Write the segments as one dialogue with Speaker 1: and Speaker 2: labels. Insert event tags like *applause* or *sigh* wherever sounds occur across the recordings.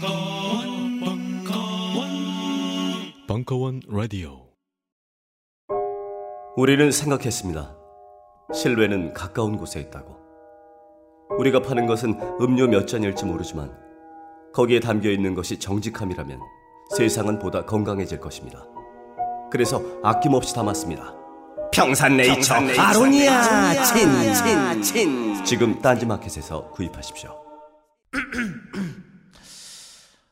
Speaker 1: 벙커원, 벙커원,
Speaker 2: 벙커원 라디오.
Speaker 3: 우리는 생각했습니다. 실외는 가까운 곳에 있다고. 우리가 파는 것은 음료 몇 잔일지 모르지만 거기에 담겨 있는 것이 정직함이라면 세상은 보다 건강해질 것입니다. 그래서 아낌없이 담았습니다. 평산네이처 아로니아 진진진 지금 딴지마켓에서 구입하십시오.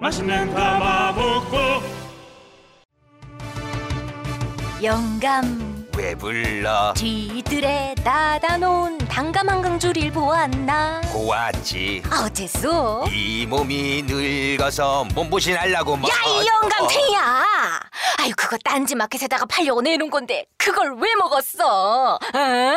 Speaker 1: 맛있는 가마 먹고
Speaker 4: 영감
Speaker 5: 왜 불러
Speaker 4: 뒤뜰에 닫아놓은 당감 한강줄일 보았나
Speaker 5: 보았지
Speaker 4: 아 어째서
Speaker 5: 이 몸이 늙어서 몸보신하려고 뭐
Speaker 4: 야이
Speaker 6: 어.
Speaker 4: 영감탱이야 아유 그거 딴지 마켓에다가 팔려고 내놓은 건데 그걸 왜 먹었어 응?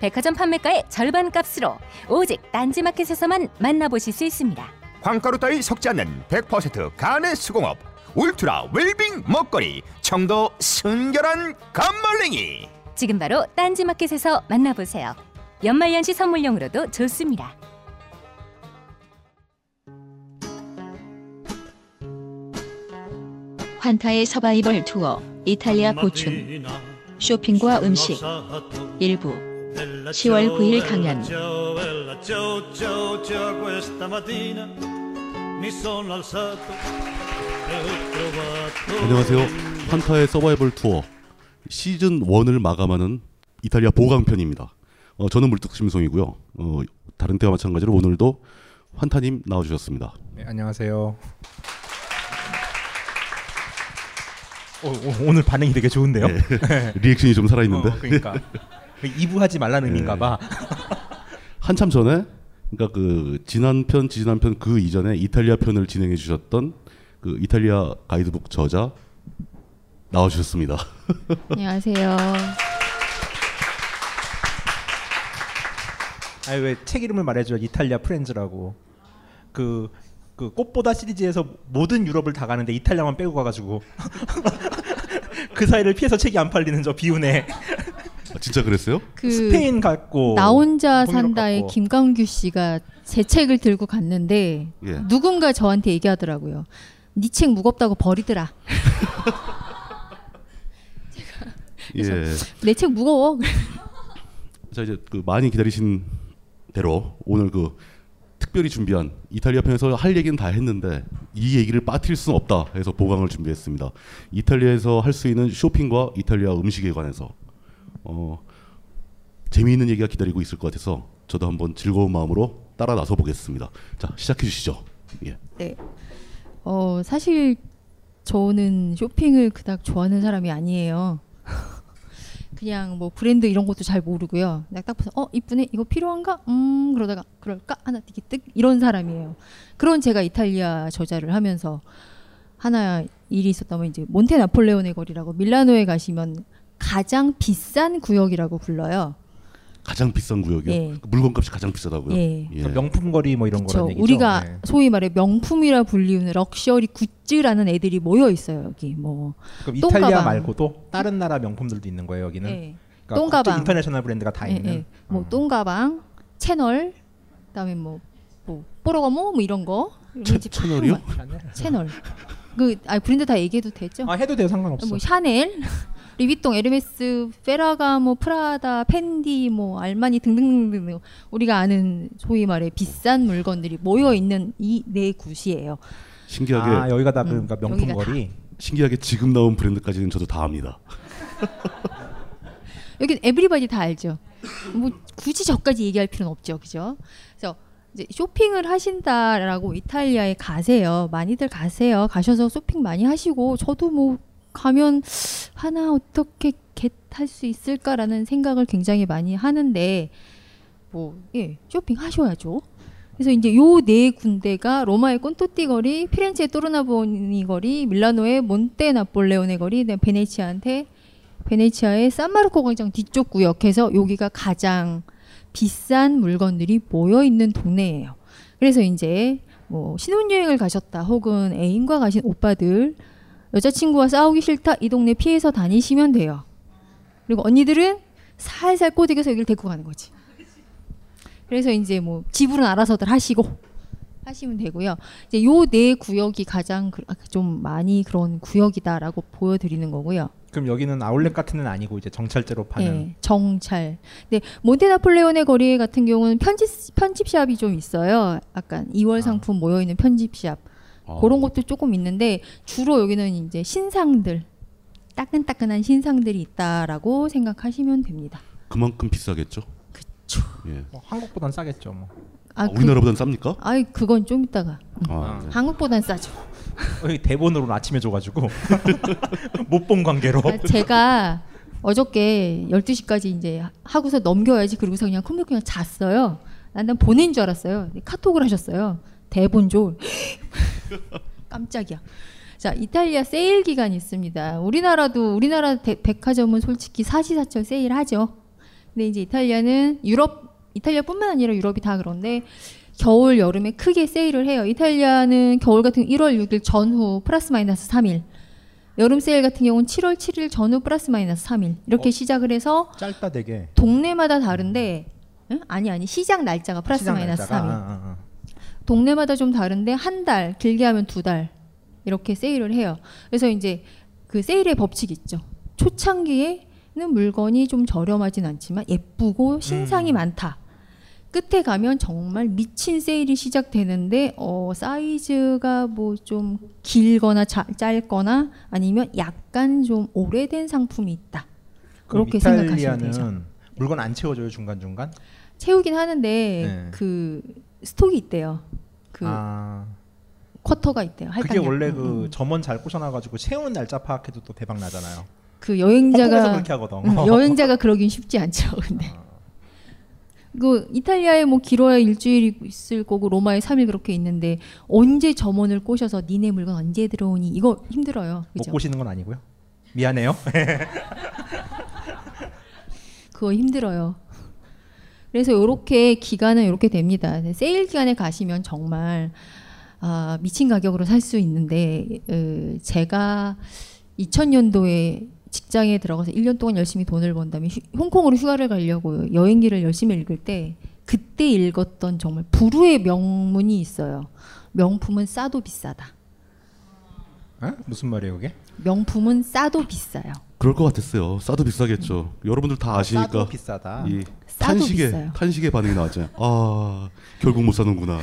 Speaker 7: 백화점 판매가의 절반 값으로 오직 딴지마켓에서만 만나보실 수 있습니다.
Speaker 6: 황가루 따위 섞지 않는 100% 간의 수공업 울트라 웰빙 먹거리 청도 순결한 감말랭이
Speaker 7: 지금 바로 딴지마켓에서 만나보세요. 연말연시 선물용으로도 좋습니다.
Speaker 8: 환타의 서바이벌 투어 이탈리아 보충 쇼핑과 음식 일부 10월 9일 강연
Speaker 9: 안녕하세요. 판타의 서바이벌 투어 시즌 1을 마감하는 이탈리아 보강편입니다. 어, 저는 물뚝심송이고요. 어, 다른 때와 마찬가지로 오늘도 환타님 나와주셨습니다.
Speaker 10: 안녕하세요. 어, 오, 늘 반응이 되게 좋은데요?
Speaker 9: 리액션이 좀 살아있는데
Speaker 10: 네. 어, 그러니까 이부하지 말라는 의미인가봐.
Speaker 9: 한참 전에 그러니까 그 지난 편, 지난 편 그 이전에 이탈리아 편을 진행해 주셨던 그 이탈리아 가이드북 저자 나와주셨습니다. 아,
Speaker 8: 안녕하세요.
Speaker 10: 아니 왜 책 이름을 말해줘? 이탈리아 프렌즈라고. 그, 그 꽃보다 시리즈에서 모든 유럽을 다 가는데 이탈리아만 빼고 가가지고 *laughs* 그 사이를 피해서 책이 안 팔리는 저 비운에
Speaker 9: 아, 진짜 그랬어요?
Speaker 8: 그
Speaker 10: 스페인 갔고
Speaker 8: 나 혼자
Speaker 10: 동유럽
Speaker 8: 산다의
Speaker 10: 갔고.
Speaker 8: 김강규 씨가 제 책을 들고 갔는데
Speaker 9: 예.
Speaker 8: 누군가 저한테 얘기하더라고요. 네 책 무겁다고 버리더라.
Speaker 9: 예.
Speaker 8: 내 책 무거워.
Speaker 9: 자 이제 그 많이 기다리신 대로 오늘 그 특별히 준비한 이탈리아 편에서 할 얘기는 다 했는데 이 얘기를 빠뜨릴 수는 없다 해서 보강을 준비했습니다. 이탈리아에서 할 수 있는 쇼핑과 이탈리아 음식에 관해서 어, 재미있는 얘기가 기다리고 있을 것 같아서 저도 한번 즐거운 마음으로 따라 나서 보겠습니다. 자 시작해 주시죠. 예.
Speaker 8: 어, 사실 저는 쇼핑을 그닥 좋아하는 사람이 아니에요. 그냥 뭐 브랜드 이런 것도 잘 모르고요. 그냥 딱 봐서 어 이쁘네 이거 필요한가? 음 그러다가 그럴까 하나 띠기뜩 이런 사람이에요. 그런 제가 이탈리아 저자를 하면서 하나 일이 있었다면 이제 몬테 나폴레온의 거리라고 밀라노에 가시면 가장 비싼 구역이라고 불러요.
Speaker 9: 가장 비싼 구역이요.
Speaker 8: 예.
Speaker 9: 그 물건값이 가장 비싸다고요.
Speaker 8: 예.
Speaker 9: 예.
Speaker 10: 명품 거리 뭐 이런
Speaker 8: 그렇죠.
Speaker 10: 거라는 얘기죠.
Speaker 8: 우리가
Speaker 10: 네.
Speaker 8: 소위 말해 명품이라 불리우는 럭셔리 굿즈라는 애들이 모여 있어요 여기 뭐
Speaker 10: 그럼
Speaker 8: 똥가방.
Speaker 10: 이탈리아 말고도 다른 나라 명품들도 있는 거예요 여기는.
Speaker 8: 예.
Speaker 10: 그러니까
Speaker 8: 똥가방.
Speaker 10: 국제 인터내셔널 브랜드가 다
Speaker 8: 예,
Speaker 10: 있는. 어.
Speaker 8: 예. 뭐 똥가방, 채널, 그다음에 뭐, 뭐 뽀로거모 뭐 이런 거 이런
Speaker 9: 채-
Speaker 8: 집
Speaker 9: 채널이요?
Speaker 8: 다 많아요. 채널. 그 아, 브랜드 다 얘기해도 되죠?
Speaker 10: 아 해도 돼요 상관없어.
Speaker 8: 뭐 샤넬, *laughs* 리비통, 에르메스, 페라가모, 뭐
Speaker 10: 아,
Speaker 8: 프라다, 펜디, 뭐 알마니 등등등등 우리가 아는 소위 말해 비싼 물건들이 모여 있는 이 네 곳이에요.
Speaker 9: 신기하게
Speaker 10: 아 여기가 다 그러니까
Speaker 8: 음,
Speaker 10: 명품
Speaker 8: 여기가 다.
Speaker 10: 거리.
Speaker 9: 신기하게 지금 나온 브랜드까지는 저도 다 압니다.
Speaker 8: 여긴 에브리바디 다 알죠. 뭐 굳이 저까지 얘기할 필요는 없죠, 그죠? 그래서 이제 쇼핑을 하신다라고 이탈리아에 가세요. 많이들 가세요. 가셔서 쇼핑 많이 하시고 저도 뭐 가면 하나 어떻게 겟할 수 있을까라는 생각을 굉장히 많이 하는데 뭐 예, 쇼핑 하셔야죠. 그래서 이제 요 네 군데가 로마의 콘토띠 거리, 피렌체의 또르나보니 거리, 밀라노의 몬테 나폴레오네 거리, 그다음에 베네치아한테 베네치아의 산마르코 광장 뒤쪽 구역에서 여기가 가장 비싼 물건들이 모여 있는 동네예요. 그래서 이제 뭐 신혼여행을 가셨다 혹은 애인과 가신 오빠들 여자친구와 싸우기 싫다 이 동네 피해서 다니시면 돼요. 그리고 언니들은 살살 꼬드겨서 여기를 데리고 가는 거지. 그래서 이제 뭐 집으로는 알아서들 하시고 하시면 되고요. 이제 요 네 구역이 가장 그- 좀 많이 그런 구역이다라고 보여드리는 거고요.
Speaker 10: 그럼 여기는 아울렛 같은 데는 아니고 이제 정찰제로 파는.
Speaker 8: 예, 정찰. 근데 몬테나폴레온의 거리 같은 경우는 편집 편집샵이 좀 있어요. 약간 2월 상품 모여 있는 편집샵
Speaker 9: 아,
Speaker 8: 그런 것도 조금 있는데 주로 여기는 이제 신상들 따끈따끈한 신상들이 있다라고 생각하시면 됩니다.
Speaker 9: 그만큼 비싸겠죠. 예.
Speaker 10: 뭐 한국보단 싸겠죠 뭐.
Speaker 8: 아,
Speaker 9: 아, 우리나라보단 쌉니까?
Speaker 8: 그, 아이 그건 좀 이따가
Speaker 9: 아, 네.
Speaker 8: 한국보단 싸죠.
Speaker 10: 어, 여기 대본으로 아침에 줘가지고 *laughs* 못 본 관계로.
Speaker 8: 아, 제가 어저께 12시까지 이제 하고서 넘겨야지 그러고서 그냥 컴퓨터 그냥 잤어요. 난, 난 보낸 줄 알았어요. 근데 카톡을 하셨어요. 대본 줘.
Speaker 10: *laughs*
Speaker 8: 깜짝이야. 자, 이탈리아 세일 기간이 있습니다. 우리나라도 우리나라 대- 백화점은 솔직히 사시사철 세일하죠. 근데 이제 이탈리아는 유럽 이탈리아뿐만 아니라 유럽이 다 그런데 겨울 여름에 크게 세일을 해요. 이탈리아는 겨울 같은 경우 1월 6일 전후 플러스 마이너스 3일. 여름 세일 같은 경우는 7월 7일 전후 플러스 마이너스 3일.
Speaker 10: 어?
Speaker 8: 이렇게 시작을 해서
Speaker 10: 짧다 되게.
Speaker 8: 동네마다 다른데 응? 아니 아니 시작 날짜가 플러스
Speaker 10: 시장
Speaker 8: 마이너스
Speaker 10: 날짜가.
Speaker 8: 3일.
Speaker 10: 아, 아, 아.
Speaker 8: 동네마다 좀 다른데 한 달, 길게 하면 두 달 이렇게 세일을 해요. 그래서 이제 그 세일의 법칙 있죠. 초창기에는 물건이 좀 저렴하진 않지만 예쁘고
Speaker 10: 음.
Speaker 8: 신상이 많다. 끝에 가면 정말 미친 세일이 시작되는데 어, 사이즈가 뭐 좀 길거나 자- 짧거나 아니면 약간 좀 오래된 상품이 있다.
Speaker 10: 그럼
Speaker 8: 그렇게 생각하시면
Speaker 10: 이탈리아는
Speaker 8: 되죠.
Speaker 10: 물건 안 채워줘요 중간 중간.
Speaker 8: 채우긴 하는데
Speaker 10: 네.
Speaker 8: 그 스톡이 있대요. 그
Speaker 10: 아.
Speaker 8: 쿼터가 있대요. 할당량.
Speaker 10: 그게 원래
Speaker 8: 음, 음.
Speaker 10: 그 점원 잘 꼬셔놔가지고 채우는 날짜 파악해도 또 대박 나잖아요.
Speaker 8: 그
Speaker 10: 홍콩에서
Speaker 8: 여행자가
Speaker 10: 그렇게 하거든. 아.
Speaker 8: 음, 여행자가 그러긴 쉽지 않죠. *laughs* 근데 그 이탈리아에 뭐 길어야 일주일이 있을 거고 로마에 3일 그렇게 있는데 언제 점원을 꼬셔서 니네 물건 언제 들어오니 이거 힘들어요.
Speaker 10: 못
Speaker 8: 그죠?
Speaker 10: 꼬시는 건 아니고요. 미안해요. *laughs*
Speaker 8: 그거 힘들어요. 그래서 이렇게 기간은 이렇게 됩니다. 네, 세일 기간에 가시면 정말 아, 미친 가격으로 살 수 있는데 으, 제가 2000년도에 직장에 들어가서 1년 동안 열심히 돈을 번 다음에 휴- 홍콩으로 휴가를 가려고 여행기를 열심히 읽을 때 그때 읽었던 정말 부르의 명문이 있어요. 명품은 싸도 비싸다.
Speaker 10: 어? 무슨 말이에요 그게?
Speaker 8: 명품은 싸도 비싸요.
Speaker 9: 그럴 것 같았어요. 싸도 비싸겠죠. 여러분들 다 아시니까
Speaker 10: 싸도 비싸다.
Speaker 9: 이
Speaker 8: 음. 싸도
Speaker 9: 탄식의
Speaker 8: 비싸요.
Speaker 9: 탄식의 반응이 나왔잖아요. 아 결국 못 사는구나.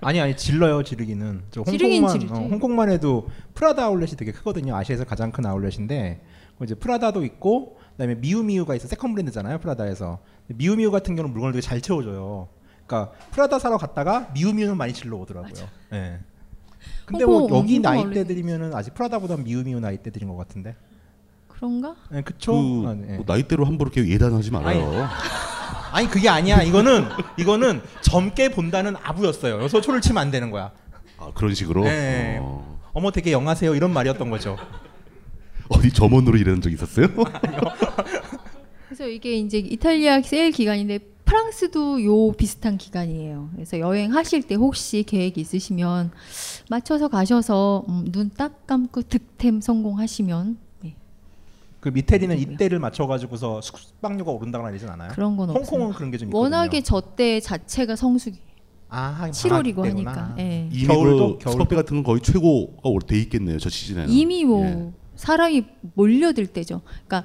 Speaker 10: 아니 아니 질러요 지르기는. 저
Speaker 8: 지르긴
Speaker 10: 홍콩만
Speaker 8: 지르지.
Speaker 10: 어, 홍콩만 해도 프라다 아울렛이 되게 크거든요. 아시아에서 가장 큰 아울렛인데 그 이제 프라다도 있고 그다음에 미우미우가 있어 세컨 브랜드잖아요 프라다에서. 미우미우 같은 경우는 물건을 되게 잘 채워줘요. 그러니까 프라다 사러 갔다가 미우미우는 많이 질러 오더라고요. 예. 근데 뭐
Speaker 8: 홍콩,
Speaker 10: 여기
Speaker 8: 홍콩
Speaker 10: 나이대들이면은 아직 프라다보다 미우미우 나이대들인 것 같은데.
Speaker 8: 그런가?
Speaker 10: 예, 그쵸?
Speaker 9: 그
Speaker 10: 아, 네.
Speaker 9: 나이대로 함부로 이렇게 예단하지 말아요.
Speaker 10: 아니 그게 아니야. 이거는 이거는 젊게 본다는 아부였어요. 여기서 초를 치면 안 되는 거야.
Speaker 9: 아, 그런 식으로
Speaker 10: 네.
Speaker 9: 어.
Speaker 10: 어머 되게 영하세요 이런 말이었던 거죠. *laughs*
Speaker 9: 어디 점원으로 일하는 적 있었어요?
Speaker 8: 그래서 이게 이제 이탈리아 세일 기간인데 프랑스도 요 비슷한 기간이에요. 그래서 여행하실 때 혹시 계획 있으시면 맞춰서 가셔서 음, 눈 딱 감고 득템 성공하시면 네,
Speaker 10: 그 미테리는 이때를 맞춰가지고서 숙박료가 오른다거나 이러진 않아요?
Speaker 8: 그런 건 없어요.
Speaker 10: 홍콩은 그런 게 좀 있거든요.
Speaker 8: 워낙에 저 때 자체가 성수기
Speaker 10: 아, 하긴
Speaker 8: 7월이고
Speaker 10: 방학 때구나.
Speaker 8: 하니까 예.
Speaker 9: 이미
Speaker 10: 뭐 겨울도,
Speaker 9: 그
Speaker 10: 겨울도.
Speaker 9: 숙박비 같은 건 거의 최고가 올 돼 있겠네요 저 시즌에는.
Speaker 8: 이미 뭐
Speaker 9: 예.
Speaker 8: 사람이 몰려들 때죠. 그러니까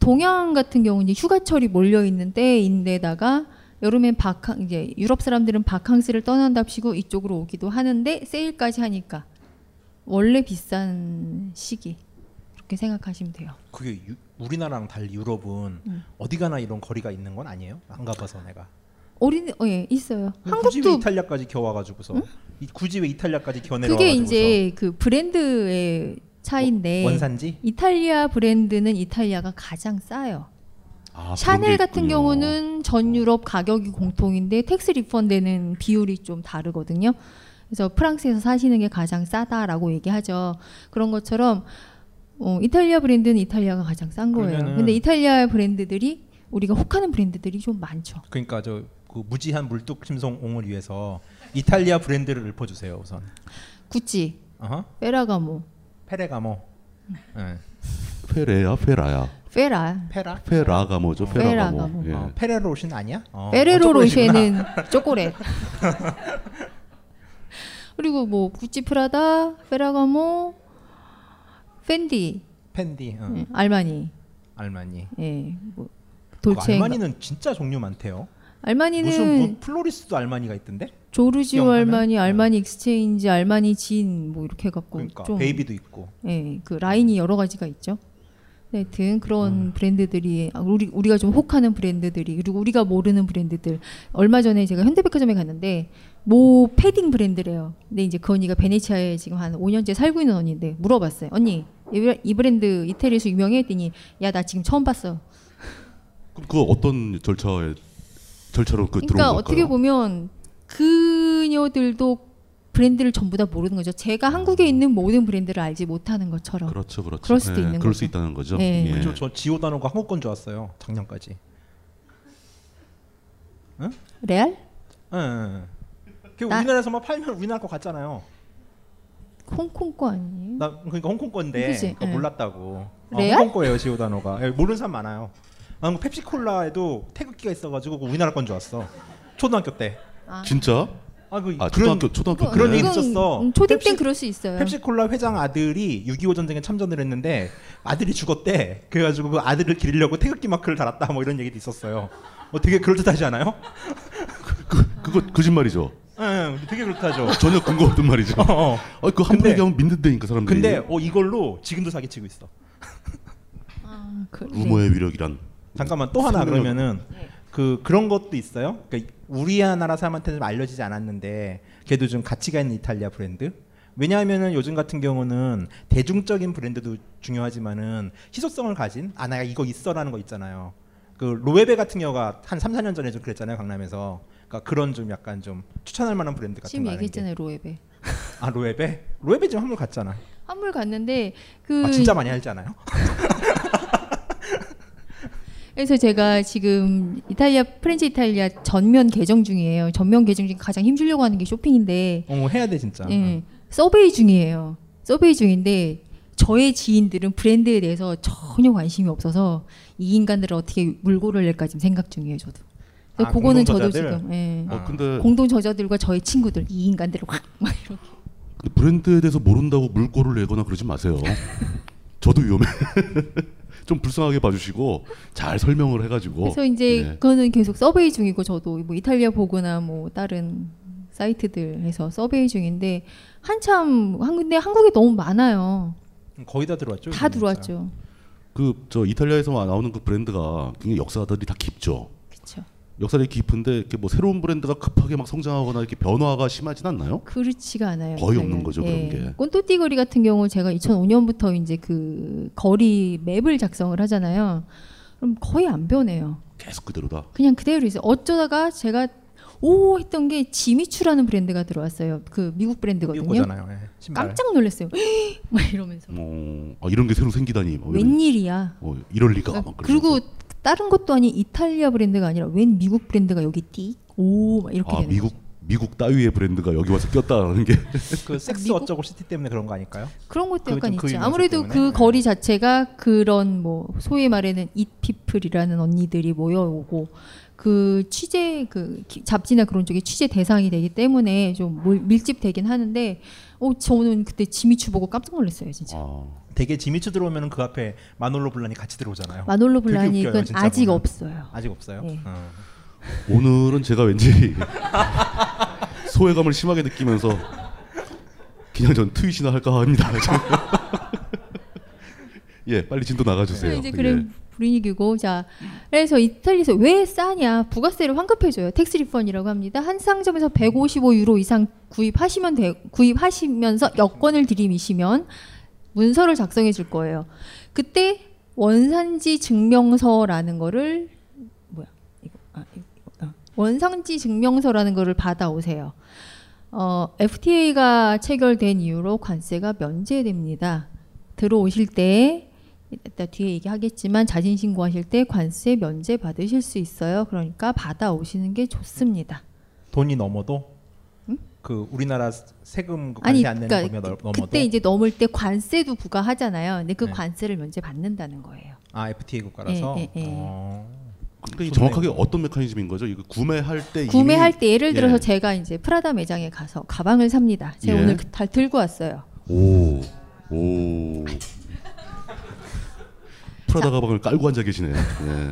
Speaker 8: 동양 같은 경우는 휴가철이 몰려 있는 때인데다가 여름엔 바캉 이제 유럽 사람들은 바캉스를 떠난답시고 이쪽으로 오기도 하는데 세일까지 하니까 원래 비싼 시기 그렇게 생각하시면 돼요.
Speaker 10: 그게 유- 우리나라랑 달리 유럽은
Speaker 8: 음.
Speaker 10: 어디 가나 이런 거리가 있는 건 아니에요? 안 가봐서 내가.
Speaker 8: 어린 어, 예 있어요.
Speaker 10: 굳이 왜
Speaker 8: 한국도
Speaker 10: 이탈리아까지 겨와가지고서 이- 굳이 왜 이탈리아까지 겨내려가지고서
Speaker 8: 그게 이제 그 브랜드의 차인데
Speaker 10: 원산지?
Speaker 8: 이탈리아 브랜드는 이탈리아가 가장 싸요.
Speaker 9: 아, 그런 게
Speaker 8: 샤넬 같은
Speaker 9: 있군요.
Speaker 8: 경우는 전 유럽 가격이 공통인데 택스 리펀드는 비율이 좀 다르거든요. 그래서 프랑스에서 사시는 게 가장 싸다라고 얘기하죠. 그런 것처럼 어, 이탈리아 브랜드는 이탈리아가 가장 싼 거예요.
Speaker 10: 그러면은-
Speaker 8: 근데 이탈리아 브랜드들이 우리가 혹하는 브랜드들이 좀 많죠.
Speaker 10: 그러니까 저 그 무지한 물뚝 심송옹을 위해서 이탈리아 브랜드를 읊어주세요 우선.
Speaker 8: 구찌,
Speaker 10: 어허.
Speaker 8: 페라가모,
Speaker 10: 페레가모. 예.
Speaker 9: 페레야 페라야.
Speaker 8: 페라,
Speaker 10: 페라?
Speaker 9: 페라가 뭐죠? 페라가 뭐.
Speaker 8: 페라가모.
Speaker 9: 예.
Speaker 10: 어, 페레로신 아니야? 어,
Speaker 8: 페레로
Speaker 10: 어, 초콜릿이구나. *laughs*
Speaker 8: 로쉐는 초콜릿. 그리고 뭐 구찌, 프라다, 페라가모, 뭐, 펜디,
Speaker 10: 펜디, 어,
Speaker 8: 예, 알마니.
Speaker 10: 알마니.
Speaker 8: 예. 뭐
Speaker 10: 그
Speaker 8: 돌체.
Speaker 10: 알마니는 진짜 종류 많대요.
Speaker 8: 알마니는
Speaker 10: 무슨 뭐 플로리스도 알마니가 있던데?
Speaker 8: 조르지오
Speaker 10: 영화는?
Speaker 8: 알마니, 알마니 익스체인지, 알마니 진, 뭐 이렇게 갖고
Speaker 10: 그러니까
Speaker 8: 좀
Speaker 10: 베이비도 있고.
Speaker 8: 예, 그 라인이 여러 가지가 있죠. 네, 하여튼 그런
Speaker 9: 음.
Speaker 8: 브랜드들이 아, 우리 우리가 좀 혹하는 브랜드들이 그리고 우리가 모르는 브랜드들 얼마 전에 제가 현대백화점에 갔는데 모 패딩 브랜드래요. 근데 이제 그 언니가 베네치아에 지금 한 5년째 살고 있는 언니인데 물어봤어요. 언니 이 브라- 이 브랜드 이태리에서 유명해 했더니 야 나 지금 처음 봤어.
Speaker 9: 그럼 그거 어떤 절차에 절차로 그 들어온
Speaker 8: 그러니까
Speaker 9: 걸까요?
Speaker 8: 어떻게 보면 그녀들도 브랜드를 전부 다 모르는 거죠. 제가 한국에 있는 모든 브랜드를 알지 못하는 것처럼.
Speaker 9: 그렇죠, 그렇죠.
Speaker 8: 그럴 수도
Speaker 9: 예,
Speaker 8: 있는
Speaker 9: 그럴
Speaker 8: 거죠.
Speaker 9: 수 있다는 거죠.
Speaker 8: 예.
Speaker 9: 예.
Speaker 10: 그렇죠. 저, 저 지오 단어가 한국 건 줄 알았어요. 작년까지.
Speaker 8: 레알?
Speaker 10: 예, 예. 그
Speaker 8: 나-
Speaker 10: 우리나라에서만 팔면 우리나라 거 같잖아요.
Speaker 8: 홍콩 거 아니에요?
Speaker 10: 나 그러니까 홍콩 건데
Speaker 8: 그치,
Speaker 10: 그거
Speaker 8: 예.
Speaker 10: 몰랐다고. 아,
Speaker 8: 레알?
Speaker 10: 홍콩 거예요 지오 단어가. 예, 모르는 사람 많아요. 아, 펩시콜라에도 태극기가 있어가지고 그거 우리나라 건 줄 알았어. 초등학교 때.
Speaker 9: 진짜?
Speaker 10: 아, 그
Speaker 9: 아,
Speaker 10: 그런
Speaker 9: 초등학교 초등학교
Speaker 8: 그거-
Speaker 9: 때.
Speaker 10: 그런
Speaker 8: 이건
Speaker 10: 일이 있었어.
Speaker 8: 음, 초딩 땐
Speaker 10: 펩시-
Speaker 8: 그럴 수 있어요.
Speaker 10: 펩시콜라 회장 아들이 6.25 전쟁에 참전을 했는데 아들이 죽었대. 그래가지고 그 아들을 기리려고 태극기 마크를 달았다. 뭐 이런 얘기도 있었어요. 뭐 되게 그럴듯하지 않아요?
Speaker 9: 그, 그거 거짓말이죠.
Speaker 10: 응, 되게 그렇다죠.
Speaker 9: 전혀 근거 없는 말이죠.
Speaker 10: *laughs* 어, 어.
Speaker 9: 아, 그거 함부로
Speaker 10: 근데-
Speaker 9: 얘기하면 믿는다니까 사람들이.
Speaker 10: 근데 어, 이걸로 지금도 사기치고 있어.
Speaker 8: 아, 그,
Speaker 9: 루머의 위력이란.
Speaker 10: 잠깐만 또 하나
Speaker 9: 생명력.
Speaker 10: 그러면은 그 그런 것도 있어요. 그러니까 우리 나라 사람한테는 좀 알려지지 않았는데 걔도 좀 가치가 있는 이탈리아 브랜드. 왜냐하면은 요즘 같은 경우는 대중적인 브랜드도 중요하지만은 희소성을 가진 아 나 이거 있어라는 거 있잖아요. 그 로에베 같은 경우가 한 3, 4년 전에 좀 그랬잖아요 강남에서. 그러니까 그런 좀 약간 좀 추천할 만한 브랜드 같은
Speaker 8: 지금
Speaker 10: 거 아는 게.
Speaker 8: 얘기했잖아요 로에베.
Speaker 10: 아 로에베? 로에베 지금 한물 갔잖아.
Speaker 8: 한물 갔는데 그
Speaker 10: 아 진짜 많이 알지 않아요?
Speaker 8: 그래서 제가 지금 이탈리아 프렌치 이탈리아 전면 개정 중이에요. 전면 개정 중 가장 힘주려고 하는 게 쇼핑인데
Speaker 10: 어 해야 돼 진짜.
Speaker 8: 예, 서베이 중이에요. 서베이 중인데 저의 지인들은 브랜드에 대해서 전혀 관심이 없어서 이 인간들을 어떻게 물고를 낼까 지금 생각 중이에요, 저도. 그래서
Speaker 10: 아,
Speaker 8: 그거는 저도
Speaker 10: 공동저자들?
Speaker 8: 지금 예.
Speaker 9: 어, 근데
Speaker 8: 공동 저자들과 저의 친구들 이 인간들을 확 막 이렇게
Speaker 9: 근데 그 브랜드에 대해서 모른다고 물꼬를 내거나 그러지 마세요. 저도 위험해. *laughs* 좀 불쌍하게 봐주시고 잘 설명을 해가지고.
Speaker 8: 그래서 이제
Speaker 9: 예.
Speaker 8: 그거는 계속 서베이 중이고 저도 뭐 이탈리아 보거나 뭐 다른 사이트들 해서 서베이 중인데 한참 한 근데 한국에 너무 많아요.
Speaker 10: 거의 다 들어왔죠.
Speaker 8: 다
Speaker 10: 요즘 진짜.
Speaker 8: 들어왔죠.
Speaker 9: 그 저 이탈리아에서 나오는 그 브랜드가 굉장히 역사들이 다 깊죠.
Speaker 8: 그렇죠.
Speaker 9: 역사들이 깊은데 이렇게 뭐 새로운 브랜드가 급하게 막 성장하거나 이렇게 변화가 심하진 않나요?
Speaker 8: 네, 그렇지가 않아요. 예.
Speaker 9: 거의
Speaker 8: 이탈리아는.
Speaker 9: 없는 거죠, 그런 게.
Speaker 8: 꼰또띠 거리 같은 경우 제가 2005년부터 이제 그 거리 맵을 작성을 하잖아요. 그럼 거의 안 변해요.
Speaker 9: 계속 그대로다.
Speaker 8: 그냥 그대로 있어요. 어쩌다가 제가 오 했던 게 지미추라는 브랜드가 들어왔어요. 그 미국
Speaker 10: 미국
Speaker 8: 브랜드거든요.
Speaker 10: 거잖아요. 예, 신발.
Speaker 8: 깜짝 놀랐어요. 막 이러면서
Speaker 9: 어, 아, 이런 게 새로 생기다니. 뭐 이런,
Speaker 8: 웬일이야.
Speaker 9: 어, 이럴 리가. 막
Speaker 8: 아, 그리고
Speaker 9: 그러면서.
Speaker 8: 다른 것도 아닌 이탈리아 브랜드가 아니라 웬 미국 브랜드가 여기 띡오막 이렇게
Speaker 9: 아
Speaker 8: 되는
Speaker 9: 미국
Speaker 8: 거죠.
Speaker 9: 미국 따위의 브랜드가 여기 와서 꼈다라는 게
Speaker 10: 그 섹스
Speaker 8: 미국-
Speaker 10: 어쩌고 시티 때문에 그런 거 아닐까요?
Speaker 8: 그런 것도
Speaker 10: 그건
Speaker 8: 약간
Speaker 10: 좀그
Speaker 8: 있죠.
Speaker 10: 유명세
Speaker 8: 아무래도
Speaker 10: 때문에. 네.
Speaker 8: 그 거리 자체가 그런 뭐 소위 말하는 이피플이라는 언니들이 모여오고 그 취재 그 기- 잡지나 그런 쪽이 취재 대상이 되기 때문에 좀 몰- 밀집되긴 하는데 어 저는 그때 지미추 보고 깜짝 놀랐어요 *laughs* 진짜.
Speaker 9: 아,
Speaker 10: 되게 지미츠 들어오면 그 앞에 마놀로 블란이 같이 들어오잖아요.
Speaker 8: 마놀로
Speaker 10: 되게
Speaker 8: 블라닉은
Speaker 10: 웃겨요, 진짜
Speaker 8: 아직
Speaker 10: 보면.
Speaker 8: 없어요.
Speaker 10: 아직 없어요.
Speaker 8: 네.
Speaker 10: 어.
Speaker 9: 오늘은 제가 왠지 *laughs* 소외감을 심하게 느끼면서 그냥 전 트윗이나 할까 합니다. *laughs* 예, 빨리 진도 나가주세요.
Speaker 8: 그래서 네, 이제
Speaker 9: 예.
Speaker 8: 그런 분위기고 자 그래서 이탈리아에서 왜 싸냐 부가세를 환급해줘요 텍스 리펀이라고 합니다 한 상점에서 155 유로 이상 구입하시면 돼 구입하시면서 여권을 들이미시면 문서를 작성해 줄 거예요 그때 원산지 증명서라는 거를 뭐야 이거 아 이거 아, 원산지 증명서라는 거를 받아오세요 어 FTA가 체결된 이후로 관세가 면제됩니다 들어오실 때 이따 뒤에 얘기하겠지만 자진 신고하실 때 관세 면제 받으실 수 있어요. 그러니까 받아 오시는 게 좋습니다.
Speaker 10: 돈이 넘어도 그 우리나라 세금 그
Speaker 8: 아니
Speaker 10: 관세 안 내는
Speaker 8: 그러니까
Speaker 10: 범위가 넘-
Speaker 8: 그-
Speaker 10: 넘어도
Speaker 8: 그때 이제 넘을 때 관세도 부과하잖아요. 근데 그
Speaker 10: 네.
Speaker 8: 관세를 면제 받는다는 거예요.
Speaker 10: 아 FTA 국가라서
Speaker 8: 예, 예, 예.
Speaker 10: 어.
Speaker 9: 그러니까
Speaker 10: 좋네요.
Speaker 9: 이 정확하게 어떤 메커니즘인 거죠? 이거 구매할 때
Speaker 8: 구매할
Speaker 9: 이미...
Speaker 8: 때 예를
Speaker 9: 예.
Speaker 8: 들어서 제가 이제 프라다 매장에 가서 가방을 삽니다. 제가
Speaker 9: 예.
Speaker 8: 오늘 그- 다 들고 왔어요.
Speaker 9: 오,
Speaker 8: *laughs*
Speaker 9: 오. 프라다 가방을 깔고 앉아 계시네요. 예.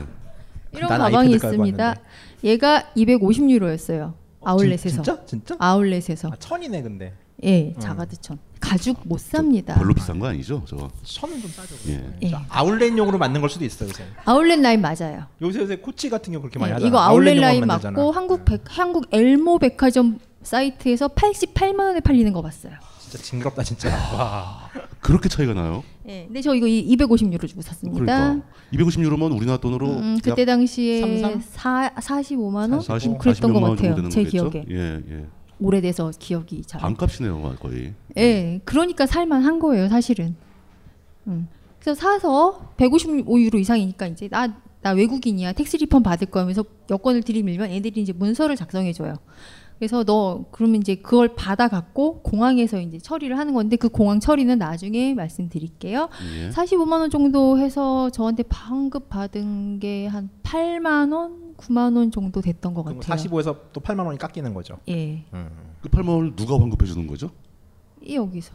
Speaker 8: 이런
Speaker 10: 난
Speaker 8: 가방이
Speaker 10: 아이패드 깔고
Speaker 8: 있습니다.
Speaker 10: 왔는데. 어,
Speaker 8: 얘가 250유로였어요.
Speaker 10: 진-
Speaker 8: 아울렛에서.
Speaker 10: 진짜? 진짜?
Speaker 8: 아울렛에서.
Speaker 10: 아, 천이네 근데 음.
Speaker 8: 예, 자가드천. 가죽 못 삽니다.
Speaker 9: 별로 비싼 거 아니죠? 저거.
Speaker 10: 천은 좀 싸죠.
Speaker 9: 예.
Speaker 10: 그래서.
Speaker 8: 예.
Speaker 10: 아울렛용으로 만든 걸 수도 있어 요새.
Speaker 8: 아울렛 라인 맞아요.
Speaker 10: 요새 요새 코치 같은 경우 그렇게 많이
Speaker 8: 네,
Speaker 10: 하잖아.
Speaker 8: 이거 아울렛
Speaker 10: 아울렛용으로
Speaker 8: 라인
Speaker 10: 만들잖아. 음,
Speaker 8: 맞고 한국 백, 한국 엘모 백화점 사이트에서 88만 원에 팔리는 거 봤어요.
Speaker 10: 진짜 징그럽다 진짜. 와.
Speaker 9: 그렇게 차이가 나요?
Speaker 8: 예. 근데 저 이거 250유로 그 주고 샀습니다.
Speaker 9: 그러니까 250유로면 우리나 돈으로
Speaker 8: 음,
Speaker 9: 약
Speaker 8: 그때 당시에
Speaker 10: 삼삼?
Speaker 8: 사, 45만 원
Speaker 9: 40,
Speaker 8: 그랬던
Speaker 9: 40몇만
Speaker 8: 것
Speaker 9: 원 정도
Speaker 8: 같아요.
Speaker 9: 되는
Speaker 8: 제
Speaker 9: 거겠죠?
Speaker 8: 기억에
Speaker 9: 예, 예.
Speaker 8: 오래돼서 기억이 잘. 안
Speaker 9: 반값이네요, 거의.
Speaker 8: 예, 그러니까 살만한 거예요, 사실은. 음. 그래서 사서 155유로 이상이니까 이제 나, 나 외국인이야. 택시 리펀 받을 거면서 여권을 들이밀면 애들이 이제 문서를 작성해 줘요. 그래서 너 그러면 이제 그걸 받아 갖고 공항에서 이제 처리를 하는 건데 그 공항 처리는 나중에 말씀드릴게요.
Speaker 9: 예.
Speaker 8: 45만 원 정도 해서 저한테 환급 받은 게 한 8만 원, 9만 원 정도 됐던 것
Speaker 10: 그럼
Speaker 8: 같아요.
Speaker 10: 45에서 또 8만 원이 깎이는 거죠. 음.
Speaker 8: 예.
Speaker 9: 그 팔만을 누가 환급해 주는 거죠?
Speaker 8: 이 여기서.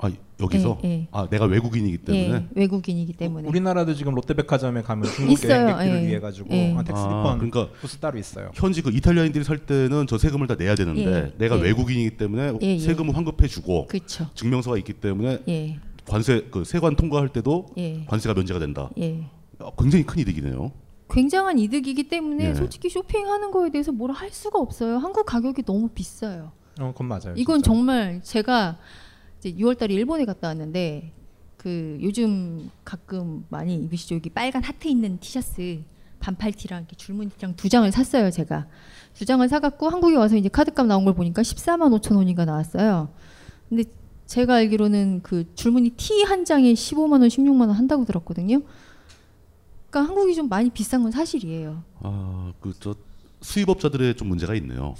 Speaker 9: 아, 여기서.
Speaker 8: 예, 예.
Speaker 9: 아, 내가 외국인이기 때문에.
Speaker 8: 예. 외국인이기 때문에.
Speaker 10: 우리나라도 지금 롯데백화점에 가면 중국
Speaker 8: 있어요,
Speaker 10: 여행객들을
Speaker 8: 예.
Speaker 10: 위해 가지고
Speaker 8: 예.
Speaker 10: 아, 택스
Speaker 9: 아,
Speaker 10: 리펀
Speaker 9: 그러니까
Speaker 10: 부스 따로 있어요.
Speaker 9: 현지 그 이탈리아인들이 살 때는 저 세금을 다 내야 되는데
Speaker 8: 예,
Speaker 9: 내가
Speaker 8: 예.
Speaker 9: 외국인이기 때문에
Speaker 8: 예, 예.
Speaker 9: 세금을 환급해 주고
Speaker 8: 그렇죠.
Speaker 9: 증명서가 있기 때문에
Speaker 8: 예.
Speaker 9: 관세 그 세관 통과할 때도
Speaker 8: 예.
Speaker 9: 관세가 면제가 된다.
Speaker 8: 예.
Speaker 9: 어, 굉장히 큰 이득이네요.
Speaker 8: 굉장한 이득이기 때문에
Speaker 9: 예.
Speaker 8: 솔직히 쇼핑하는 거에 대해서 뭐라 할 수가 없어요. 한국 가격이 너무 비싸요.
Speaker 10: 어, 그건 맞아요.
Speaker 8: 이건
Speaker 10: 진짜.
Speaker 8: 정말 제가 이제 6월달에 일본에 갔다 왔는데 그 요즘 가끔 많이 입으시죠 여기 빨간 하트 있는 티셔츠 반팔티랑 이렇게 줄무늬랑 두 장을 샀어요 제가 두 장을 사갖고 한국에 와서 이제 카드값 나온 걸 보니까 14만 5천 원인가 나왔어요. 근데 제가 알기로는 그 줄무늬 티 한 장에 15만 원, 16만 원 한다고 들었거든요. 그러니까 한국이 좀 많이 비싼 건 사실이에요.
Speaker 9: 아, 그 저 수입업자들의 좀 문제가 있네요.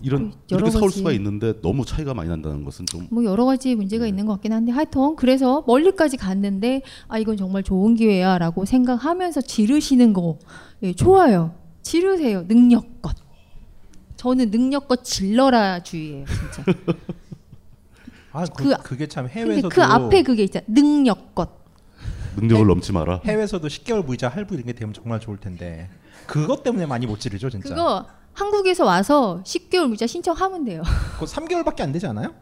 Speaker 9: 이런
Speaker 8: 그 여러
Speaker 9: 이렇게 사올
Speaker 8: 가지.
Speaker 9: 수가 있는데 너무 차이가 많이 난다는 것은 좀
Speaker 8: 뭐 여러 가지 문제가 있는 것 같긴 한데 하여튼 그래서 멀리까지 갔는데 아 이건 정말 좋은 기회야라고 생각하면서 지르시는 거 예, 좋아요. 지르세요 능력껏. 저는 능력껏 질러라 주의예요 진짜.
Speaker 10: 아, 그,
Speaker 8: 그-
Speaker 10: 그게 참
Speaker 8: 근데
Speaker 10: 해외에서도
Speaker 8: 그 앞에 그게 있잖아 능력껏.
Speaker 9: 능력을
Speaker 8: 네.
Speaker 9: 넘지 마라.
Speaker 10: 해외에서도 10개월 무이자 할부 이런 게 되면 정말 좋을 텐데 그것 때문에 많이 못 지르죠 진짜.
Speaker 8: 그거 한국에서 와서 10개월 무자 신청하면
Speaker 10: *laughs*
Speaker 8: 돼요.
Speaker 10: 그거 3개월밖에 안 되지 않아요?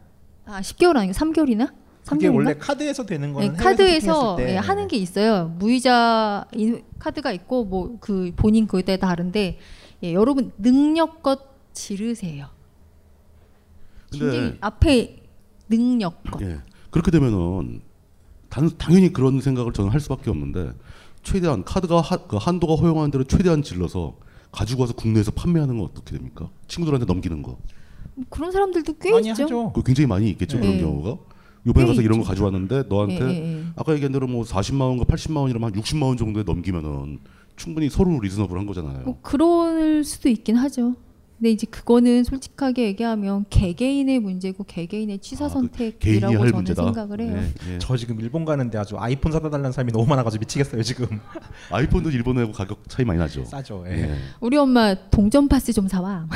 Speaker 8: 아 10개월 아니고 3개월이나?
Speaker 10: 그게
Speaker 8: 3개월인가?
Speaker 10: 원래 카드에서 되는
Speaker 8: 네,
Speaker 10: 거는
Speaker 8: 카드에서
Speaker 10: 해외에서 쇼핑했을 때
Speaker 8: 예, 하는 게 있어요. 무이자 인- 카드가 있고 뭐 그 본인 그에 따라 다른데 예, 여러분 능력껏 지르세요. 굉장히
Speaker 9: 근데
Speaker 8: 앞에 능력껏.
Speaker 9: 예. 그렇게 되면은 단, 당연히 그런 생각을 저는 할 수밖에 없는데 최대한 카드가 하, 그 한도가 허용하는 대로 최대한 질러서 가지고 와서 국내에서 판매하는 건 어떻게 됩니까? 친구들한테 넘기는 거.
Speaker 8: 그런 사람들도 꽤
Speaker 10: 많이
Speaker 8: 있죠.
Speaker 10: 하죠.
Speaker 9: 그 굉장히 많이 있겠죠
Speaker 8: 예.
Speaker 9: 그런
Speaker 8: 예.
Speaker 9: 경우가. 요번에
Speaker 8: 꽤
Speaker 9: 가서 이런 거
Speaker 8: 네, 있죠.
Speaker 10: 그
Speaker 9: 가져왔는데 너한테
Speaker 8: 예, 예, 예.
Speaker 9: 아까 얘기한 대로 뭐 40만 원과 80만 원이라면 한 60만 원 정도에 넘기면은 충분히 서로 리즈너블한 거잖아요.
Speaker 8: 뭐 그럴 수도 있긴 하죠. 근데 이제 그거는 솔직하게 얘기하면 개개인의 문제고 개개인의 취사
Speaker 9: 아, 그 개인이
Speaker 8: 선택이라고
Speaker 9: 할
Speaker 8: 저는
Speaker 9: 문제다.
Speaker 8: 생각을 해요.
Speaker 9: 예, 예.
Speaker 10: 저 지금 일본 가는데 아주 아이폰 사다 달라는 사람이 너무 많아가지고
Speaker 9: *laughs*
Speaker 10: 미치겠어요 지금.
Speaker 9: 아이폰도 일본하고 가격 차이 많이 나죠.
Speaker 10: 싸죠. 예.
Speaker 9: 예.
Speaker 8: 우리 엄마 동전 파스 좀 사와.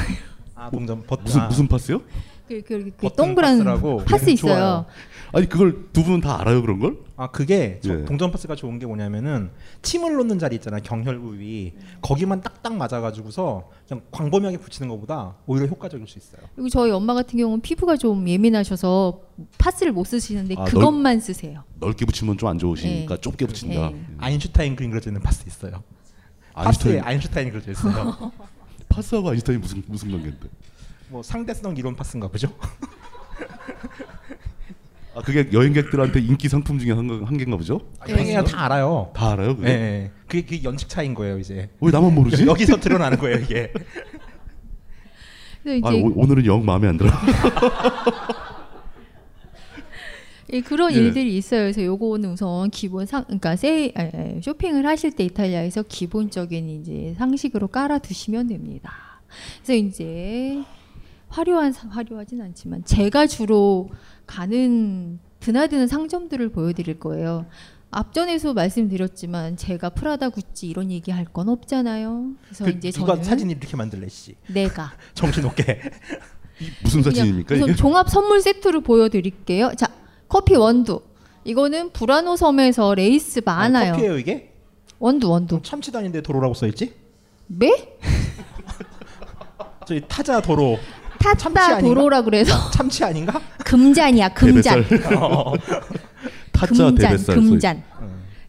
Speaker 10: 아 동전 버튼.
Speaker 9: 무슨
Speaker 10: 아,
Speaker 9: 무슨 파스요?
Speaker 8: 그, 그, 그, 그
Speaker 10: 버튼
Speaker 8: 동그란
Speaker 10: 파스라고?
Speaker 8: 파스
Speaker 10: 네,
Speaker 8: 있어요.
Speaker 10: 좋아요.
Speaker 9: 아니 그걸 두 분은 다 알아요 그런 걸?
Speaker 10: 아 그게 저-
Speaker 9: 예.
Speaker 10: 동전 파스가 좋은 게 뭐냐면은 침을 놓는 자리 있잖아요 경혈구 위 거기만 딱딱 맞아가지고서 그냥 광범위하게 붙이는 것보다 오히려 효과적일 수 있어요.
Speaker 8: 그리고 저희 엄마 같은 경우는 피부가 좀 예민하셔서 파스를 못 쓰시는데
Speaker 9: 아,
Speaker 8: 그것만 쓰세요.
Speaker 9: 넓게 붙이면 좀 안 좋으시니까
Speaker 8: 예.
Speaker 9: 좁게 붙인다.
Speaker 8: 예.
Speaker 10: 아인슈타인 그림 그려져 있는 파스 있어요. 파스에
Speaker 9: 아인슈타인
Speaker 10: 아인슈타인 그려져
Speaker 8: *laughs*
Speaker 10: 있어요.
Speaker 9: 파스하고 아인슈타인 무슨 무슨 관계인데?
Speaker 10: 뭐 상대성 이론 파스인가 보죠.
Speaker 9: 아 그게 여행객들한테 인기 상품 중에 한, 거- 한 개인가 보죠?
Speaker 8: 네.
Speaker 10: 여행이랑 다 알아요.
Speaker 9: 다 알아요
Speaker 10: 예,
Speaker 9: 그게?
Speaker 10: 예. 그게, 그게 연식 차인 거예요 이제.
Speaker 9: 왜 나만 모르지?
Speaker 10: 여기서 드러나는 거예요
Speaker 8: *laughs*
Speaker 10: 이게.
Speaker 8: 그래서 네, 이제
Speaker 9: 아, 오, 오늘은 영 마음에 안 들어.
Speaker 8: 예, 그런
Speaker 9: 예.
Speaker 8: 일들이 있어요. 그래서 요거는 우선 기본 상, 그러니까 세 아, 아, 쇼핑을 하실 때 이탈리아에서 기본적인 이제 상식으로 깔아 두시면 됩니다. 그래서 이제 화려한 사- 화려하진 않지만 제가 주로 가는 드나드는 상점들을 보여드릴 거예요. 앞전에서 말씀드렸지만 제가 프라다 구찌 이런 얘기 할 건 없잖아요. 그래서
Speaker 10: 그
Speaker 8: 이제
Speaker 10: 누가
Speaker 8: 저는
Speaker 10: 사진 이렇게 만들래 씨.
Speaker 8: 내가
Speaker 10: *laughs* 정신없게.
Speaker 9: 무슨
Speaker 8: 그냥
Speaker 9: 사진입니까?
Speaker 8: 우선
Speaker 9: 이게?
Speaker 8: 종합 선물 세트를 보여드릴게요. 자, 커피 원두. 이거는 불라노 섬에서 레이스 많아요.
Speaker 10: 어, 커피예요 이게?
Speaker 8: 원두 원두.
Speaker 10: 참치도 아닌데 도로라고 써있지?
Speaker 8: 네?
Speaker 10: *laughs* 저기 타자 도로. 참치
Speaker 8: 타짜
Speaker 10: 아닌가?
Speaker 8: 도로라 그래서
Speaker 10: *laughs* 참치 아닌가?
Speaker 8: 금잔이야 금잔. *laughs*
Speaker 10: 어.
Speaker 9: 타짜
Speaker 8: 금잔
Speaker 9: 대뱃살.
Speaker 8: 금잔.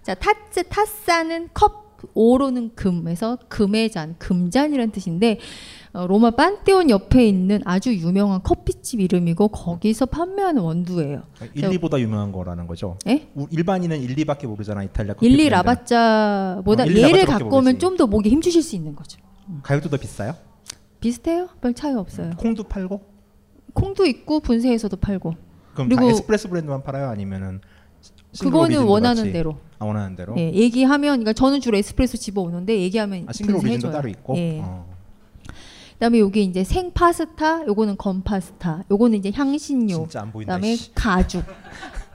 Speaker 8: 자, 타짜 타싸는 컵, 오로는 금에서 금의 잔, 금잔이란 뜻인데 어, 로마 판테온 옆에 있는 아주 유명한 커피집 이름이고 거기서 판매하는 원두예요.
Speaker 10: 1, 2보다 유명한 거라는 거죠.
Speaker 8: 예?
Speaker 10: 우- 일반인은 1, 2밖에 모르잖아 이탈리아 커피.
Speaker 8: 일리
Speaker 10: 브랜드는.
Speaker 8: 라바짜보다
Speaker 10: 어, 일리
Speaker 8: 얘를
Speaker 10: 라바짜밖에
Speaker 8: 갖고 오면
Speaker 10: 모르지.
Speaker 8: 좀 더 목에 힘주실 수 있는 거죠.
Speaker 10: 가격도 더 비싸요?
Speaker 8: 비슷해요? 별 차이 없어요.
Speaker 10: 콩도 팔고?
Speaker 8: 콩도 있고 분쇄에서도 팔고.
Speaker 10: 그럼 다
Speaker 8: 그리고-
Speaker 10: 에스프레소 브랜드만 팔아요 아니면은 시- 싱글
Speaker 8: 그거는
Speaker 10: 오리진도
Speaker 8: 원하는
Speaker 10: 같이?
Speaker 8: 대로.
Speaker 10: 아 원하는 대로.
Speaker 8: 예, 얘기하면 그러니까 저는 주로 에스프레소 집어 오는데 얘기하면
Speaker 10: 아, 싱글
Speaker 8: 분쇄해줘요.
Speaker 10: 오리진도 따로 있고.
Speaker 8: 예.
Speaker 10: 어.
Speaker 8: 그다음에 여기 이제 생 파스타, 요거는 건 파스타, 요거는 이제 향신료.
Speaker 10: 진짜 안 보인다.
Speaker 8: 그다음에
Speaker 10: 씨.
Speaker 8: 가죽.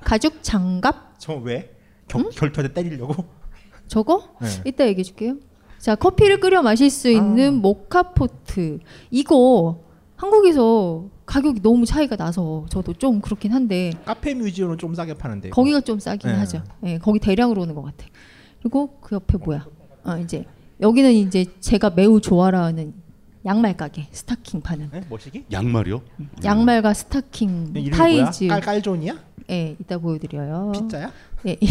Speaker 8: 가죽 장갑
Speaker 10: 저 왜? 겨, 결투할 때 때리려고?
Speaker 8: 저거
Speaker 10: 네.
Speaker 8: 이따 얘기해 줄게요. 자, 커피를 끓여 마실 수 있는
Speaker 10: 아.
Speaker 8: 모카포트. 이거 한국에서 가격이 너무 차이가 나서 저도 좀 그렇긴 한데
Speaker 10: 카페 뮤지엄은 좀 싸게 파는데. 이거.
Speaker 8: 거기가 좀 싸긴
Speaker 10: 예.
Speaker 8: 하죠. 예, 거기 대량으로 오는 것 같아. 그리고 그 옆에 뭐야? 아 이제 여기는 이제 제가 매우 좋아하는 양말 가게 스타킹 파는
Speaker 10: 예? 뭐시기?
Speaker 9: 양말이요?
Speaker 8: 음. 양말과 스타킹
Speaker 10: 이름이
Speaker 8: 타이즈
Speaker 10: 뭐야? 깔 깔존이야?
Speaker 8: 예 이따 보여드려요.
Speaker 10: 피자야?
Speaker 8: 예, 이,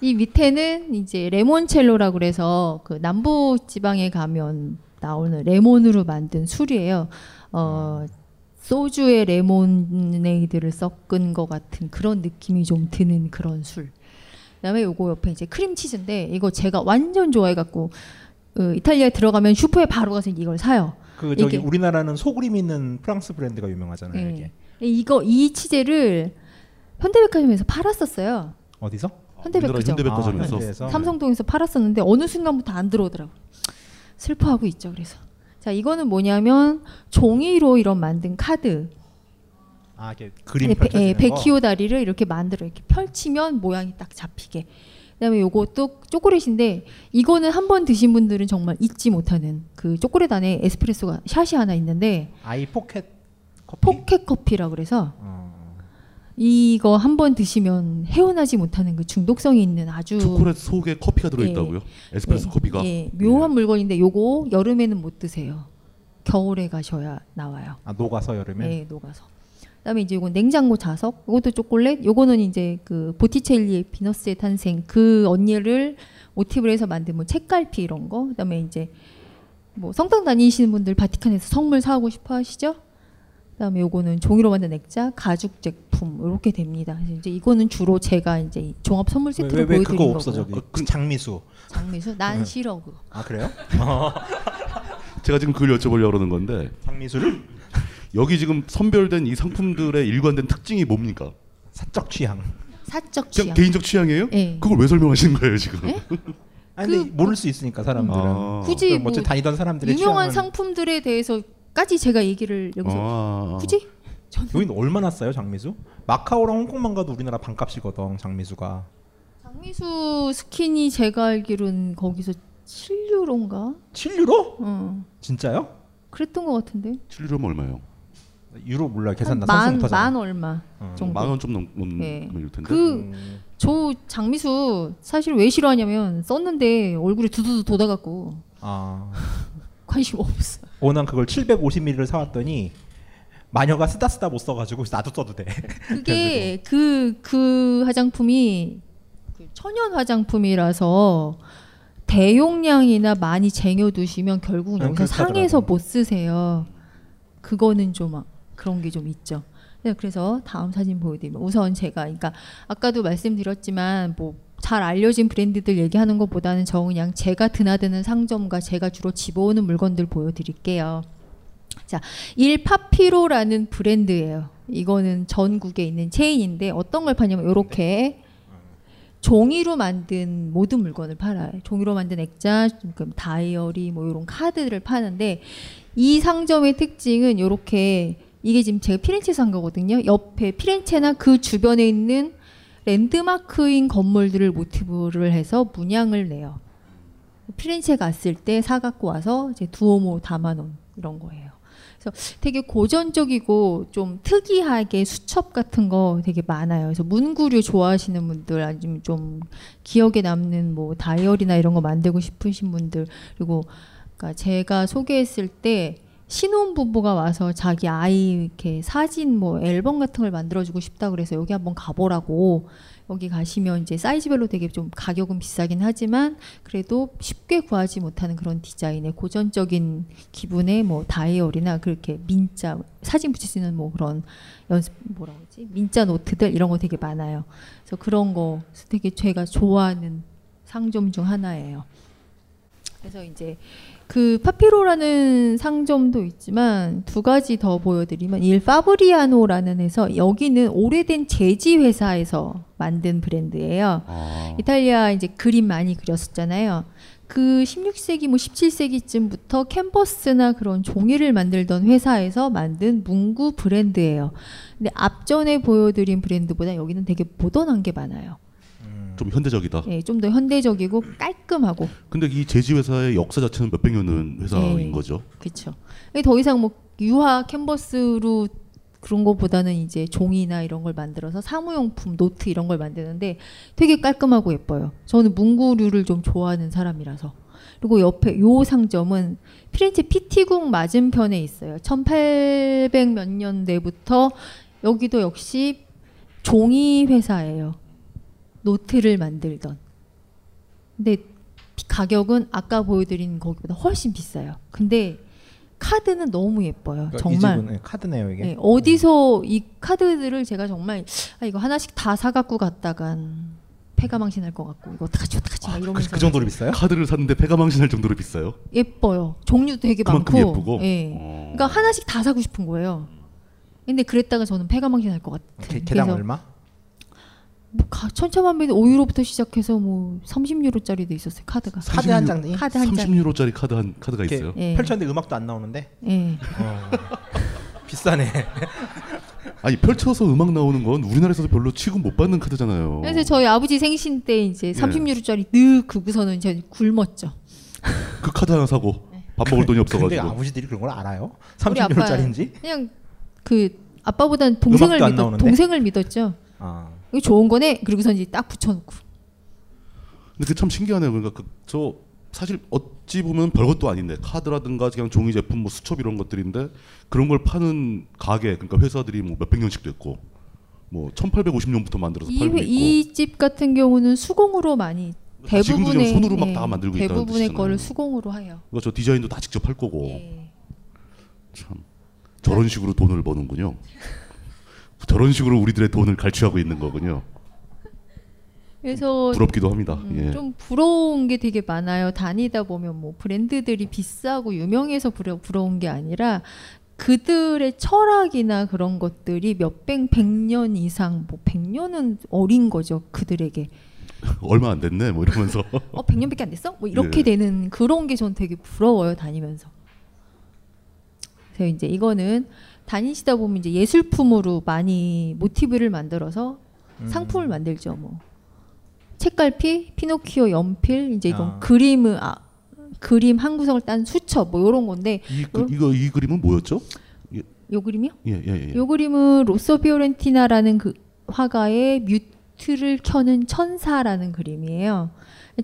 Speaker 8: 이 밑에는 이제 레몬첼로라고 그래서 그 남부 지방에 가면 나오는 레몬으로 만든 술이에요. 어 소주에 레몬에이드를 섞은 것 같은 그런 느낌이 좀 드는 그런 술. 그다음에 요거 옆에 이제 크림치즈인데 이거 제가 완전 좋아해갖고 어, 이탈리아에 들어가면 슈퍼에 바로 가서 이걸 사요.
Speaker 10: 그 저기
Speaker 8: 이게-
Speaker 10: 우리나라는 소그림 있는 프랑스 브랜드가 유명하잖아요
Speaker 8: 예.
Speaker 10: 이게.
Speaker 8: 이거 이 치제를 현대백화점에서 팔았었어요.
Speaker 10: 어디서?
Speaker 9: 우리나라
Speaker 8: 현대백화점.
Speaker 9: 현대백화점에서
Speaker 10: 아, 현대에서.
Speaker 8: 삼성동에서 팔았었는데 어느 순간부터 안 들어오더라고. 슬퍼하고 있죠. 그래서 자 이거는 뭐냐면 종이로 이런 만든 카드.
Speaker 10: 아, 이게 그림
Speaker 8: 예, 배- 예,
Speaker 10: 펼쳐지는 거.
Speaker 8: 베키오 다리를 이렇게 만들어 이렇게 펼치면 모양이 딱 잡히게. 그다음에 요것도 초콜릿인데 이거는 한 번 드신 분들은 정말 잊지 못하는 그 초콜릿 안에 에스프레소가 샷이 하나 있는데
Speaker 10: 아이 포켓 커피.
Speaker 8: 포켓 커피라 그래서
Speaker 10: 어.
Speaker 8: 이거 한 번 드시면 헤어나지 못하는 그 중독성이 있는 아주
Speaker 9: 초콜릿 속에 커피가 들어있다고요? 에스프레소
Speaker 8: 예,
Speaker 9: 커피가?
Speaker 8: 예, 묘한 물건인데 요거 여름에는 못 드세요. 겨울에 가셔야 나와요.
Speaker 10: 아 녹아서 여름에.
Speaker 8: 예, 녹아서. 그다음에 이제 요건 냉장고 자석. 요것도 초콜릿. 요거는 이제 그 보티첼리의 비너스의 탄생 그 언니를 모티브로 해서 만든 뭐 책갈피 이런 거. 그다음에 이제 뭐 성당 다니시는 분들 바티칸에서 선물 사고 싶어 하시죠? 그다음에 요거는 종이로 만든 액자, 가죽 제품 이렇게 됩니다. 그래서 이제 이거는 주로 제가 이제 이 종합 선물
Speaker 10: 왜-
Speaker 8: 세트로
Speaker 10: 왜, 왜
Speaker 8: 보여드린
Speaker 10: 그거
Speaker 8: 거고.
Speaker 10: 없어 저기
Speaker 9: 그- 그-
Speaker 10: 장미수
Speaker 8: 장미수 난 싫어 그거.
Speaker 10: 아 그래요?
Speaker 9: 제가 지금 그걸 여쭤보려고 그러는 건데
Speaker 10: 장미수를
Speaker 9: 여기 지금 선별된 이 상품들의 일관된 특징이 뭡니까?
Speaker 10: 사적 취향
Speaker 8: 사적
Speaker 9: 그냥
Speaker 8: 취향.
Speaker 9: 개인적 취향이에요?
Speaker 8: 예.
Speaker 9: 그걸 왜 설명하시는 거예요 지금?
Speaker 8: 예?
Speaker 10: 아니, 아니 근데 모를 수 있으니까 사람들은
Speaker 9: 아.
Speaker 8: 굳이
Speaker 10: 뭐
Speaker 8: 뭐
Speaker 10: 다니던 사람들의
Speaker 8: 유명한
Speaker 10: 취향을-
Speaker 8: 상품들에 대해서까지 제가 얘기를 여기서
Speaker 9: 아,
Speaker 8: 뭐 굳이
Speaker 10: 여기는 얼마나 싸요 장미수? 마카오랑 홍콩만 가도 우리나라 반값이거든 장미수가
Speaker 8: 장미수 스킨이 제가 알기론 거기서 7유로인가?
Speaker 10: 7유로?
Speaker 8: 어,
Speaker 10: 진짜요?
Speaker 8: 그랬던 것 같은데.
Speaker 9: 칠유로면 얼마예요?
Speaker 10: 유로 몰라 계산 나 산수
Speaker 8: 만,
Speaker 10: 못하잖아
Speaker 8: 만 얼마
Speaker 10: 어,
Speaker 8: 정도.
Speaker 9: 만 원 좀 넘는
Speaker 8: 예.
Speaker 9: 일 텐데.
Speaker 8: 그
Speaker 10: 음,
Speaker 8: 저 장미수 사실 왜 싫어하냐면 썼는데 얼굴이 두두두 돋아갖고
Speaker 10: 아.
Speaker 8: *laughs* 관심 없어.
Speaker 10: 어, 난 그걸 750ml를 사왔더니 마녀가 쓰다 쓰다 못 써가지고 나도 써도 돼. *laughs*
Speaker 8: 그게 그 그 화장품이 그 천연 화장품이라서 대용량이나 많이 쟁여두시면 결국은
Speaker 10: 응,
Speaker 8: 여기서
Speaker 10: 음, 그렇다더라고요.
Speaker 8: 상해서 못 쓰세요. 그거는 좀 아- 그런 게 좀 있죠. 네, 그래서 다음 사진 보여드리면 우선 제가 그러니까 아까도 말씀드렸지만 뭐 잘 알려진 브랜드들 얘기하는 것보다는 저 그냥 제가 드나드는 상점과 제가 주로 집어오는 물건들 보여드릴게요. 자, 일파피로라는 브랜드예요. 이거는 전국에 있는 체인인데 어떤 걸 파냐면 이렇게 종이로 만든 모든 물건을 팔아요. 종이로 만든 액자, 그럼 다이어리 뭐 이런 카드를 파는데 이 상점의 특징은 이렇게 이게 지금 제가 피렌체에서 한 거거든요. 옆에 피렌체나 그 주변에 있는 랜드마크인 건물들을 모티브를 해서 문양을 내요. 피렌체 갔을 때 사갖고 와서 이제 두오모 담아놓은 이런 거예요. 그래서 되게 고전적이고 좀 특이하게 수첩 같은 거 되게 많아요. 그래서 문구류 좋아하시는 분들 아니면 좀 기억에 남는 뭐 다이어리나 이런 거 만들고 싶으신 분들 그리고 그러니까 제가 소개했을 때 신혼 부부가 와서 자기 아이 이렇게 사진 뭐 앨범 같은 걸 만들어주고 싶다 그래서 여기 한번 가보라고 여기 가시면 이제 사이즈별로 되게 좀 가격은 비싸긴 하지만 그래도 쉽게 구하지 못하는 그런 디자인의 고전적인 기분의 뭐 다이어리나 그렇게 민자 사진 붙일 수 있는 뭐 그런 연습 뭐라고 하지 민자 노트들 이런 거 되게 많아요. 그래서 그런 거 되게 제가 좋아하는 상점 중 하나예요. 그래서 이제 그 파피로라는 상점도 있지만 두 가지 더 보여드리면 일 파브리아노라는 해서 여기는 오래된 재지 회사에서 만든 브랜드예요.
Speaker 9: 아,
Speaker 8: 이탈리아 이제 그림 많이 그렸었잖아요. 그 16세기 뭐 17세기쯤부터 캔버스나 그런 종이를 만들던 회사에서 만든 문구 브랜드예요. 근데 앞전에 보여드린 브랜드보다 여기는 되게 모던한 게 많아요.
Speaker 9: 좀 현대적이다.
Speaker 8: 예, 좀 더 현대적이고 깔끔하고
Speaker 9: 근데 이 제지 회사의 역사 자체는 몇백 년은 회사인
Speaker 8: 네.
Speaker 9: 거죠.
Speaker 8: 그렇죠. 더 이상 뭐 유화 캔버스로 그런 거보다는 이제 종이나 이런 걸 만들어서 사무용품 노트 이런 걸 만드는데 되게 깔끔하고 예뻐요. 저는 문구류를 좀 좋아하는 사람이라서. 그리고 옆에 요 상점은 피렌체 피티궁 맞은편에 있어요. 1800 몇 년대부터 여기도 역시 종이 회사예요. 노트를 만들던. 근데 가격은 아까 보여드린 거기보다 훨씬 비싸요. 근데 카드는 너무 예뻐요.
Speaker 10: 그러니까 이
Speaker 8: 정말.
Speaker 10: 집은 예, 카드네요 이게.
Speaker 8: 네, 어디서 이 카드들을 제가 정말 아, 이거 하나씩 다 사갖고 갔다간 패가망신할 것 같고 이거 어떡하지 어떡하지 막
Speaker 10: 그,
Speaker 8: 이러면서
Speaker 10: 그 정도로 비싸요?
Speaker 9: 카드를 샀는데 폐가 망신할 정도로 비싸요.
Speaker 8: 예뻐요. 종류도 되게
Speaker 9: 그만큼
Speaker 8: 많고.
Speaker 9: 예쁘고.
Speaker 8: 예.
Speaker 9: 어.
Speaker 8: 그러니까 하나씩 다 사고 싶은 거예요. 근데 그랬다가 저는 패가망신할 것 같은.
Speaker 10: 어, 개, 개당
Speaker 8: 그래서
Speaker 10: 얼마?
Speaker 8: 뭐 가- 천차만별이 5유로부터 시작해서 뭐 30유로짜리도 있었어요. 카드가.
Speaker 10: 카드 한 장이
Speaker 8: 카드 한 장.
Speaker 9: 30유로짜리 카드 한 카드가
Speaker 10: 이렇게
Speaker 9: 있어요.
Speaker 8: 예.
Speaker 10: 펼쳤는데 음악도 안 나오는데
Speaker 8: 예.
Speaker 10: 어. *laughs* 비싸네.
Speaker 9: 아니 펼쳐서 음악 나오는 건 우리나라에서도 별로 취급 못 받는 카드잖아요.
Speaker 8: 그래서 저희 아버지 생신 때 이제 30유로짜리 늘 그고서는 이제 굶었죠.
Speaker 9: 그 카드 하나 사고
Speaker 8: 네.
Speaker 9: 밥 먹을 돈이
Speaker 10: 근데
Speaker 9: 없어가지고
Speaker 10: 아버지들이 그런 걸 알아요?
Speaker 8: 우리 아빠
Speaker 10: 30유로짜리인지?
Speaker 8: 그냥 그 아빠보단 동생을
Speaker 10: 음악도 안
Speaker 8: 믿었,
Speaker 10: 나오는데?
Speaker 8: 동생을 믿었죠.
Speaker 10: 아.
Speaker 8: 이거 좋은 거네. 그리고서 이제 딱 붙여놓고.
Speaker 9: 근데 그게 참 신기하네요. 그러니까 그 저 사실 어찌 보면 별것도 아닌데 카드라든가 그냥 종이 제품 뭐 수첩 이런 것들인데 그런 걸 파는 가게 그러니까 회사들이 뭐 몇백 년씩 됐고 뭐 1850년부터 만들어서 팔고 있고
Speaker 8: 이 집 같은 경우는 수공으로 많이
Speaker 9: 그러니까 지금도
Speaker 8: 대부분의 네,
Speaker 9: 지금 손으로 막다 만들고 있다는
Speaker 8: 대부분의
Speaker 9: 뜻이잖아요.
Speaker 8: 거를 수공으로 해요.
Speaker 9: 그러니까 저 디자인도 다 직접 할 거고
Speaker 8: 예.
Speaker 9: 참 저런 식으로 돈을 버는군요. 저런 식으로 우리들의 돈을 갈취하고 있는 거군요.
Speaker 8: 그래서
Speaker 9: 부럽기도 합니다.
Speaker 8: 음,
Speaker 9: 예.
Speaker 8: 좀 부러운 게 되게 많아요. 다니다 보면 뭐 브랜드들이 비싸고 유명해서 부러, 부러운 게 아니라 그들의 철학이나 그런 것들이 몇백 백년 이상 뭐 백년은 어린 거죠 그들에게
Speaker 9: *laughs* 얼마 안 됐네 뭐 이러면서
Speaker 8: 어 100년밖에 안 됐어? 뭐 이렇게
Speaker 9: 예.
Speaker 8: 되는 그런 게 저는 되게 부러워요 다니면서. 그래서 이제 이거는 다니시다 보면 이제 예술품으로 많이 모티브를 만들어서
Speaker 9: 음.
Speaker 8: 상품을 만들죠 뭐. 책갈피, 피노키오 연필, 이제 이건
Speaker 9: 아.
Speaker 8: 그림을 아, 그림 한 구성을 딴 수첩 뭐 이런 건데
Speaker 9: 이 그, 이거 이 그림은 뭐였죠? 예,
Speaker 8: 요 그림이요?
Speaker 9: 예, 예. 예.
Speaker 8: 요 그림은 로소 피오렌티나라는 그 화가의 뮤트를 켜는 천사라는 그림이에요.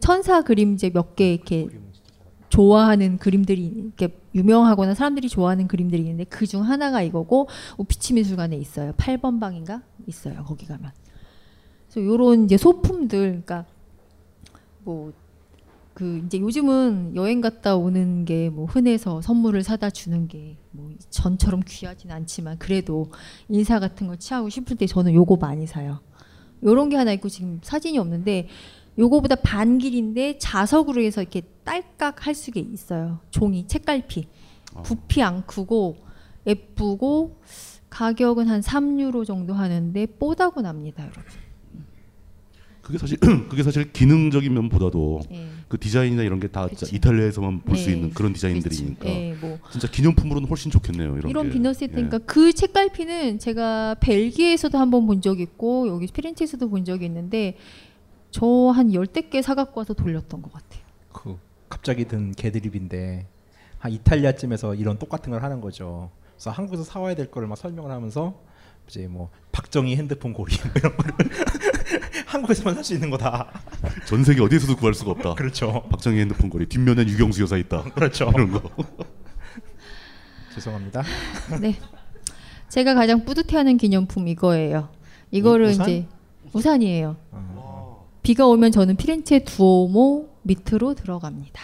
Speaker 8: 천사 그림 이제 몇 개 이렇게 좋아하는 그림들이 이렇게 유명하거나 사람들이 좋아하는 그림들이 있는데 그 중 하나가 이거고 우피치 미술관에 있어요. 8번 방인가 있어요. 거기 가면. 그래서 요런 이제 소품들 그러니까 뭐 그 이제 요즘은 여행 갔다 오는 게 뭐 흔해서 선물을 사다 주는 게 뭐 전처럼 귀하진 않지만 그래도 인사 같은 걸 취하고 싶을 때 저는 요거 많이 사요. 요런 게 하나 있고 지금 사진이 없는데 요거보다 반 길인데 자석으로 해서 이렇게 딸깍 할 수가 있어요. 종이 책갈피.
Speaker 9: 아.
Speaker 8: 부피 안 크고 예쁘고 가격은 한 3유로 정도 하는데 뽀다고 납니다, 여러분.
Speaker 9: 그게 사실 *clears throat* 그게 사실 기능적인 면보다도
Speaker 8: 예.
Speaker 9: 그 디자인이나 이런 게 다 이탈리아에서만 볼 수
Speaker 8: 네.
Speaker 9: 있는 그런 디자인들이니까
Speaker 8: 예, 뭐.
Speaker 9: 진짜 기념품으로는 훨씬 좋겠네요. 이런,
Speaker 8: 이런
Speaker 9: 게. 예.
Speaker 8: 비너
Speaker 10: 예.
Speaker 8: 세트니까 그 책갈피는 제가 벨기에에서도 한번 본 적이 있고 여기 피렌체에서도 본 적이 있는데 저 한 열댓 개 사갖고 와서 돌렸던 것 같아요.
Speaker 10: 그 갑자기 든 개드립인데 한 이탈리아쯤에서 이런 똑같은 걸 하는 거죠. 그래서 한국에서 사와야 될 거를 막 설명을 하면서 이제 뭐 박정희 핸드폰 고리 *laughs* 뭐 이런 거를 한국에서만 살 수 있는 거다.
Speaker 9: 예. 전 세계 어디에서도 구할 수가 없다.
Speaker 10: 그렇죠.
Speaker 9: 박정희 핸드폰 거리 뒷면엔 유경수 여사 있다. *laughs*
Speaker 10: 그렇죠.
Speaker 9: 이런 거.
Speaker 10: 죄송합니다.
Speaker 8: *laughs* 네, 제가 가장 뿌듯해하는 기념품 이거예요. 이거를
Speaker 10: 우- 우산? 아.
Speaker 8: 이제 우산이에요. 비가 오면 저는 피렌체 두오모 밑으로 들어갑니다.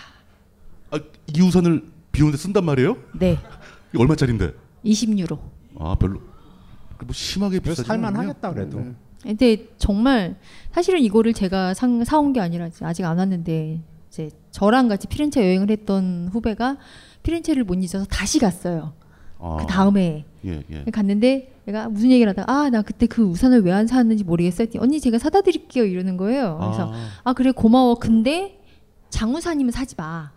Speaker 9: 아, 이 우산을 비 오는데 쓴단 말이에요?
Speaker 8: 네,
Speaker 9: 이거 얼마짜린데?
Speaker 8: 20유로.
Speaker 9: 아 별로 그뭐 심하게 비싸지
Speaker 10: 살만하겠다 그래도.
Speaker 8: 근데 정말 사실은 이거를 제가 상, 사온 게 아니라 이제 아직 안 왔는데 이제 저랑 같이 피렌체 여행을 했던 후배가 피렌체를 못 잊어서 다시 갔어요.
Speaker 9: 아.
Speaker 8: 그 다음에
Speaker 9: 예, 예.
Speaker 8: 갔는데 내가 무슨 얘기를 하다가 아 나 그때 그 우산을 왜 안 사왔는지 모르겠어요. 했더니 언니 제가 사다 드릴게요 이러는 거예요. 그래서
Speaker 9: 아.
Speaker 8: 아 그래 고마워. 근데 장우산이면 사지 마.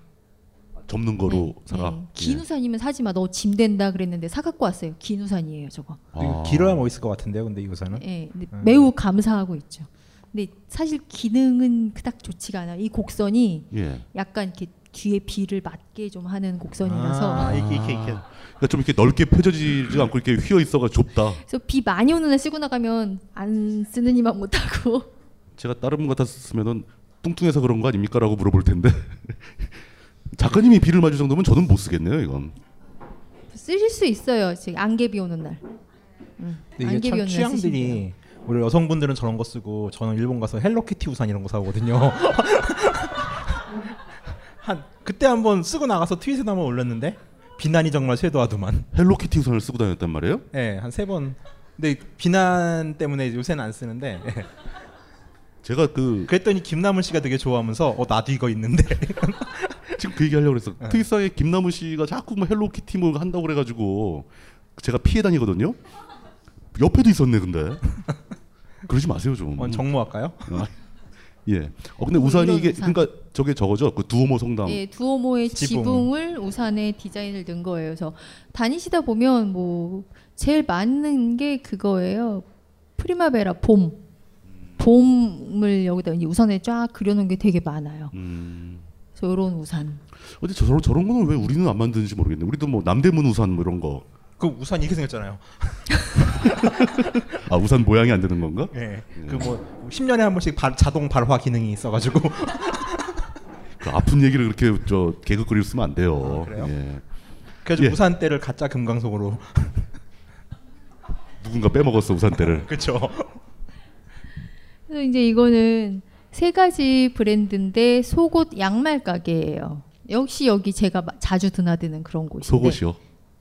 Speaker 8: 네.
Speaker 9: 접는 거로 네. 살아.
Speaker 8: 긴 우산이면 사지 마. 너 짐 된다 그랬는데 사 갖고 왔어요. 긴 우산이에요 저거.
Speaker 9: 아.
Speaker 10: 이거 길어야 멋있을 것 같은데요. 근데 이 우산은.
Speaker 8: 예, 근데
Speaker 10: 음.
Speaker 8: 매우 감사하고 있죠. 근데 사실 기능은 그닥 좋지가 않아요. 이 곡선이
Speaker 9: 예.
Speaker 8: 약간 이렇게 뒤에 비를 맞게 좀 하는 곡선이라서
Speaker 10: 아,
Speaker 9: 그러니까 좀 아, 이렇게 넓게 펴져지지 않고 이렇게 휘어 있어가 좁다.
Speaker 8: 그래서 비 많이 오는 날 쓰고 나가면 안 쓰는 이만 못하고
Speaker 9: 제가 다른 분 같았으면은 뚱뚱해서 그런 거 아닙니까라고 물어볼 텐데 *laughs* 작가님이 비를 맞을 정도면 저는 못 쓰겠네요 이건.
Speaker 8: 쓰실 수 있어요. 지금 안개 비 오는 날. 음,
Speaker 10: 근데 이게 참 취향들이 우리 여성분들은 저런 거 쓰고 저는 일본 가서 헬로키티 우산 이런 거 사오거든요. 한 그때 한번 쓰고 나가서 트윗에도 한번 올렸는데 비난이 정말 쇄도하더만.
Speaker 9: 헬로키티 우산을 쓰고 다녔단 말이에요?
Speaker 10: 예, 한 세 번. 근데 비난 때문에 요새는 안 쓰는데. 예.
Speaker 9: 제가 그
Speaker 10: 그랬더니 김남은 씨가 되게 좋아하면서 어 나도 이거 있는데. *laughs*
Speaker 9: 지금 그 얘기 하려고 그랬어.
Speaker 10: 네.
Speaker 9: 특이사에 김남훈 씨가 자꾸 뭐 헬로키티 뭐 한다고 그래가지고 제가 피해 다니거든요. 옆에도 있었네
Speaker 10: *laughs*
Speaker 9: 근데. 그러지 마세요 좀.
Speaker 10: 어, 정모할까요?
Speaker 9: 아, 예. 어 근데 우산이
Speaker 8: 물론
Speaker 9: 이게
Speaker 8: 우산.
Speaker 9: 그러니까 저게 저거죠. 그 두오모 성당.
Speaker 8: 예, 두오모의
Speaker 9: 지붕.
Speaker 8: 지붕. 을 우산에 디자인을 넣은 거예요. 그래서 다니시다 보면 뭐 제일 맞는 게 그거예요. 프리마베라 봄. 봄을 여기다 이 우산에 쫙 그려놓은 게 되게 많아요. 그래서 이런 우산.
Speaker 9: 어제 저런 저런 거는 왜 우리는 안 만드는지 모르겠네. 우리도 뭐 남대문 우산 뭐 이런 거.
Speaker 10: 그 우산 이렇게 생겼잖아요.
Speaker 9: 아 우산 모양이 안 되는 건가?
Speaker 10: 예. 그뭐 10년에 한 번씩 발- 자동 발화 기능이 있어가지고
Speaker 9: 그 아픈 얘기를 그렇게 저 개그거리로 쓰면 안 돼요.
Speaker 10: 그래요?
Speaker 9: 예.
Speaker 10: 그래서
Speaker 9: 예.
Speaker 10: 우산대를 가짜 금강석으로 *laughs*
Speaker 9: 누군가 빼먹었어 우산대를.
Speaker 10: 그렇죠.
Speaker 8: 그래서 이제 이거는 세 가지 브랜드인데 속옷 양말 가게예요. 역시 여기 제가 마- 자주 드나드는 그런 곳인데
Speaker 9: 속옷이요.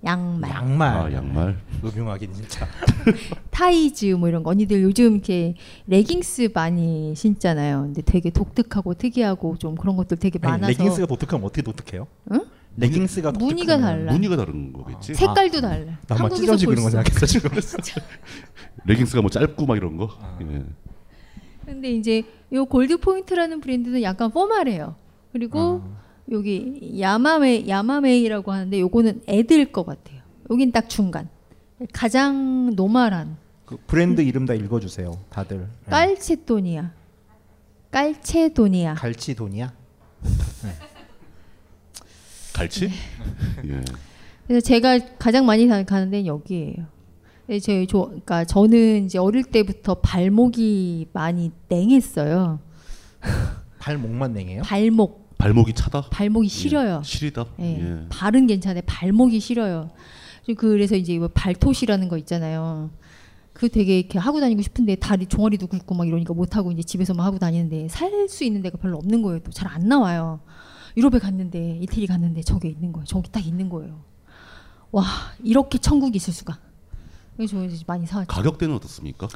Speaker 8: 양말.
Speaker 10: 양말.
Speaker 9: 아 양말.
Speaker 10: 음흉하긴 진짜.
Speaker 8: *laughs* 타이즈 뭐 이런 거 언니들 요즘 이렇게 레깅스 많이 신잖아요. 근데 되게 독특하고 특이하고 좀 그런 것들 되게
Speaker 10: 아니,
Speaker 8: 많아서
Speaker 10: 레깅스가 독특하면 어떻게 독특해요?
Speaker 8: 응?
Speaker 10: 레깅스가
Speaker 8: 무늬가
Speaker 10: 독특하면-
Speaker 8: 달라. 무늬가
Speaker 9: 다른 거겠지.
Speaker 8: 색깔도 달라.
Speaker 10: 나만
Speaker 8: 한국에서
Speaker 10: 찢어지고
Speaker 8: 볼
Speaker 10: 이런 거
Speaker 8: *laughs* 수 없어.
Speaker 10: 생각했어 지금.
Speaker 9: 레깅스가 뭐 짧고 막 이런 거. 예.
Speaker 8: 근데 이제 요 골드 포인트라는 브랜드는 약간 포멀해요. 그리고 여기 야마메 야마메이라고 하는데 요거는 애들 것 같아요. 여긴 딱 중간. 가장 노멀한
Speaker 10: 그 브랜드 이름 다 읽어주세요, 다들. 예.
Speaker 8: 깔체도니아. 깔체도니아.
Speaker 10: 갈치돈이야?
Speaker 9: 갈치? 예.
Speaker 8: 그래서 제가 가장 많이 다- 가는 데는 여기예요. 근데 제, 저, 그러니까 저는 이제 어릴 때부터 발목이 많이 냉했어요.
Speaker 10: 발목만 냉해요?
Speaker 8: 발목,
Speaker 9: 발목이 차다.
Speaker 8: 발목이
Speaker 9: 아.
Speaker 8: 시려요.
Speaker 9: 시리다.
Speaker 8: 예.
Speaker 9: 예.
Speaker 8: 발은 괜찮아요. 발목이 시려요. 그리고 그래서 이제 왜 발토시라는 거 있잖아요. 그 되게 이렇게 하고 다니고 싶은데 다리 종아리도 굵고 막 이러니까 못 하고 이제 집에서만 하고 다니는데 살 수 있는 데가 별로 없는 거예요. 또 잘 안 나와요. 유럽에 갔는데 이태리 갔는데 저게 있는 거예요. 저기 딱 있는 거예요. 와 이렇게 천국이 있을 수가. 그래서 저 이제 많이 사왔죠.
Speaker 9: 가격대는 어떻습니까?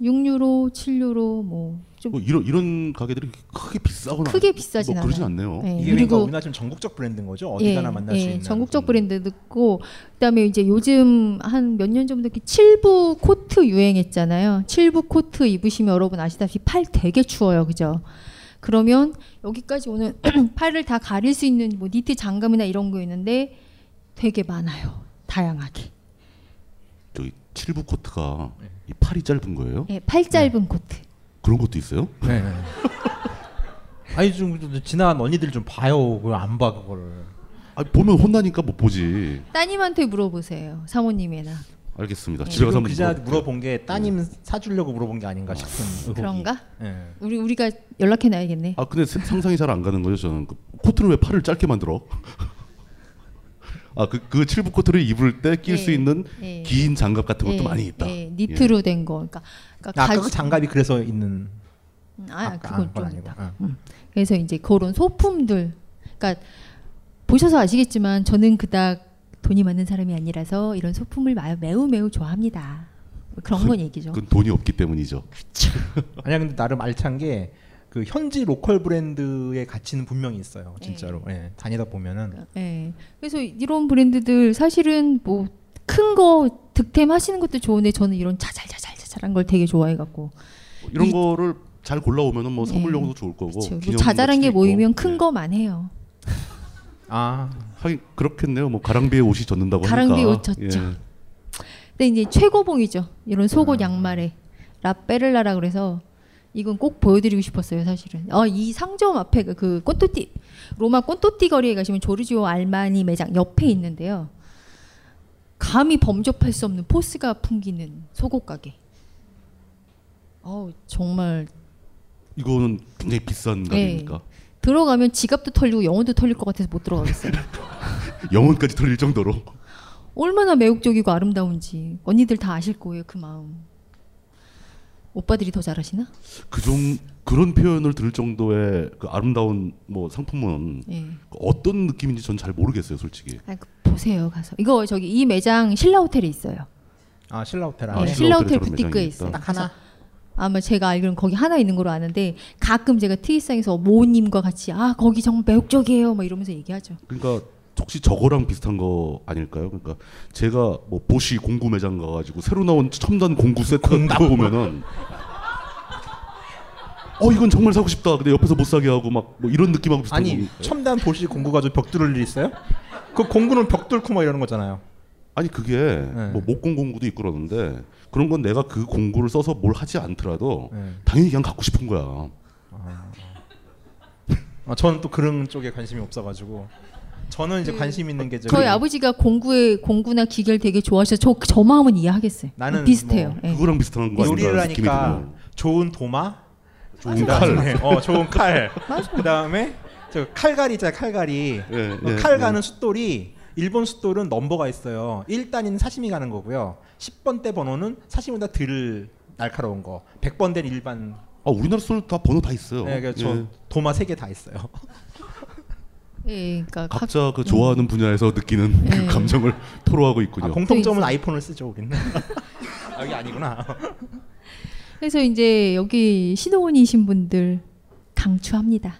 Speaker 8: 6유로, 7유로 뭐좀
Speaker 9: 뭐 이런 이런 가게들이 크게 비싸거나
Speaker 8: 크게 비싸진
Speaker 9: 뭐 그러진
Speaker 8: 않아요.
Speaker 9: 않네요.
Speaker 8: 네,
Speaker 10: 이게 그러니까 우리나라 지금 전국적 브랜드인 거죠? 어디 가나 만날 수 있는.
Speaker 8: 예, 전국적 브랜드 듣고 그다음에 이제 요즘 한 몇 년 전부터 이렇게 칠부 코트 유행했잖아요. 칠부 코트 입으시면 여러분 아시다시피 팔 되게 추워요, 그죠? 그러면 여기까지 오는 팔을 다 가릴 수 있는 뭐 니트 장갑이나 이런 거 있는데 되게 많아요, 다양하게.
Speaker 9: 저기 칠부 코트가 이 팔이 짧은 거예요? 네.
Speaker 8: 예, 팔 짧은 코트.
Speaker 9: 그런 것도 있어요?
Speaker 10: 네. 네. 아니 좀 지나간 언니들 좀 봐요. 그걸 안 봐 그거를.
Speaker 9: 아, 보면 혼나니까 못 보지.
Speaker 8: 따님한테 물어보세요, 사모님이나 네.
Speaker 9: 알겠습니다. 집에 가서
Speaker 10: 지금
Speaker 9: 한번 뭐.
Speaker 10: 그 전에
Speaker 9: 물어볼게요. 음.
Speaker 10: 물어본 게 따님 사주려고 물어본 게 아닌가 싶은 의혹이.
Speaker 8: 그런가?
Speaker 10: 예.
Speaker 8: 우리 우리가 연락해 놔야겠네.
Speaker 9: 아 근데 세- 상상이 잘 안 가는 거죠. 저는 그 코트를 왜 팔을 짧게 만들어? *laughs* 아그 그 칠부 코트를 입을 때 낄 수
Speaker 8: 예,
Speaker 9: 있는
Speaker 8: 예.
Speaker 9: 긴 장갑 같은 것도
Speaker 8: 예,
Speaker 9: 많이 있다.
Speaker 8: 예, 니트로 된 거. 그러니까, 그러니까
Speaker 10: 아, 아까
Speaker 8: 가죽-
Speaker 10: 그 장갑이 그래서 있는.
Speaker 8: 아,
Speaker 10: 아까
Speaker 8: 그건
Speaker 10: 그건
Speaker 8: 좀
Speaker 10: 아니고.
Speaker 8: 있다.
Speaker 10: 아.
Speaker 8: 음. 그래서 이제 그런 소품들. 그러니까 보셔서 아시겠지만 저는 그닥 돈이 많은 사람이 아니라서 이런 소품을 마- 매우 매우 좋아합니다. 뭐 그런 건 얘기죠.
Speaker 9: 그건 돈이 없기 때문이죠.
Speaker 10: 예. 아니야 근데 나름 알찬 게 그 현지 로컬 브랜드의 가치는 분명히 있어요. 진짜로. 예. 다니다 보면은
Speaker 8: 예. 그래서 이런 브랜드들 사실은 뭐 큰 거 득템하시는 것도 좋은데 저는 이런 자잘자잘자잘한 걸 되게 좋아해 갖고.
Speaker 9: 이런
Speaker 8: 이-
Speaker 9: 거를 잘 골라오면은 뭐
Speaker 8: 예.
Speaker 9: 선물용도 좋을 거고. 기념
Speaker 8: 자잘한
Speaker 9: 가치도
Speaker 8: 게
Speaker 9: 있고.
Speaker 8: 모이면 큰
Speaker 9: 예.
Speaker 8: 거만 해요.
Speaker 10: 아,
Speaker 9: 하긴 그렇겠네요. 뭐 가랑비에 옷이 젖는다고
Speaker 8: 가랑비에
Speaker 9: 하니까. 예.
Speaker 8: 옷 젖죠. 근데 이제 최고봉이죠. 이런 속옷 양말에 라페를라라 그래서 이건 꼭 보여드리고 싶었어요, 사실은. 어, 이 상점 앞에 그- 그 꼰토띠 로마 꼰토띠 거리에 가시면 조르지오 알마니 매장 옆에 있는데요. 감히 범접할 수 없는 포스가 풍기는 속옷 가게. 어우 정말
Speaker 9: 이거는 굉장히 비싼 가게니까.
Speaker 8: 네. 들어가면 지갑도 털리고 영혼도 털릴 것 같아서 못 들어가겠어요.
Speaker 9: *laughs* 영혼까지 털릴 정도로.
Speaker 8: 얼마나 매혹적이고 아름다운지 예, 언니들 다 아실 거예요 그 마음. 오빠들이 더 잘하시나?
Speaker 9: 그 좀 그런 표현을 들을 정도의 그 아름다운 뭐 상품은
Speaker 8: 예.
Speaker 9: 어떤 느낌인지 전 잘 모르겠어요, 솔직히.
Speaker 8: 아, 그 보세요 가서 이거 저기 이 매장 신라 호텔에 있어요.
Speaker 10: 아 신라 호텔
Speaker 9: 아,
Speaker 8: 예,
Speaker 10: 안에
Speaker 8: 신라
Speaker 9: 신라호텔에
Speaker 8: 호텔
Speaker 9: 저런
Speaker 8: 부티크에
Speaker 9: 매장이
Speaker 8: 있어요.
Speaker 9: 있다.
Speaker 10: 딱 하나.
Speaker 8: 아마 뭐 제가 알기로는 거기 하나 있는 걸로 아는데 가끔 제가 트윗상에서 모님과 같이 아 거기 정말 매혹적이에요 막 이러면서 얘기하죠.
Speaker 9: 그러니까 혹시 저거랑 비슷한 거 아닐까요? 그러니까 제가 뭐 보시 공구 매장 가가지고 새로 나온 첨단 공구 세트 딱 보면은 어 이건 정말 사고 싶다. 근데 옆에서 못 사게 하고 막 뭐 이런 느낌하고 비슷한
Speaker 10: 아니
Speaker 9: 거.
Speaker 10: 첨단 도시 공구 가지고 벽 뚫을 일 있어요? 그 공구는 벽 뚫고 막 이러는 거잖아요.
Speaker 9: 아니 그게
Speaker 10: 네.
Speaker 9: 뭐 목공 공구도 있고 그러는데 그런 건 내가 그 공구를 써서 뭘 하지 않더라도
Speaker 10: 네.
Speaker 9: 당연히 그냥 갖고 싶은 거야.
Speaker 10: 아, 저는 또 그런 쪽에 관심이 없어가지고 저는 이제 그 관심 있는 게 저기
Speaker 8: 음. 저희 아버지가 공구에 공구나 기계를 되게 좋아하셔서 저 저 마음은 이해하겠어요.
Speaker 10: 나는
Speaker 8: 비슷해요.
Speaker 10: 뭐
Speaker 8: 예.
Speaker 9: 그거랑 비슷한 거
Speaker 10: 요리를
Speaker 9: 아닌가 느낌이
Speaker 10: 하니까
Speaker 9: 드네요.
Speaker 10: 좋은 도마,
Speaker 9: 좋은
Speaker 10: 그다음에-
Speaker 9: 칼.
Speaker 10: 어 좋은 칼. 그다음에 저 칼갈이 있잖아요 칼갈이.
Speaker 9: 예,
Speaker 10: 어,
Speaker 9: 예,
Speaker 10: 칼
Speaker 9: 예.
Speaker 10: 가는 숫돌이 일본 숫돌은 넘버가 있어요. 1단인 사시미 가는 거고요. 10번대 번호는 사시미보다 덜 날카로운 거. 100번 대는 일반.
Speaker 9: 아 우리나라 술 다 번호 다 있어요.
Speaker 10: 네, 그래서
Speaker 9: 예.
Speaker 10: 저 도마 세 개 다 있어요. 아,
Speaker 8: 예, 그러니까 각-
Speaker 9: 각자 그 좋아하는 분야에서 느끼는 그
Speaker 8: 예.
Speaker 9: 감정을 *laughs* 토로하고
Speaker 10: 아,
Speaker 9: 있군요.
Speaker 8: 그
Speaker 10: 공통점은 아이폰을 쓰죠
Speaker 8: *laughs*
Speaker 10: 우리는. 아, 이게 아니구나.
Speaker 8: 그래서 이제 여기 신혼이신 분들 강추합니다.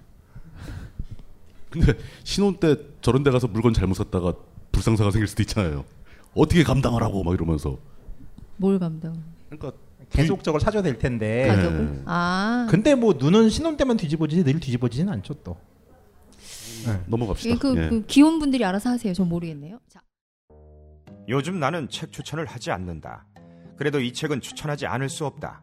Speaker 9: 근데 신혼 때 저런 데 가서 물건 잘못 샀다가 불상사가 생길 수도 있잖아요. 어떻게 감당하라고 막 이러면서.
Speaker 8: 뭘 감당?
Speaker 9: 그러니까
Speaker 10: 계속적으로 찾아야 될 텐데.
Speaker 8: 네.
Speaker 9: 예. 네.
Speaker 8: 가격을? 아.
Speaker 10: 근데 뭐 눈은 신혼 때만 뒤집어지지 늘 뒤집어지진 않죠 또.
Speaker 9: 넘어갑시다.
Speaker 8: 그,
Speaker 9: 예.
Speaker 8: 그 기혼 분들이 알아서 하세요. 전 모르겠네요. 자,
Speaker 6: 요즘 나는 책 추천을 하지 않는다. 그래도 이 책은 추천하지 않을 수 없다.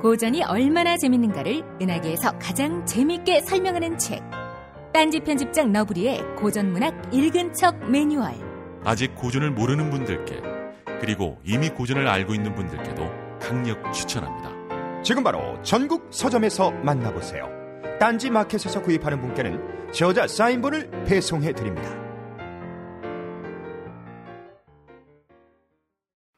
Speaker 7: 고전이 얼마나 재밌는가를 은하계에서 가장 재밌게 설명하는 책. 딴지 편집장 너브리의 고전문학 읽은 척 매뉴얼.
Speaker 2: 아직 고전을 모르는 분들께 그리고 이미 고전을 알고 있는 분들께도 강력 추천합니다.
Speaker 6: 지금 바로 전국 서점에서 만나보세요. 딴지 마켓에서 구입하는 분께는 저자 사인본을 배송해 드립니다.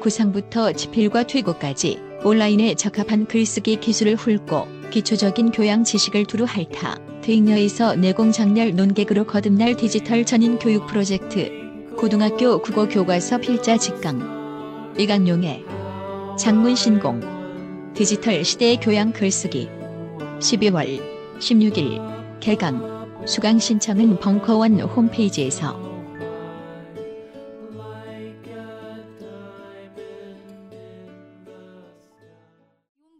Speaker 11: 구상부터 집필과 퇴고까지 온라인에 적합한 글쓰기 기술을 훑고 기초적인 교양 지식을 두루 핥아 대잉여에서 내공장렬 논객으로 거듭날 디지털 전인 교육 프로젝트 고등학교 국어 교과서 필자 직강 이강용의 장문 신공 디지털 시대의 교양 글쓰기 12월 16일 개강 수강 신청은 벙커원 홈페이지에서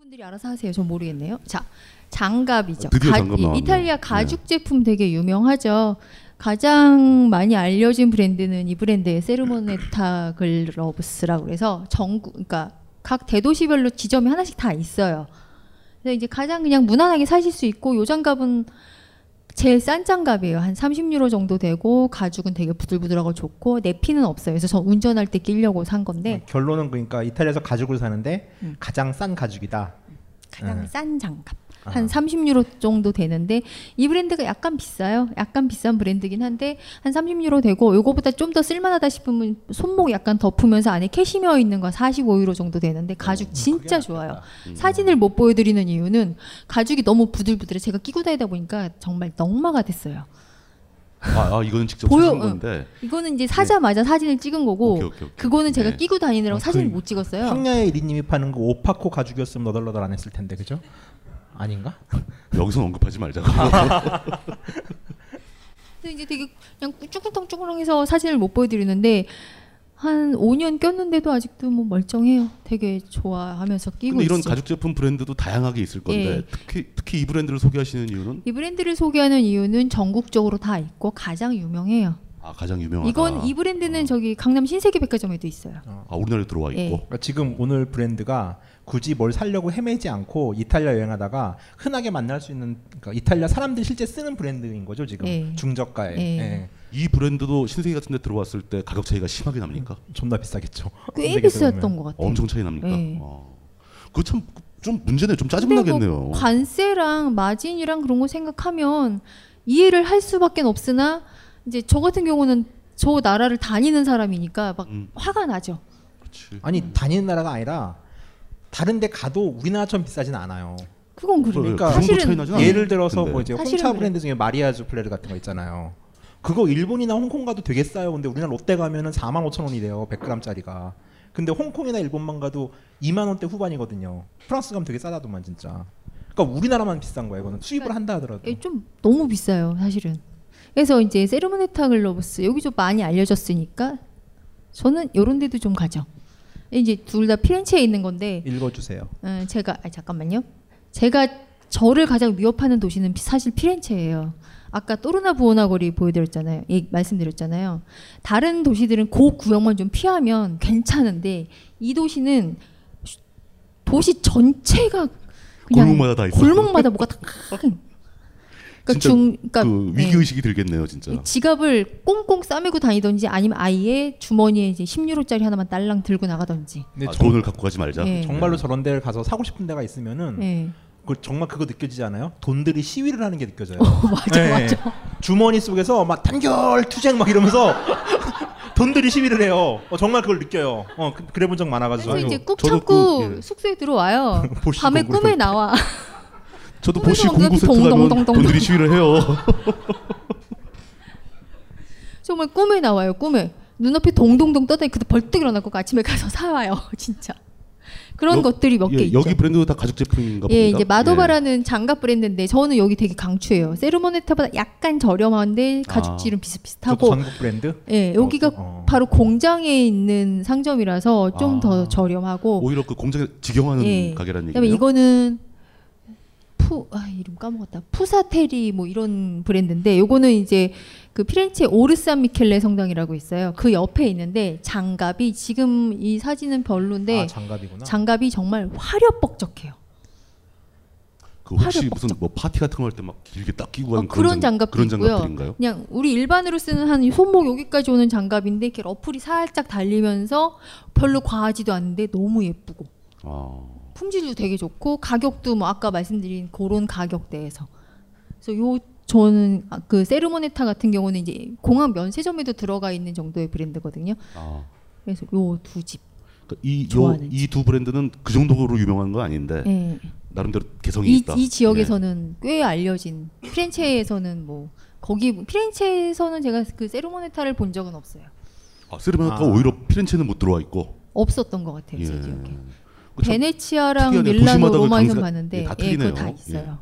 Speaker 8: 분들이 알아서 하세요. 전 모르겠네요. 자, 장갑이죠.
Speaker 9: 아, 드디어 장갑
Speaker 8: 이-
Speaker 9: 나왔네.
Speaker 8: 이탈리아 가죽 제품 되게 유명하죠. 가장 많이 알려진 브랜드는 이 브랜드의 세르모네타 글러브스라고 그래서 전국 그러니까 각 대도시별로 지점이 하나씩 다 있어요. 그래서 이제 가장 그냥 무난하게 사실 수 있고 요 장갑은 제일 싼 장갑이에요. 한 30유로 정도 되고 가죽은 되게 부들부들하고 좋고 내피는 없어요. 그래서 전 운전할 때 끼려고 산 건데
Speaker 10: 결론은 그러니까 이탈리아에서 가죽을 사는데 가장 싼 가죽이다. 아.
Speaker 8: 가장
Speaker 9: 네.
Speaker 10: 예.
Speaker 8: 싼 장갑. 한 30유로 정도 되는데 이 브랜드가 약간 비싸요. 약간 비싼 브랜드긴 한데 한 30유로 되고 요거보다 좀 더 쓸만하다 싶으면 손목 약간 덮으면서 안에 캐시미어 있는 거 45유로 정도 되는데
Speaker 10: 어,
Speaker 8: 가죽 진짜 좋아요. 사진을 못 보여드리는 이유는 가죽이 너무 부들부들해. 제가 끼고 다니다 보니까 정말 넉마가 됐어요.
Speaker 9: 아, 아, 이거는 직접
Speaker 8: 보여- 어,
Speaker 9: 쓰신 건데.
Speaker 8: 이거는 이제 사자마자 사진을 찍은 거고
Speaker 9: 오케이, 오케이, 오케이.
Speaker 8: 그거는 제가
Speaker 10: 네.
Speaker 8: 끼고 다니느라고
Speaker 10: 아,
Speaker 8: 사진을
Speaker 10: 그
Speaker 8: 못 찍었어요.
Speaker 10: 황야의 이리님이 파는 그 오파코 가죽이었으면 너덜너덜 안 했을 텐데 그죠? 아닌가?
Speaker 9: 여기서 언급하지 말자고.
Speaker 8: 아, 그래서 이제 되게 그냥 쭈글렁쭈글렁해서 사진을 못 보여드리는데 한 5년 꼈는데도 아직도 뭐 멀쩡해요. 되게 좋아하면서 끼고
Speaker 9: 근데 뭐 이런
Speaker 8: 있죠.
Speaker 9: 가죽 제품 브랜드도 다양하게 있을 건데
Speaker 8: 예.
Speaker 9: 특히 특히 이 브랜드를 소개하시는 이유는
Speaker 8: 이 브랜드를 소개하는 이유는 전국적으로 다 있고 가장 유명해요.
Speaker 9: 아, 가장 유명하다.
Speaker 8: 이건 이 브랜드는 저기 강남 신세계 백화점에도 있어요.
Speaker 9: 아, 우리나라에 들어와 있고.
Speaker 8: 예.
Speaker 10: 그러니까 지금 오늘 브랜드가 굳이 뭘 살려고 헤매지 않고 이탈리아 여행하다가 흔하게 만날 수 있는 그러니까 이탈리아 사람들이 실제 쓰는 브랜드인 거죠 지금
Speaker 8: 예.
Speaker 10: 중저가에
Speaker 8: 예.
Speaker 10: 예.
Speaker 9: 이 브랜드도 신세계 같은 데 들어왔을 때 가격 차이가 심하게 납니까?
Speaker 10: 존나 비싸겠죠.
Speaker 8: *laughs* 꽤 비쌌던 것 같아요.
Speaker 9: 엄청 차이 납니까?
Speaker 8: 음. 예.
Speaker 9: 어. 그참 좀 문제네. 좀
Speaker 8: 근데
Speaker 9: 짜증나겠네요.
Speaker 8: 뭐 관세랑 마진이랑 그런 거 생각하면 이해를 할 수밖에 없으나 이제 저 같은 경우는 저 나라를 다니는 사람이니까 막 화가 나죠.
Speaker 10: 아니 다니는 나라가 아니라 다른데 가도 우리나라처럼 비싸진 않아요.
Speaker 8: 그건 그래요.
Speaker 10: 그러니까
Speaker 8: 사실은- 그 정도 차이 나진 않아요.
Speaker 10: 예를 들어서 뭐 이제
Speaker 8: 사실은
Speaker 10: 홍차
Speaker 8: 그래요.
Speaker 10: 브랜드 중에 마리아주 플레르 같은 거 있잖아요. 그거 일본이나 홍콩 가도 되게 싸요. 근데 우리나라 롯데 가면은 4만 5천 원이 돼요. 100g짜리가. 근데 홍콩이나 일본만 가도 2만 원대 후반이거든요. 프랑스 가면 되게 싸다더만 진짜. 그러니까 우리나라만 비싼 거예요. 이거는 수입을 한다 하더라도.
Speaker 8: 예, 좀 너무 비싸요, 사실은. 그래서 이제 세르모네타 글로브스 여기 좀 많이 알려졌으니까 저는 요런 데도 좀 가죠. 이제 둘 다 피렌체에 있는 건데
Speaker 10: 읽어주세요.
Speaker 8: 어, 제가 아 잠깐만요. 제가 저를 가장 위협하는 도시는 피- 사실 피렌체예요. 아까 또르나 부오나 거리 보여드렸잖아요. 예, 말씀드렸잖아요. 다른 도시들은 그 구역만 좀 피하면 괜찮은데 이 도시는 도시 전체가 그냥
Speaker 9: 골목마다 다 있어요.
Speaker 8: 골목마다
Speaker 9: *laughs*
Speaker 8: 뭐가 다 그러니까
Speaker 9: 진짜
Speaker 8: 중 그러니까
Speaker 9: 그
Speaker 8: 네.
Speaker 9: 위기 의식이 들겠네요, 진짜.
Speaker 8: 지갑을 꽁꽁 싸매고 다니던지 아니면 아예 주머니에 이제 10유로짜리 하나만 딸랑 들고 나가던지.
Speaker 9: 아, 돈을 갖고 가지 말자.
Speaker 8: 예.
Speaker 10: 정말로 저런 데를 가서 사고 싶은 데가 있으면은
Speaker 8: 예.
Speaker 10: 그 정말 그거 느껴지지 않아요? 돈들이 시위를 하는 게
Speaker 8: *laughs*
Speaker 10: 느껴져요.
Speaker 8: 어,
Speaker 10: 네.
Speaker 8: 맞아, 맞아.
Speaker 10: 주머니 속에서 막 단결 투쟁 막 이러면서 *laughs* 돈들이 시위를 해요. 어, 정말 그걸 느껴요. 어 그, 래본 적 많아가지고.
Speaker 8: 그래서 이제 꾹 참고 숙소에 들어와요.
Speaker 10: 예.
Speaker 8: *laughs*
Speaker 10: 보시고
Speaker 8: 밤에
Speaker 10: 그래도-
Speaker 8: 꿈에 나와.
Speaker 9: 저도
Speaker 8: 꿈에서
Speaker 9: 보시
Speaker 8: 완전히
Speaker 9: 공구 세트 가면
Speaker 8: 동동동동동.
Speaker 9: 돈들이 시위를 해요.
Speaker 8: 정말 꿈에 나와요. 꿈에 눈앞에 동동동 떠다니 그때 벌떡 일어나고 아침에 가서 사와요. *laughs* 진짜 그런
Speaker 9: 여-
Speaker 8: 것들이 몇 개
Speaker 9: 예,
Speaker 8: 있죠.
Speaker 9: 여기 브랜드 다 가죽 제품인가
Speaker 8: 예,
Speaker 9: 봅니다.
Speaker 8: 이제 마도바라는 장갑 브랜드인데 저는 여기 되게 강추해요. 세르모네타보다 약간 저렴한데
Speaker 9: 아.
Speaker 8: 가죽질은 비슷비슷하고
Speaker 10: 전국 아, 브랜드? 어,
Speaker 8: 예, 여기가 바로 공장에 있는
Speaker 10: 아.
Speaker 8: 상점이라서 좀 더 저렴하고
Speaker 9: 오히려 그 공장에 직영하는
Speaker 8: 예.
Speaker 9: 가게라는
Speaker 8: 그다음에
Speaker 9: 얘기예요.
Speaker 8: 이거는 푸 아 이름 까먹었다. 푸사테리 뭐 이런 브랜드인데 네, 요거는 이제 그 피렌체 오르산 미켈레 성당이라고 있어요. 그 옆에 있는데 장갑이 지금 이 사진은 별론데
Speaker 10: 아, 장갑이구나.
Speaker 8: 장갑이 정말 화려뻑적해요.
Speaker 9: 그 혹시
Speaker 8: 화를 어,
Speaker 9: 무슨 뭐 파티 같은 거 할 때 막 길게 딱 끼고 가는
Speaker 8: 그런 장갑도
Speaker 9: 그런
Speaker 8: 있고요.
Speaker 9: 장갑들인가요?
Speaker 8: 그냥 우리 일반으로 쓰는 한 손목 여기까지 오는 장갑인데 이렇게 러플이 살짝 달리면서 별로 과하지도 않은데 너무 예쁘고
Speaker 9: 아,
Speaker 8: 품질도 되게 좋고 가격도 뭐 아까 말씀드린 그런 가격대에서 그래서 요 저는 아, 그 세르모네타 같은 경우는 이제 공항 면세점에도 들어가 있는 정도의 브랜드거든요.
Speaker 9: 아. 그러니까
Speaker 8: 그래서 요 두 집. 좋아하는
Speaker 9: 이이 두 브랜드는 그 정도로 유명한 건 아닌데
Speaker 8: 예.
Speaker 9: 나름대로 개성이
Speaker 8: 이,
Speaker 9: 있다. 네.
Speaker 8: 이 지역에서는 꽤 알려진 피렌체에서는 뭐 거기 피렌체에서는 제가 그 세르모네타를 본 적은 없어요.
Speaker 9: 아, 세르메나가
Speaker 8: 아.
Speaker 9: 오히려 피렌체는 못 들어와 있고.
Speaker 8: 없었던 것 같아요.
Speaker 9: 예.
Speaker 8: 베네치아랑
Speaker 9: 특이하네요.
Speaker 8: 밀라노
Speaker 9: 도시마다 그
Speaker 8: 로마에서
Speaker 9: 장사-
Speaker 8: 봤는데
Speaker 9: 예, 다
Speaker 8: 예, 그거
Speaker 9: 틀리네요.
Speaker 8: 다 있어요.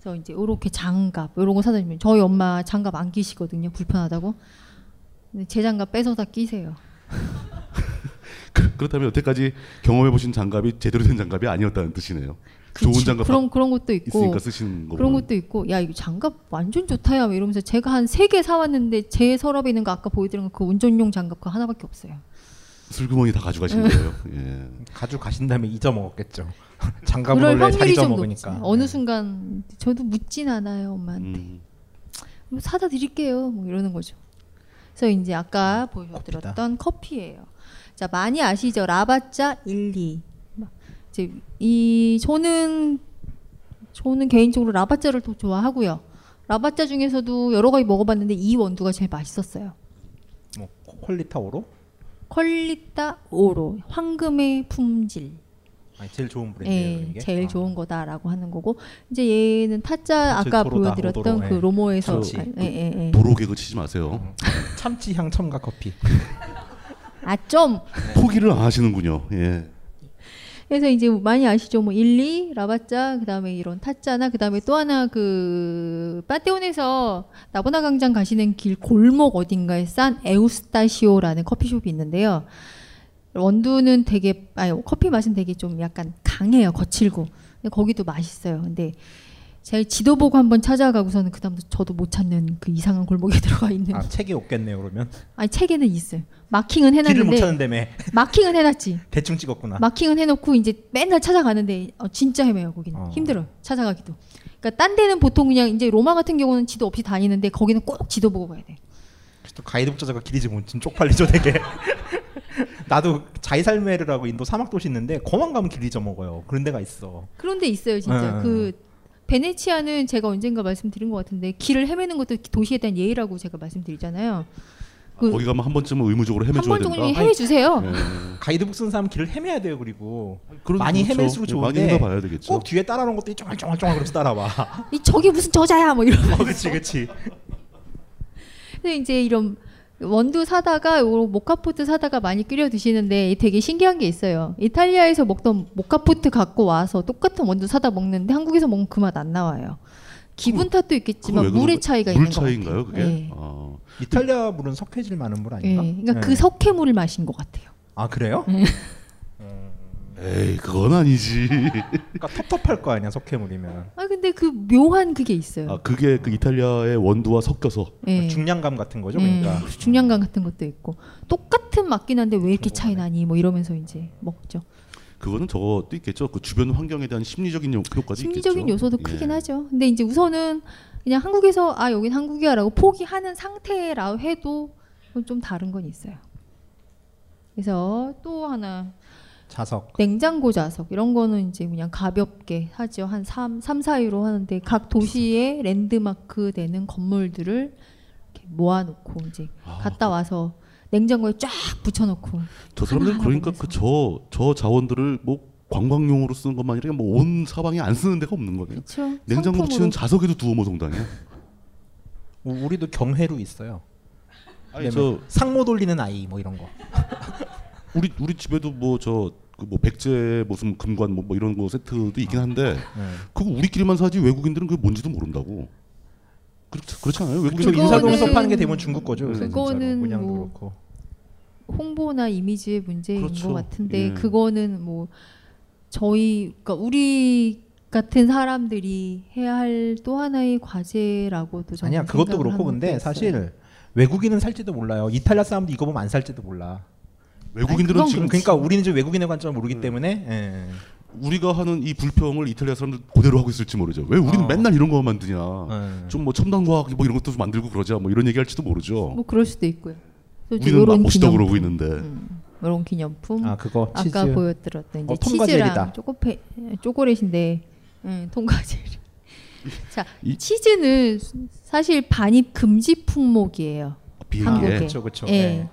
Speaker 8: 그래서 이제 이렇게 장갑 이런 거 사다 주면 저희 엄마 장갑 안 끼시거든요. 불편하다고. 근데 제 장갑 빼서 다 끼세요.
Speaker 9: 그, 그렇다면 여태까지 경험해 보신 장갑이 제대로 된 장갑이 아니었다는 뜻이네요. 좋은
Speaker 8: 그치.
Speaker 9: 장갑
Speaker 8: 그런 그런 것도 있고
Speaker 9: 있으니까 쓰시는 거.
Speaker 8: 그런 것도 있고 야 이거 장갑 완전 좋다야 막 이러면서 제가 한 세 개 사왔는데 제 서랍에 있는 거 아까 보여드린 거 그 운전용 장갑 그 하나밖에 없어요.
Speaker 9: 슬그머니 다 가져가신 거예요. 예.
Speaker 10: 가져가신 다음에 잊어먹었겠죠. *laughs* 장갑을
Speaker 8: 그럴
Speaker 10: 원래 잘
Speaker 8: 확률이 좀 높지.
Speaker 10: 잊어먹으니까. 네.
Speaker 8: 어느 순간 저도 묻진 않아요 엄마한테.
Speaker 9: 음.
Speaker 8: 뭐 사다 드릴게요. 뭐 이러는 거죠. 그래서 이제 아까 보여드렸던 커피예요. 자 많이 아시죠 라바짜 1, 2. 막 이제 이 저는 저는 개인적으로 라바짜를 더 좋아하고요. 라바짜 중에서도 여러 가지 먹어봤는데 이 원두가 제일 맛있었어요.
Speaker 10: 뭐 코- 콜리타오로?
Speaker 8: 퀄리타 오로 황금의 품질.
Speaker 10: 아니 제일 좋은 브랜드예요.
Speaker 8: 예,
Speaker 10: 이게. 아,
Speaker 8: 제일 좋은 거다라고 하는 거고 이제 얘는 타짜
Speaker 10: 제
Speaker 8: 아까
Speaker 10: 도로다,
Speaker 8: 보여드렸던
Speaker 10: 도로,
Speaker 8: 그
Speaker 10: 예.
Speaker 8: 로모에서
Speaker 10: 참치.
Speaker 8: 아, 예, 예, 예.
Speaker 9: 도로 개그 치지 마세요.
Speaker 10: 참치 향 첨가 커피.
Speaker 8: 아좀
Speaker 9: 포기를 안 하시는군요. 예.
Speaker 8: 그래서 이제 많이 아시죠 뭐 일리 라바짜 그다음에 이런 타짜나 그다음에 또 하나 그 파테온에서 나보나 광장 가시는 길 골목 어딘가에 싼 에우스타시오라는 커피숍이 있는데요 원두는 되게 아니 커피 맛은 되게 좀 약간 강해요 거칠고 근데 거기도 맛있어요 근데 제 지도 보고 한번 찾아가고서는 그다음부터 저도 못 찾는 그 이상한 골목에 *laughs* 들어가 있는
Speaker 10: 아 책이 없겠네요 그러면.
Speaker 8: 아니 책에는 있어요. 마킹은 해놨는데
Speaker 10: 길을 못 찾는다며. *laughs*
Speaker 8: 마킹은 해놨지.
Speaker 10: 대충 찍었구나.
Speaker 8: 마킹은 해놓고 이제 맨날 찾아가는데 어, 진짜 헤매요 거기는
Speaker 10: 어.
Speaker 8: 힘들어요 찾아가기도. 그러니까 딴 데는 보통 그냥 이제 로마 같은 경우는 지도 없이 다니는데 거기는 꼭 지도 보고 가야 돼.
Speaker 10: 또 가이드북 저자가 길이 지금 지금 쪽팔리죠 되게. *laughs* 나도 자이살메르라고 인도 사막 도시 있는데 거만 가면 길 잊어먹어요. 그런 데가 있어.
Speaker 8: 그런 데 있어요 진짜.
Speaker 10: 네.
Speaker 8: 그 베네치아는 제가 언젠가 말씀드린 것 같은데 길을 헤매는 것도 도시에 대한 예의라고 제가 말씀드리잖아요. 그-
Speaker 9: 거기 가면 뭐 한 번쯤은 의무적으로 헤매줘야
Speaker 8: 한
Speaker 10: 어,
Speaker 9: 된다.
Speaker 8: 번쯤은 헤매주세요.
Speaker 9: 아니,
Speaker 10: 가이드북 쓴 사람 길을 헤매야 돼요 그리고
Speaker 9: 그런-
Speaker 10: 많이
Speaker 9: 그렇죠.
Speaker 10: 헤맬수록
Speaker 9: 예, 많이
Speaker 10: 좋은데
Speaker 9: 헤매봐야 되겠죠.
Speaker 10: 꼭 뒤에 따라오는
Speaker 9: *laughs*
Speaker 10: 것들이 쫑알쫑알쫑알 어, 그러면서 따라와.
Speaker 8: 이 저기 무슨 저자야 뭐 이런.
Speaker 10: 어, 그치 그치.
Speaker 8: 근데 이제 이런 원두 사다가 요 모카포트 사다가 많이 끓여 드시는데 되게 신기한 게 있어요. 이탈리아에서 먹던 모카포트 갖고 와서 똑같은 원두 사다 먹는데 한국에서 먹으면 그 맛 안 나와요. 기분 탓도 있겠지만 물의 차이가 있는 거 같아요.
Speaker 9: 차이인가요 그게?
Speaker 8: 네.
Speaker 9: 어.
Speaker 10: 이탈리아 물은 석회질 많은 물
Speaker 8: 예,
Speaker 10: 아닌가?
Speaker 8: 그러니까
Speaker 10: 네.
Speaker 8: 그 석회물을 예. 마신 것 같아요.
Speaker 10: 아 그래요? 어.
Speaker 9: 에이 그건
Speaker 8: *laughs*
Speaker 9: 아니지.
Speaker 10: 그러니까 텁텁할 거 아니야 석회물이면.
Speaker 8: 아 근데 그 묘한 그게 있어요.
Speaker 9: 아 그게 그 이탈리아의 원두와 섞여서
Speaker 8: 예.
Speaker 10: 중량감 같은 거죠,
Speaker 8: 예,
Speaker 10: 그러니까.
Speaker 8: 중량감 같은 것도 있고 똑같은 맛긴 한데 왜 이렇게 차이 나니 뭐 이러면서 이제 먹죠.
Speaker 9: 그거는 저것도 있겠죠. 그 주변 환경에 대한 심리적인 요- 효과도
Speaker 8: 심리적인
Speaker 9: 있겠죠.
Speaker 8: 요소도 크긴
Speaker 10: 예.
Speaker 8: 하죠. 근데 이제 우선은 그냥 한국에서 아 여긴 한국이야라고 포기하는 상태라 해도 그건 좀 다른 건 있어요. 그래서 또 하나
Speaker 10: 자석.
Speaker 8: 네. 냉장고 좌석 이런 거는 이제 그냥 가볍게 하죠. 한 3, 3, 4위로 하는데 각 도시의 랜드마크 되는 건물들을 이렇게 모아놓고 이제 갔다 와서 냉장고에 쫙 붙여놓고
Speaker 9: 저 사람들은
Speaker 8: 하나하나
Speaker 9: 그러니까 그 저 저 자원들을 뭐 관광용으로 쓰는 것만 아니라 뭐온 사방에 안 쓰는 데가 없는 거네요.
Speaker 8: 그쵸.
Speaker 9: 냉장고
Speaker 8: 상품으로.
Speaker 9: 붙이는 자석에도 두어 모성당해.
Speaker 10: 우- 우리도 경회로 있어요.
Speaker 9: 아니,
Speaker 10: 네,
Speaker 9: 저-
Speaker 10: 뭐 상모 돌리는 아이 뭐 이런 거.
Speaker 9: 우리 우리 집에도 뭐 저 그 뭐 백제 무슨 금관 뭐, 뭐 이런 거 세트도 있긴 한데
Speaker 10: 네.
Speaker 9: 그거 우리끼리만 사지 외국인들은 그게 뭔지도 모른다고. 그렇 그렇잖아요. 외국인
Speaker 10: 그쵸, 인사동에서 파는 게 대부분 중국 거죠, 요새 진짜로.
Speaker 8: 그거는
Speaker 10: 모양도
Speaker 8: 뭐
Speaker 10: 그렇고.
Speaker 8: 홍보나 이미지의 문제인
Speaker 10: 그렇죠.
Speaker 8: 것 같은데
Speaker 10: 예.
Speaker 8: 그거는 뭐 저희 그러니까 우리 같은 사람들이 해야 할 또 하나의 과제라고도 저는
Speaker 10: 아니야 그것도
Speaker 8: 생각을
Speaker 10: 그렇고
Speaker 8: 하는 것도
Speaker 10: 근데
Speaker 8: 있어요.
Speaker 10: 사실 외국인은 살지도 몰라요. 이탈리아 사람도 이거 보면 안 살지도 몰라.
Speaker 9: 외국인들은 아니, 그건 지금-
Speaker 10: 그러니까 우리는 지금 외국인의 관점을
Speaker 8: 음.
Speaker 10: 모르기 때문에 예.
Speaker 9: 우리가 하는 이 불평을 이탈리아 사람들 그대로 하고 있을지 모르죠. 왜
Speaker 8: 아.
Speaker 9: 우리는 맨날 이런 거 만드냐.
Speaker 8: 네.
Speaker 10: 예.
Speaker 9: 좀 뭐 첨단 과학 뭐 이런 것도 좀 만들고 그러자 뭐 이런 얘기할지도 모르죠.
Speaker 8: 뭐 그럴 수도 있고요. 또 이제
Speaker 9: 우리는 막
Speaker 8: 요런
Speaker 9: 멋있다
Speaker 8: 기념품, 음.
Speaker 9: 그러고 있는데.
Speaker 8: 이런 기념품
Speaker 9: 아, 그거
Speaker 8: 아까
Speaker 9: 치즈.
Speaker 8: 보여드렸던 이제
Speaker 9: 어, 통과제리다.
Speaker 8: 치즈랑 초코페 초콜릿인데 음, 통과제리. *laughs* 자 치즈는 사실 반입 금지 품목이에요.
Speaker 10: 비행기에?
Speaker 8: 한국에.
Speaker 10: 아,
Speaker 9: 그렇죠,
Speaker 10: 그쵸, 그쵸.
Speaker 8: 예.
Speaker 10: 네.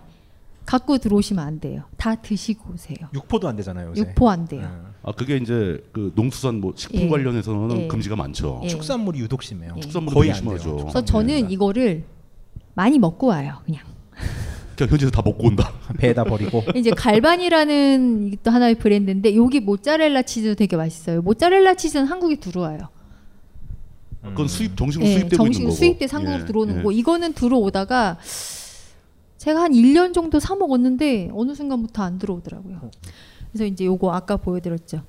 Speaker 8: 갖고 들어오시면 안 돼요. 다 드시고 오세요.
Speaker 10: 육포도 안 되잖아요. 요새. 예.
Speaker 8: 육포 네. 안 돼요.
Speaker 9: 아 그게 이제 그 농수산 뭐 식품
Speaker 8: 예.
Speaker 9: 관련해서는
Speaker 8: 예.
Speaker 9: 금지가 많죠.
Speaker 8: 예.
Speaker 10: 어, 축산물이 유독 심해요.
Speaker 9: 축산물이
Speaker 10: 거의
Speaker 9: 되게
Speaker 10: 안 돼요.
Speaker 9: 심하죠.
Speaker 8: 그래서 저는
Speaker 9: 네.
Speaker 8: 이거를 많이 먹고 와요. 그냥
Speaker 9: 그냥 현지에서 다 먹고 온다.
Speaker 10: 배에다
Speaker 8: *laughs*
Speaker 10: 버리고.
Speaker 8: 이제 갈반이라는 이게 또 하나의 브랜드인데 여기 모짜렐라 치즈도 되게 맛있어요. 모짜렐라 치즈는 한국에 들어와요.
Speaker 9: 그건 수입 정식으로
Speaker 8: 예,
Speaker 9: 수입되고 있는
Speaker 8: 정식으로
Speaker 9: 거고.
Speaker 8: 수입돼서 한국으로
Speaker 9: 예,
Speaker 8: 들어오는
Speaker 9: 예.
Speaker 8: 거고 이거는 들어오다가 제가 한 1년 정도 사 먹었는데 어느 순간부터 안 들어오더라고요. 그래서 이제 요거 아까 보여드렸죠.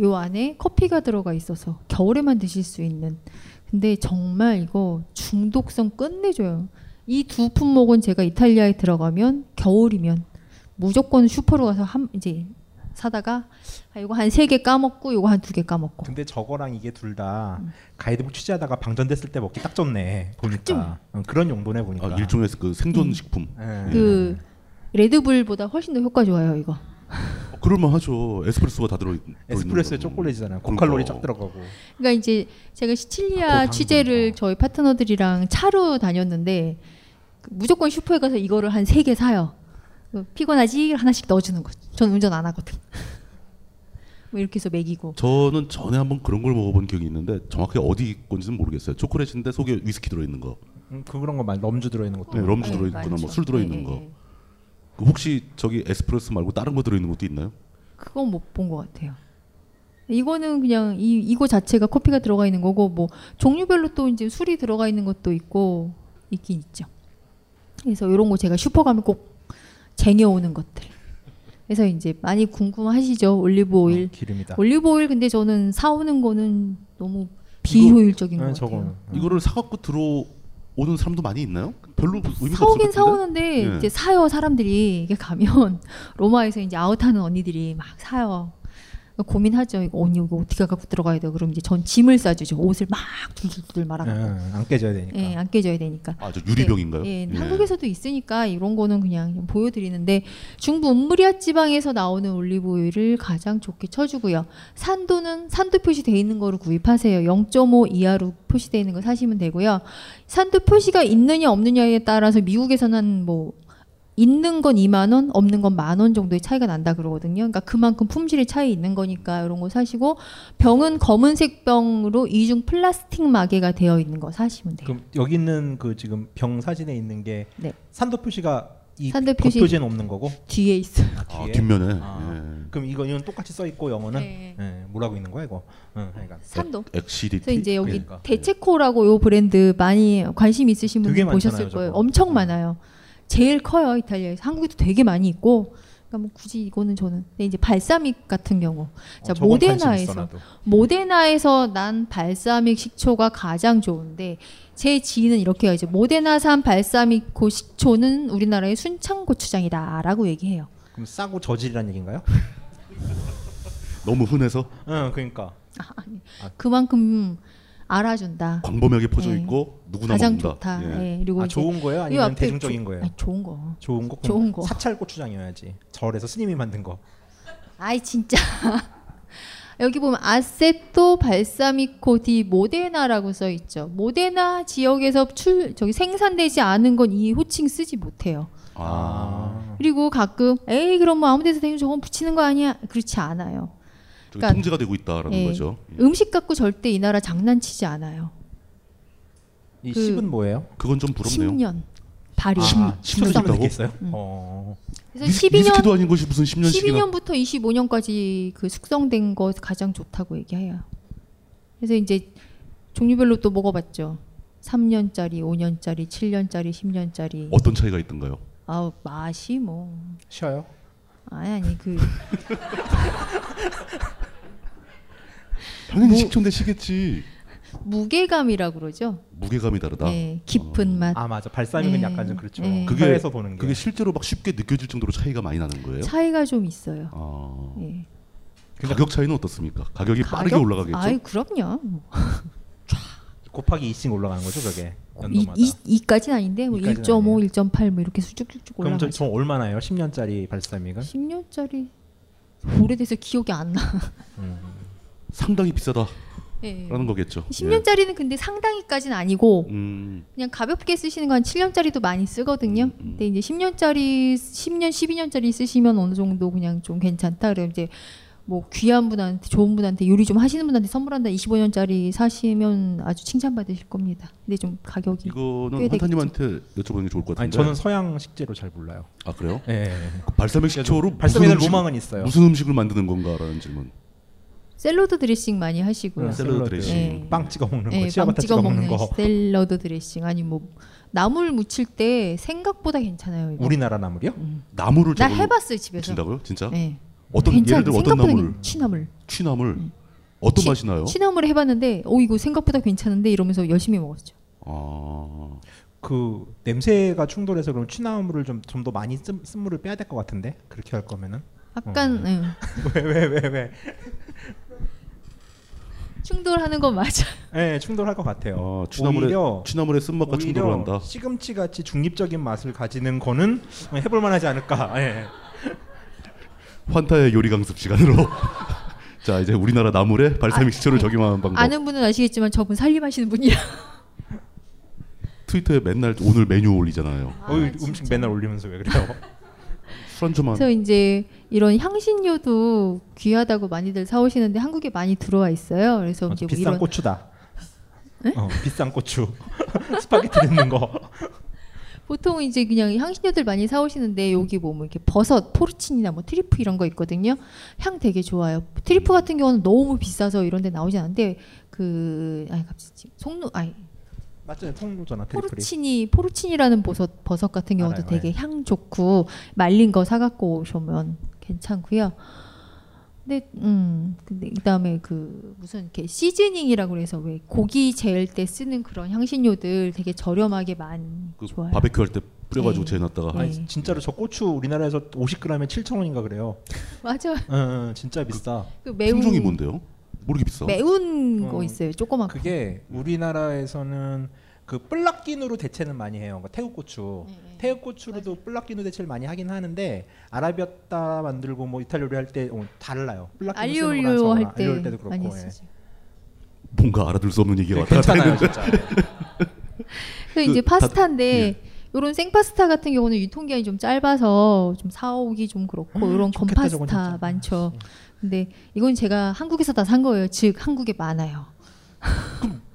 Speaker 8: 요 안에 커피가 들어가 있어서 겨울에만 드실 수 있는. 근데 정말 이거 중독성 끝내줘요. 이 두 품목은 제가 이탈리아에 들어가면 겨울이면 무조건 슈퍼로 가서 한 이제 사다가 아, 요거 한 세 개 까먹고 요거 한 두 개 까먹고.
Speaker 10: 근데 저거랑 이게 둘 다
Speaker 8: 음.
Speaker 10: 가이드북 취재하다가 방전됐을 때 먹기 딱 좋네 보니까 어, 그런 용도네 보니까 예.
Speaker 9: 아, 일종의 예. 그
Speaker 10: 음.
Speaker 9: 생존 식품.
Speaker 8: 그 레드불보다 훨씬 더 효과 좋아요 이거.
Speaker 9: 어, 그럴만 하죠. 에스프레소가 다 들어 있는 그러니까
Speaker 10: 에스프레소에 초콜릿이잖아요. 고칼로리 쫙 들어가고.
Speaker 8: 그러니까 이제 제가
Speaker 10: 아,
Speaker 8: 시칠리아
Speaker 10: 그거
Speaker 9: 그렇죠.
Speaker 8: 취재를 저희 파트너들이랑 차로 다녔는데 그 무조건 슈퍼에 가서 이거를 한 세 개 사요. 그 피곤하지 하나씩 넣어주는 거. 저는 운전 안 하거든. *laughs* 뭐 이렇게 해서 먹이고.
Speaker 9: 저는 전에 한번 그런 걸 먹어본 기억이 있는데 정확히 어디 건지는 모르겠어요. 초콜릿인데 속에 위스키 들어있는 거,
Speaker 10: 음, 그 그런 거 많이 럼주 들어있는 것도
Speaker 9: 네, 럼주
Speaker 10: 있고.
Speaker 9: 들어있거나 뭐 술 들어있는
Speaker 8: 네,
Speaker 9: 거. 그 혹시 저기 에스프레소 말고 다른 거 들어있는 것도 있나요?
Speaker 8: 그건 못 본 것 같아요. 이거는 그냥 이 이거 자체가 커피가 들어가 있는 거고 뭐 종류별로 또 이제 술이 들어가 있는 것도 있고 있긴 있죠. 그래서 이런 거 제가 슈퍼 가면 꼭 쟁여오는 것들. 그래서 이제 많이 궁금하시죠 올리브 오일.
Speaker 10: 음, 기름이다.
Speaker 8: 올리브 오일 근데 저는 사오는 거는
Speaker 9: 음.
Speaker 8: 너무 비효율적인
Speaker 9: 네,
Speaker 10: 네,
Speaker 8: 것 같아요.
Speaker 10: 음.
Speaker 9: 이거를 사갖고 들어오는 사람도 많이 있나요? 별로 의미가
Speaker 8: 사오긴
Speaker 9: 없을 것 같은데?
Speaker 8: 사오는데
Speaker 9: 예.
Speaker 8: 이제 사요 사람들이 이게 가면 *laughs* 로마에서 이제 아웃하는 언니들이 막 사요 고민하죠 이거 언니 이거 어떻게 갖고 들어가야 돼 그럼 이제 전 짐을 싸주죠 옷을 막 둘둘둘 말아
Speaker 10: 예, 안 깨져야 되니까.
Speaker 8: 예, 안 깨져야 되니까
Speaker 9: 아, 저 유리병인가요?
Speaker 8: 예,
Speaker 9: 예.
Speaker 8: 한국에서도 있으니까 이런 거는 그냥, 그냥 보여드리는데 중부 음브리아 지방에서 나오는 올리브오일을 가장 좋게 쳐주고요. 산도는 산도 표시돼 있는 거를 구입하세요. 0.5 이하로 표시돼 있는 거 사시면 되고요. 산도 표시가 있느냐 없느냐에 따라서 미국에서는 뭐 있는 건 2만 원, 없는 건 만 원 정도의 차이가 난다 그러거든요. 그러니까 그만큼 품질의 차이 있는 거니까 이런 거 사시고 병은 검은색 병으로 이중 플라스틱 마개가 되어 있는 거 사시면 돼요.
Speaker 10: 그럼 여기 있는 그 지금 병 사진에 있는 게
Speaker 8: 네.
Speaker 10: 산도 표시가 이
Speaker 8: 산도 표시
Speaker 10: 겉표지에는 없는 거고
Speaker 8: 뒤에 있어요.
Speaker 9: 아, 뒷면에. 예.
Speaker 10: 아, 그럼 이거 이건 똑같이 써 있고
Speaker 8: 네.
Speaker 10: 영어는 예, 뭐라고 있는 거야 이거? 응, 그러니까
Speaker 8: 산도.
Speaker 9: XCDT.
Speaker 8: 아, 그래서 이제 여기
Speaker 10: 그러니까.
Speaker 8: 대체코라고 요 브랜드 많이 관심 있으신
Speaker 10: 되게
Speaker 8: 분들 보셨을
Speaker 10: 많잖아요, 저거. 네.
Speaker 8: 거예요. 엄청 많아요. 제일 커요 이탈리아에서. 한국에도 되게 많이 있고. 그러니까 뭐 굳이 이거는 저는. 근데 이제 발사믹 같은 경우,
Speaker 10: 어,
Speaker 8: 자
Speaker 12: 저건 관심 있어,
Speaker 8: 모데나에서
Speaker 12: 나도.
Speaker 8: 모데나에서 난 발사믹 식초가 가장 좋은데 제 지인은 이렇게 해요. 이제 모데나산 발사믹 고 식초는 우리나라의 순창 고추장이다라고 얘기해요.
Speaker 10: 그럼 싸고 저질이란 얘긴가요?
Speaker 9: 너무 흔해서
Speaker 10: 응, 그러니까
Speaker 8: 그만큼 알아준다.
Speaker 9: 광범위하게 퍼져
Speaker 10: 예.
Speaker 8: 네.
Speaker 9: 있고 누구나
Speaker 8: 가장
Speaker 9: 먹는다.
Speaker 8: 좋다.
Speaker 9: 예.
Speaker 8: 네, 그리고
Speaker 10: 아,
Speaker 8: 이제
Speaker 10: 좋은 거예요?
Speaker 8: 이
Speaker 10: 아니면
Speaker 8: 앞에
Speaker 10: 대중적인
Speaker 8: 조-
Speaker 10: 거예요?
Speaker 8: 아니, 좋은 거.
Speaker 10: 좋은 거, 그럼
Speaker 8: 좋은 거.
Speaker 10: 사찰 고추장이어야지. 절에서 스님이 만든 거.
Speaker 8: 아이 진짜. *laughs* 여기 보면 아세토 발사미코 디 모데나라고 써 있죠. 모데나 지역에서 출 저기 생산되지 않은 건 이 호칭 쓰지 못해요.
Speaker 9: 아.
Speaker 8: 그리고 가끔 에이 그럼 뭐 아무 데서 대면 저건 붙이는 거 아니야? 그렇지 않아요.
Speaker 9: 저게
Speaker 10: 그러니까
Speaker 9: 통제가 되고 있다라는
Speaker 10: 예.
Speaker 9: 거죠. 예.
Speaker 8: 음식 갖고 절대 이 나라 장난치지 않아요.
Speaker 10: 이
Speaker 8: 그-
Speaker 10: 씹은 뭐예요?
Speaker 9: 그건 좀 부럽네요.
Speaker 8: 10년 발효. *laughs*
Speaker 9: 아, 10년
Speaker 10: 있다고?
Speaker 9: 있다고?
Speaker 10: 있어요?
Speaker 8: 음.
Speaker 10: 어.
Speaker 8: 그래서
Speaker 9: 미스-
Speaker 8: 12년
Speaker 9: 미스키도 아닌 것이 무슨 10년씩이나
Speaker 8: 12년부터 25년까지 그 숙성된 거 가장 좋다고 얘기해요. 그래서 이제 종류별로 또 먹어봤죠. 3년짜리, 5년짜리, 7년짜리, 10년짜리.
Speaker 9: 어떤 차이가 있던가요?
Speaker 8: 아우 맛이 뭐.
Speaker 10: 쉬어요?
Speaker 8: 아니 아니 그
Speaker 9: 당연히 식초인데 시겠지.
Speaker 8: 무게감이라고 그러죠.
Speaker 9: 무게감이 다르다.
Speaker 8: 네, 깊은 맛.
Speaker 10: 아 맞아. 발사믹은
Speaker 8: 네,
Speaker 10: 약간 좀 그렇죠.
Speaker 8: 네.
Speaker 9: 그게
Speaker 10: 해외에서 보는 게.
Speaker 9: 그게 실제로 막 쉽게 느껴질 정도로 차이가 많이 나는 거예요.
Speaker 8: 차이가 좀 있어요.
Speaker 9: 아.
Speaker 8: 예.
Speaker 10: 그러니까
Speaker 9: 가격 차이는 어떻습니까? 가격이 빠르게
Speaker 8: 가격?
Speaker 9: 올라가겠죠.
Speaker 8: 아이 그럼요.
Speaker 10: 곱하기 2씩 올라가는 거죠, 그게.
Speaker 8: 어, 이,
Speaker 10: 연도마다.
Speaker 8: 이, 이까지는 아닌데 뭐
Speaker 10: 이까지는
Speaker 8: 1.5, 1.8뭐 이렇게 쭉쭉쭉
Speaker 10: 그럼 저,
Speaker 8: 올라가죠.
Speaker 10: 저 얼마나요? 10년짜리 발사믹은?
Speaker 8: 10년짜리 오래돼서 기억이 안 나.
Speaker 9: 상당히 비싸다라는
Speaker 8: 예.
Speaker 9: 거겠죠.
Speaker 8: 10년짜리는 근데 상당히까지는 아니고
Speaker 9: 예. 음,
Speaker 8: 그냥 가볍게 쓰시는 건 7년짜리도 많이 쓰거든요. 근데 이제 10년짜리, 10년, 12년짜리 쓰시면 어느 정도 그냥 좀 괜찮다. 그럼 이제 뭐 귀한 분한테, 좋은 분한테 요리 좀 하시는 분한테 선물한다. 25년짜리 사시면 아주 칭찬받으실 겁니다. 근데 좀 가격이 꽤
Speaker 9: 이거는
Speaker 8: 되겠죠.
Speaker 9: 환타님한테 여쭤보는 게 좋을 것 같은데.
Speaker 10: 아니 저는 서양 식재료 잘 몰라요.
Speaker 9: 아 그래요?
Speaker 10: 예.
Speaker 9: 그 발사믹 식초로
Speaker 10: 발사믹은
Speaker 9: 무슨 음식을-
Speaker 10: 로망은 있어요.
Speaker 9: 무슨 음식을 만드는 건가라는 질문.
Speaker 8: 샐러드 드레싱 많이 하시고요.
Speaker 9: 음, 샐러드 드레싱.
Speaker 10: 빵 찍어 먹는
Speaker 8: 예,
Speaker 10: 거, 치아바타
Speaker 8: 빵
Speaker 10: 찍어 먹는 거.
Speaker 8: 샐러드 드레싱 아니 뭐 나물 무칠 때 생각보다 괜찮아요.
Speaker 10: *laughs*
Speaker 8: 이거.
Speaker 10: 우리나라 나물이요?
Speaker 8: 음.
Speaker 9: 나무를
Speaker 8: 나
Speaker 9: 저걸로
Speaker 8: 해봤어요, 집에서.
Speaker 9: 친다고요? 진짜?
Speaker 8: 네.
Speaker 9: 어떤 예를 들어 어떤
Speaker 8: 생각보다
Speaker 9: 나무를?
Speaker 8: 괜- 취나물.
Speaker 9: 취나물. 어떤 어. 맛이 나요?
Speaker 8: 취나물을 해봤는데 오 이거 생각보다 괜찮은데 이러면서 열심히 먹었죠.
Speaker 9: 아.
Speaker 10: 그 냄새가 충돌해서 그럼 취나물을 좀 좀 더 많이 쓴, 쓴 물을 빼야 될 것 같은데 그렇게 할 거면은 *laughs*
Speaker 8: 약간 예.
Speaker 10: 왜왜 왜 왜?
Speaker 8: 충돌하는 건 맞아.
Speaker 10: 예, 충돌할 것 같아요.
Speaker 9: 아, 취나물의-
Speaker 10: 어, 오히려-
Speaker 9: 취나물의 쓴맛과
Speaker 10: 오히려
Speaker 9: 충돌한다.
Speaker 10: 시금치 같이 중립적인 맛을 가지는 거는 해볼 만하지 않을까. 예.
Speaker 9: 환타의 요리 강습 시간으로. *laughs* 자 이제 우리나라 나물에 발사믹 식초를 적용하는 방법.
Speaker 8: 아는 분은 아시겠지만 저분 살림하시는 분이라.
Speaker 9: 트위터에 맨날 오늘 메뉴 올리잖아요.
Speaker 10: 어, 음식 맨날 올리면서 왜 그래요?
Speaker 9: 술 한주만.
Speaker 8: 그래서 이제 이런 향신료도 귀하다고 많이들 사오시는데 한국에 많이 들어와 있어요. 그래서
Speaker 9: 아,
Speaker 8: 이제 뭐
Speaker 10: 비싼
Speaker 8: 이런
Speaker 10: 고추다.
Speaker 8: 네?
Speaker 10: 어, 비싼 고추. *laughs* 스파게티 넣는 거. *laughs*
Speaker 8: 보통 이제 그냥 향신료들 많이 사오시는데
Speaker 10: 음.
Speaker 8: 여기 뭐, 뭐 이렇게 버섯, 포르친이나 뭐 트리프 이런 거 있거든요. 향 되게 좋아요. 트리프 같은 경우는 너무 비싸서 이런 데 나오지 않는데 그 아니 갑자기 송루 아니
Speaker 10: 맞잖아요. 통로잖아. 테리프리.
Speaker 8: 포르치니 포르치니라는 버섯 버섯 같은 경우도
Speaker 10: 알아요,
Speaker 8: 되게 향 좋고 말린 거 사갖고 오시면 괜찮고요. 근데 음 근데 그다음에 그 무슨 이렇게 시즈닝이라고 그래서 왜 고기 재을 때 쓰는 그런 향신료들 되게 저렴하게 많이 좋아요.
Speaker 9: 바베큐 할 때 뿌려가지고
Speaker 8: 네.
Speaker 9: 재놨다가.
Speaker 10: 아니, 진짜로 저 고추 우리나라에서 50g에 7,000원인가 그래요.
Speaker 8: *laughs* 맞아요.
Speaker 10: 응, 응, 진짜 비싸.
Speaker 8: 그 매운- 품종이
Speaker 9: 뭔데요? 모르게 비싸.
Speaker 10: 어,
Speaker 8: 매운 그 음, 거 있어요. 조그맣고.
Speaker 10: 그게 우리나라에서는 그 뿔락기누로 대체는 많이 해요. 그러니까 태국 고추.
Speaker 8: 네,
Speaker 10: 태국 고추로도 뿔락기누 대체를 많이 하긴 하는데 아라비아따 만들고 뭐 이탈리아 요리 할때 어, 달라요. 뿔락기누 쓰는 거랑
Speaker 8: 알리올리오
Speaker 10: 저거랑.
Speaker 8: 할 때
Speaker 10: 알리올리오 때도 그렇고.
Speaker 8: 많이
Speaker 10: 예.
Speaker 8: 쓰죠.
Speaker 9: 뭔가 알아들을 수 없는 얘기가 왔다
Speaker 10: 네,
Speaker 9: 갔다
Speaker 8: *laughs*
Speaker 10: 괜찮아요,
Speaker 9: 했는데.
Speaker 10: 진짜.
Speaker 8: 그래서 이제
Speaker 9: 그 다-
Speaker 8: 파스타인데 예. 요런 생파스타 같은 경우는 유통기한이 좀 짧아서 좀 사오기 좀 그렇고 요런
Speaker 10: 음, 좋겠다, 저건
Speaker 8: 건파스타 많죠. 근데 이건 제가 한국에서 다 산 거예요. 즉 한국에 많아요.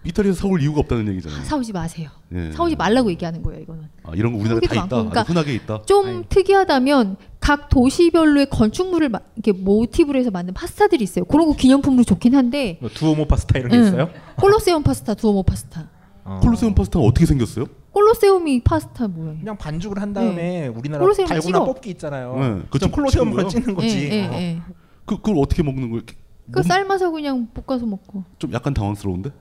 Speaker 9: 이탈리아에서 사올 이유가 없다는 얘기잖아요.
Speaker 8: 사오지 마세요.
Speaker 9: 예.
Speaker 8: 사오지 말라고 얘기하는 거예요. 이거는.
Speaker 9: 아, 이런 거 우리나라에
Speaker 8: 한국에도
Speaker 9: 다 있다.
Speaker 8: 많고, 그러니까
Speaker 9: 아주 흔하게 있다.
Speaker 8: 좀 특이하다면 각 도시별로의 건축물을 마- 이렇게 모티브로 해서 만든 파스타들이 있어요. 그런 거 기념품으로 좋긴 한데
Speaker 10: 뭐 두오모 파스타 이런 게
Speaker 8: 응.
Speaker 10: 있어요?
Speaker 8: 콜로세움 파스타, 두오모 파스타.
Speaker 9: 콜로세움 파스타는 어떻게 생겼어요?
Speaker 8: 콜로세움이 파스타 모양.
Speaker 10: 그냥 반죽을 한 다음에 우리나라
Speaker 8: 콜로세움
Speaker 10: 달고나
Speaker 8: 네. 찍어.
Speaker 10: 뽑기 있잖아요.
Speaker 9: 네, 그거
Speaker 10: 그냥
Speaker 9: 찍- 찍는
Speaker 10: 콜로세움만
Speaker 9: 거요?
Speaker 10: 찍는 거지. 어.
Speaker 8: 예, 예, 예.
Speaker 9: 그 그걸 어떻게 먹는 걸?
Speaker 8: 그 삶아서 그냥 볶아서 먹고.
Speaker 9: 좀 약간 당황스러운데.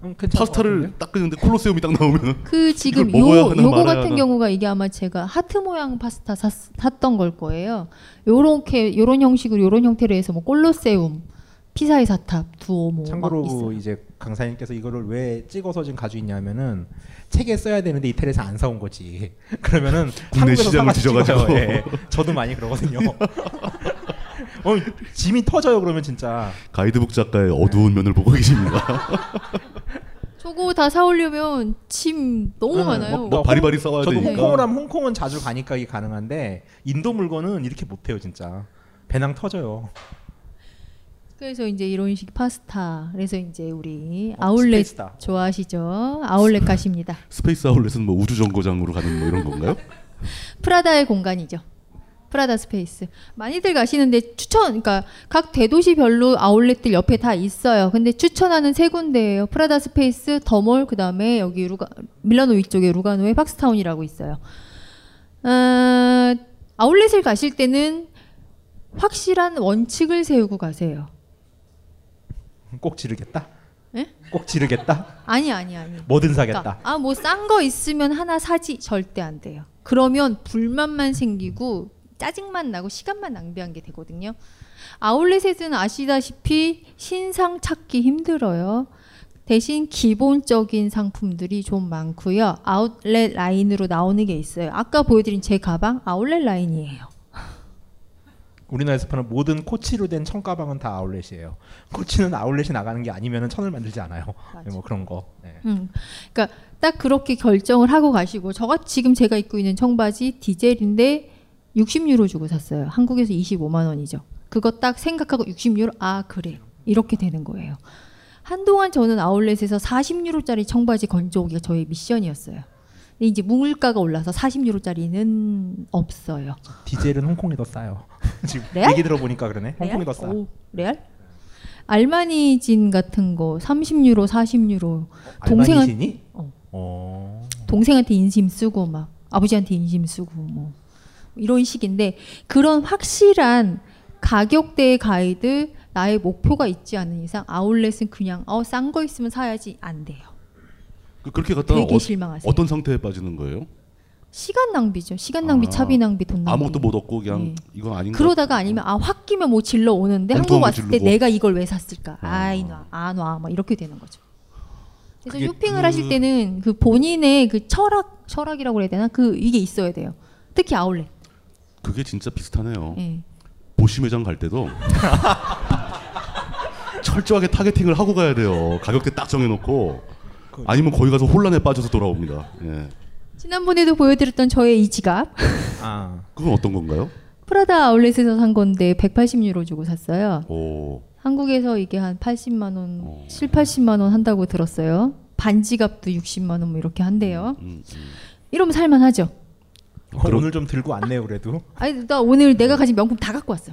Speaker 10: 어, 괜찮을
Speaker 9: 파스타를 닦는데 콜로세움이 딱 나오면. *laughs*
Speaker 8: 그 지금
Speaker 9: 이걸 먹어야
Speaker 8: 요
Speaker 9: 하나
Speaker 8: 요거
Speaker 9: 말아야
Speaker 8: 같은
Speaker 9: 하나.
Speaker 8: 경우가 이게 아마 제가 하트 모양 파스타 샀, 샀던 걸 거예요. 요렇게 요런 형식으로 요런 형태로 해서 뭐 콜로세움, 피사의 사탑, 두오모 뭐 막 있어요.
Speaker 10: 참고로 이제 강사님께서 이거를 왜 찍어서 지금 가지고 있냐면은 책에 써야 되는데 이태리에서 안 사온 거지. *laughs* 그러면은
Speaker 9: 국내
Speaker 10: 한국에서
Speaker 9: 시장을
Speaker 10: 사가지고
Speaker 9: 뒤져가지고.
Speaker 10: 찍어요. *laughs* 예, 예. 저도 많이 그러거든요. *laughs* 어, 짐이 터져요 그러면 진짜.
Speaker 9: 가이드북 작가의
Speaker 10: 네.
Speaker 9: 어두운 면을 보고
Speaker 10: *laughs*
Speaker 9: 계십니다.
Speaker 8: 저거 다 사오려면 짐 너무
Speaker 10: 네,
Speaker 8: 많아요.
Speaker 10: 뭐-
Speaker 9: 막 바리바리 싸워야
Speaker 10: 저도
Speaker 9: 되니까.
Speaker 10: 홍콩을 하면 홍콩은 자주 가니까 이게 가능한데 인도 물건은 이렇게 못 해요 진짜. 배낭 터져요. *laughs*
Speaker 8: 그래서 이제 이런 식 파스타. 그래서 이제 우리
Speaker 10: 어,
Speaker 8: 아울렛
Speaker 10: 스페이스다.
Speaker 8: 좋아하시죠? 아울렛 가십니다.
Speaker 9: 스페이스 아울렛은 뭐 우주 정거장으로 가는 뭐 이런 건가요?
Speaker 8: 프라다의 공간이죠. 프라다 스페이스 많이들 가시는데 추천 그러니까 각 대도시별로 아울렛들 옆에 다 있어요. 근데 추천하는 세 군데예요. 프라다 스페이스, 더몰 그다음에 여기 루가 밀라노 위쪽에 루가노의 박스타운이라고 있어요. 아, 아울렛을 가실 때는 확실한 원칙을 세우고 가세요.
Speaker 10: 꼭 지르겠다.
Speaker 8: 예?
Speaker 10: 꼭 지르겠다.
Speaker 8: 아니 아니 아니.
Speaker 10: 뭐든 사겠다.
Speaker 8: 아 뭐 싼 거 있으면 하나 사지 절대 안 돼요. 그러면 불만만 생기고 짜증만 나고 시간만 낭비한 게 되거든요. 아울렛에서는 아시다시피 신상 찾기 힘들어요. 대신 기본적인 상품들이 좀 많고요. 아웃렛 라인으로 나오는 게 있어요. 아까 보여드린 제 가방 아웃렛 라인이에요.
Speaker 10: 우리나라에서 파는 모든 코치로 된 청가방은 다 아울렛이에요. 코치는 아울렛이 나가는 게 아니면 천을 만들지 않아요. 뭐 그런 거. 네.
Speaker 8: 음, 그러니까 딱 그렇게 결정을 하고 가시고 저가 지금 제가 입고 있는 청바지 디젤인데 60유로 주고 샀어요. 한국에서 25만 원이죠. 그거 딱 생각하고 60유로 아 그래 이렇게 되는 거예요. 한동안 저는 아울렛에서 40유로짜리 청바지 건져오기가 저의 미션이었어요. 근데 이제 물가가 올라서 40유로짜리는 없어요.
Speaker 10: 디젤은 홍콩이 더 싸요. *laughs* 지금
Speaker 8: 레알?
Speaker 10: 얘기 들어보니까 그러네. 홍콩이
Speaker 8: 레알?
Speaker 10: 더 싸.
Speaker 8: 오, 레알? 알마니 진 같은 거 30유로, 40유로.
Speaker 10: 알바니신이?
Speaker 8: 어.
Speaker 10: 어.
Speaker 8: 동생한테 인심 쓰고 막 아버지한테 인심 쓰고 뭐 이런 식인데 그런 확실한 가격대의 가이드 나의 목표가 있지 않은 이상 아울렛은 그냥 어 싼 거 있으면 사야지 안 돼요.
Speaker 9: 그- 그렇게 갔다가
Speaker 8: 되게
Speaker 9: 어,
Speaker 8: 실망하세요.
Speaker 9: 어떤 상태에 빠지는 거예요?
Speaker 8: 시간 낭비죠. 시간 낭비,
Speaker 9: 아,
Speaker 8: 차비 낭비, 돈 낭비.
Speaker 9: 아무것도 못 얻고 그냥
Speaker 8: 예.
Speaker 9: 이건 아닌 거.
Speaker 8: 그러다가 아니면 아 확 끼면 뭐 질러 오는데 한국
Speaker 9: 어, 엉뚱한 뭐. 거
Speaker 8: 왔을 때
Speaker 9: 질르고.
Speaker 8: 내가 이걸 왜
Speaker 10: 어.
Speaker 8: 샀을까? 아이 놔안와막 이렇게 되는 거죠. 그래서
Speaker 9: 그게
Speaker 8: 쇼핑을
Speaker 9: 그-
Speaker 10: 음.
Speaker 8: 하실 때는 그 본인의 그 철학 철학이라고 해야 되나 그 이게 있어야 돼요. 특히 아울렛.
Speaker 9: 그게 진짜 비슷하네요.
Speaker 8: 예.
Speaker 9: 보시매장 갈
Speaker 10: *laughs*
Speaker 9: 때도 철저하게 타겟팅을 하고 가야 돼요. 가격대 딱 정해놓고
Speaker 10: 그렇죠.
Speaker 9: 아니면 거기 가서 혼란에 빠져서 돌아옵니다. 예.
Speaker 8: 지난번에도 보여드렸던 저의 이 지갑
Speaker 10: 아.
Speaker 9: 그건 어떤 건가요?
Speaker 8: 프라다 아울렛에서 산 건데 180유로 주고 샀어요.
Speaker 9: 오.
Speaker 8: 한국에서 이게 한 80만
Speaker 10: 어.
Speaker 8: 원, 7, 80만 원 한다고 들었어요. 반지갑도 60만 원뭐 이렇게 한대요.
Speaker 9: 음,
Speaker 8: 이러면 살만하죠.
Speaker 10: 어, 오늘 좀 들고 왔네요 그래도.
Speaker 8: 아니 나 오늘 내가 가진 명품 다 갖고 왔어.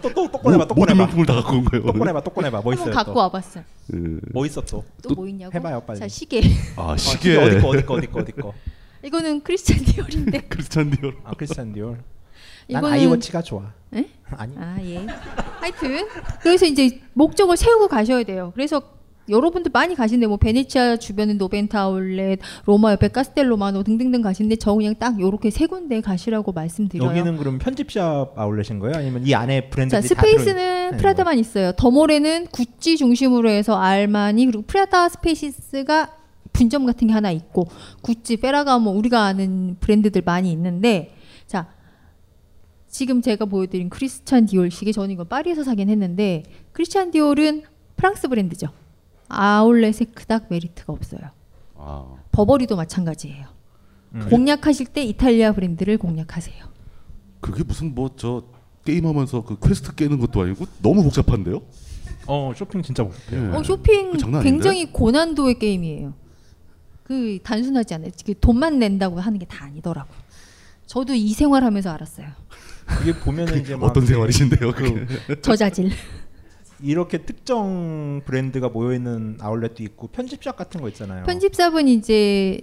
Speaker 10: 또또 꺼내봐. 또
Speaker 9: 모든
Speaker 10: 꺼내봐.
Speaker 9: 명품을 다 갖고 온 거예요. 예.
Speaker 10: 뭐, 또 꺼내봐. 또 꺼내봐. 뭐
Speaker 8: 한번
Speaker 10: 있어요?
Speaker 8: 갖고
Speaker 10: 또?
Speaker 8: 와봤어.
Speaker 10: 뭐 있어 또?
Speaker 8: 또 뭐 있냐고?
Speaker 10: 해봐요 빨리.
Speaker 8: 자 시계. *laughs*
Speaker 9: 아
Speaker 10: 어,
Speaker 9: 시계
Speaker 10: 어디 거 어디 거 어디 거 어디 거.
Speaker 8: 이거는 크리스찬 디올인데.
Speaker 9: 크리스찬 디올.
Speaker 10: 아 크리스찬 디올. 난
Speaker 8: 이거는-
Speaker 10: 아이워치가 좋아.
Speaker 8: 예?
Speaker 10: 아니.
Speaker 8: 아 예. 하여튼 그래서 이제 목적을 세우고 가셔야 돼요. 그래서 여러분들 많이 가시는데 뭐 베네치아 주변에 노벤타 아울렛, 로마 옆에 카스텔로마노 등등등 가시는데 저 그냥 딱 요렇게 세 군데 가시라고 말씀드려요.
Speaker 10: 여기는 그럼 편집샵 아울렛인 거예요? 아니면 이 안에
Speaker 8: 자,
Speaker 10: 브랜드들이 다
Speaker 8: 스페이스는
Speaker 10: 들어있- 네.
Speaker 8: 프라다만 있어요. 더몰에는 구찌 중심으로 해서 알마니 그리고 프라다 스페이스가 분점 같은 게 하나 있고 구찌, 페라가모 우리가 아는 브랜드들 많이 있는데 자 지금 제가 보여드린 크리스찬 디올 시계 저는 이거 파리에서 사긴 했는데 크리스찬 디올은 프랑스 브랜드죠. 아울렛에 그닥 메리트가 없어요.
Speaker 9: 아.
Speaker 8: 버버리도 마찬가지예요. 공략하실 때 이탈리아 브랜드를 공략하세요.
Speaker 9: 그게 무슨 뭐 저 게임하면서 그 퀘스트 깨는 것도 아니고 너무 복잡한데요? 예.
Speaker 10: 어 쇼핑 진짜 복잡해요.
Speaker 8: 어, 쇼핑
Speaker 9: 네. 그거 장난 아닌데?
Speaker 8: 굉장히 고난도의 게임이에요. 그 단순하지 않아요. 그 돈만 낸다고 하는 게 다 아니더라고. 저도 이 생활하면서 알았어요.
Speaker 10: 그게 보면은 이제 막
Speaker 9: 어떤 생활이신데요?
Speaker 10: 그
Speaker 9: *laughs*
Speaker 8: 저자질.
Speaker 10: 이렇게 특정 브랜드가 모여 있는 아울렛도 있고 편집샵 같은 거 있잖아요.
Speaker 8: 편집샵은 이제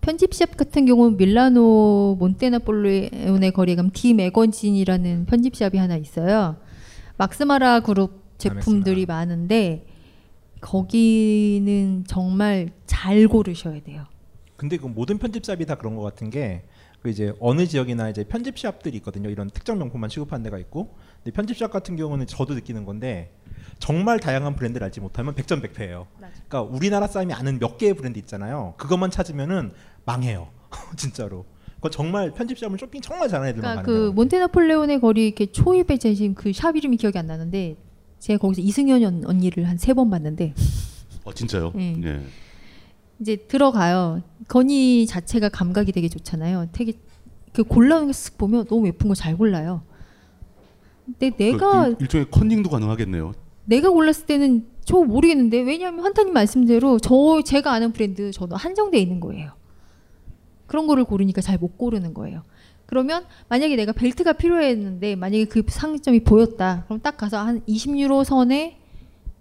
Speaker 8: 편집샵 같은 경우는 밀라노 몬테나폴레온의 거리에 가면 디 매거진이라는 편집샵이 하나 있어요. 막스마라 그룹 제품들이 많은데 거기는 정말 잘 고르셔야 돼요.
Speaker 10: 근데 그 모든 편집샵이 다 그런 것 같은 게 그 이제 어느 지역이나 이제 편집샵들이 있거든요. 이런 특정 명품만 취급하는 데가 있고, 근데 편집샵 같은 경우는 저도 느끼는 건데 정말 다양한 브랜드를 알지 못하면 백전백패예요. 그러니까 우리나라 사람이 아는 몇 개의 브랜드 있잖아요. 그것만 찾으면은 망해요, *laughs* 진짜로. 그 정말 편집샵은 쇼핑 정말 잘하는 애들만
Speaker 8: 그러니까
Speaker 10: 가는
Speaker 8: 그 몬테나폴레온의 거리 이렇게 초입에 제 지금 그 샵 이름이 기억이 안 나는데 제가 거기서 이승현 연- 언니를 한 세 번 봤는데
Speaker 9: 어 진짜요?
Speaker 8: 네.
Speaker 9: 예.
Speaker 8: 이제 들어가요. 건이 자체가 감각이 되게 좋잖아요. 되게 그 골라오는 거쓱 보면 너무 예쁜 거 잘 골라요. 근데 내가
Speaker 9: 그 일, 종의 컨닝도 가능하겠네요.
Speaker 8: 내가 골랐을 때는 저 모르겠는데 왜냐하면 환타님 말씀대로 저 제가 아는 브랜드 저는 한정돼 있는 거예요. 그런 거를 고르니까 잘 못 고르는 거예요. 그러면 만약에 내가 벨트가 필요했는데 만약에 그 상점이 보였다. 그럼 딱 가서 한 20유로 선에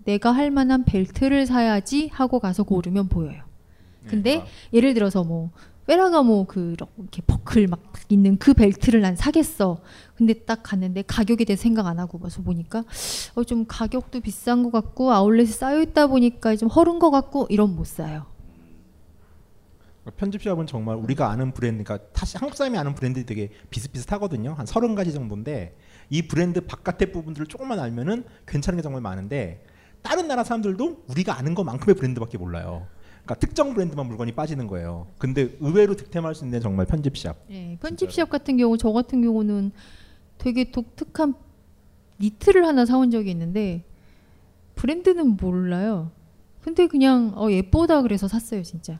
Speaker 8: 내가 할 만한 벨트를 사야지 하고 가서 고르면 보여요. 근데
Speaker 10: 네,
Speaker 8: 예를 들어서 뭐 페라가모 그 이렇게 버클 막딱 있는 그 벨트를 난 사겠어. 근데 딱 갔는데 가격에 대해 생각 안 하고 와서 보니까 어, 좀 가격도 비싼 것 같고 아울렛이 쌓여 있다 보니까 좀 허른 것 같고 이런 못 사요.
Speaker 10: 그러니까 편집샵은 정말 우리가 아는 브랜드, 그러니까 다시 한국 사람이 아는 브랜드 되게 비슷비슷하거든요. 한 서른 가지 정도인데 이 브랜드 바깥의 부분들을 조금만 알면은 괜찮은 게 정말 많은데 다른 나라 사람들도 우리가 아는 것만큼의 브랜드밖에 몰라요. 그러니까 특정 브랜드만 물건이 빠지는 거예요. 근데 의외로 득템할 수 있는 게 정말 편집샵.
Speaker 8: 예, 편집샵 같은 경우 저 같은 경우는 되게 독특한 니트를 하나 사온 적이 있는데 브랜드는 몰라요. 근데 그냥 어, 예쁘다 그래서 샀어요 진짜.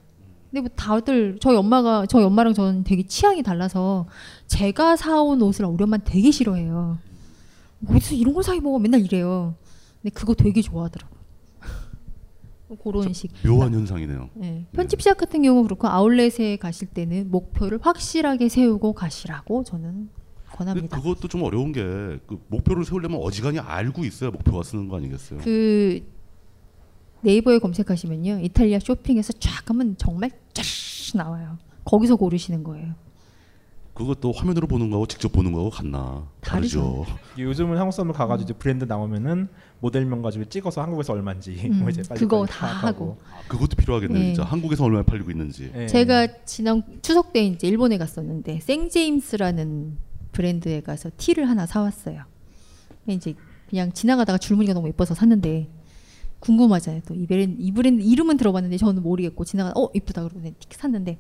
Speaker 8: 근데 뭐 다들 저희 엄마가 저희 엄마랑 저는 되게 취향이 달라서 제가 사온 옷을 우리 엄마 는 되게 싫어해요. 어디서 이런 걸 사 입어 맨날 이래요. 근데 그거 되게 좋아하더라고. 그런 식.
Speaker 9: 묘한 현상이네요.
Speaker 8: 예, 편집샵 같은 경우 그렇고 아울렛에 가실 때는 목표를 확실하게 세우고 가시라고 저는
Speaker 9: 근데
Speaker 8: 권합니다.
Speaker 9: 그것도 좀 어려운 게 그 목표를 세우려면 어지간히 알고 있어야 목표가 쓰는 거 아니겠어요?
Speaker 8: 그 네이버에 검색하시면요 이탈리아 쇼핑에서 쫙 하면 정말 쫙 나와요. 거기서 고르시는 거예요.
Speaker 9: 그것도 화면으로 보는 거하고 직접 보는 거하고 같나 다르죠.
Speaker 10: 요즘은 한국 사람들 가가지고 이제 브랜드 나오면은 모델명 가지고 찍어서 한국에서 얼마인지
Speaker 8: 음,
Speaker 10: 뭐 이제 빨리
Speaker 8: 그거
Speaker 10: 빨리
Speaker 8: 다
Speaker 10: 파악하고.
Speaker 9: 아, 그것도 필요하겠네요.
Speaker 8: 네.
Speaker 9: 진짜 한국에서 얼마나 팔리고 있는지.
Speaker 10: 네. 예. 어,
Speaker 8: 제가 지난 추석 때 이제 일본에 갔었는데 생제임스라는 브랜드에 가서 티를 하나 사왔어요. 근데 이제 그냥 지나가다가 줄무늬가 너무 예뻐서 샀는데 궁금하잖아요. 또 이 브랜드, 이 브랜드 이름은 들어봤는데 저는 모르겠고 지나가다 어 이쁘다 그러고 그냥 틱 샀는데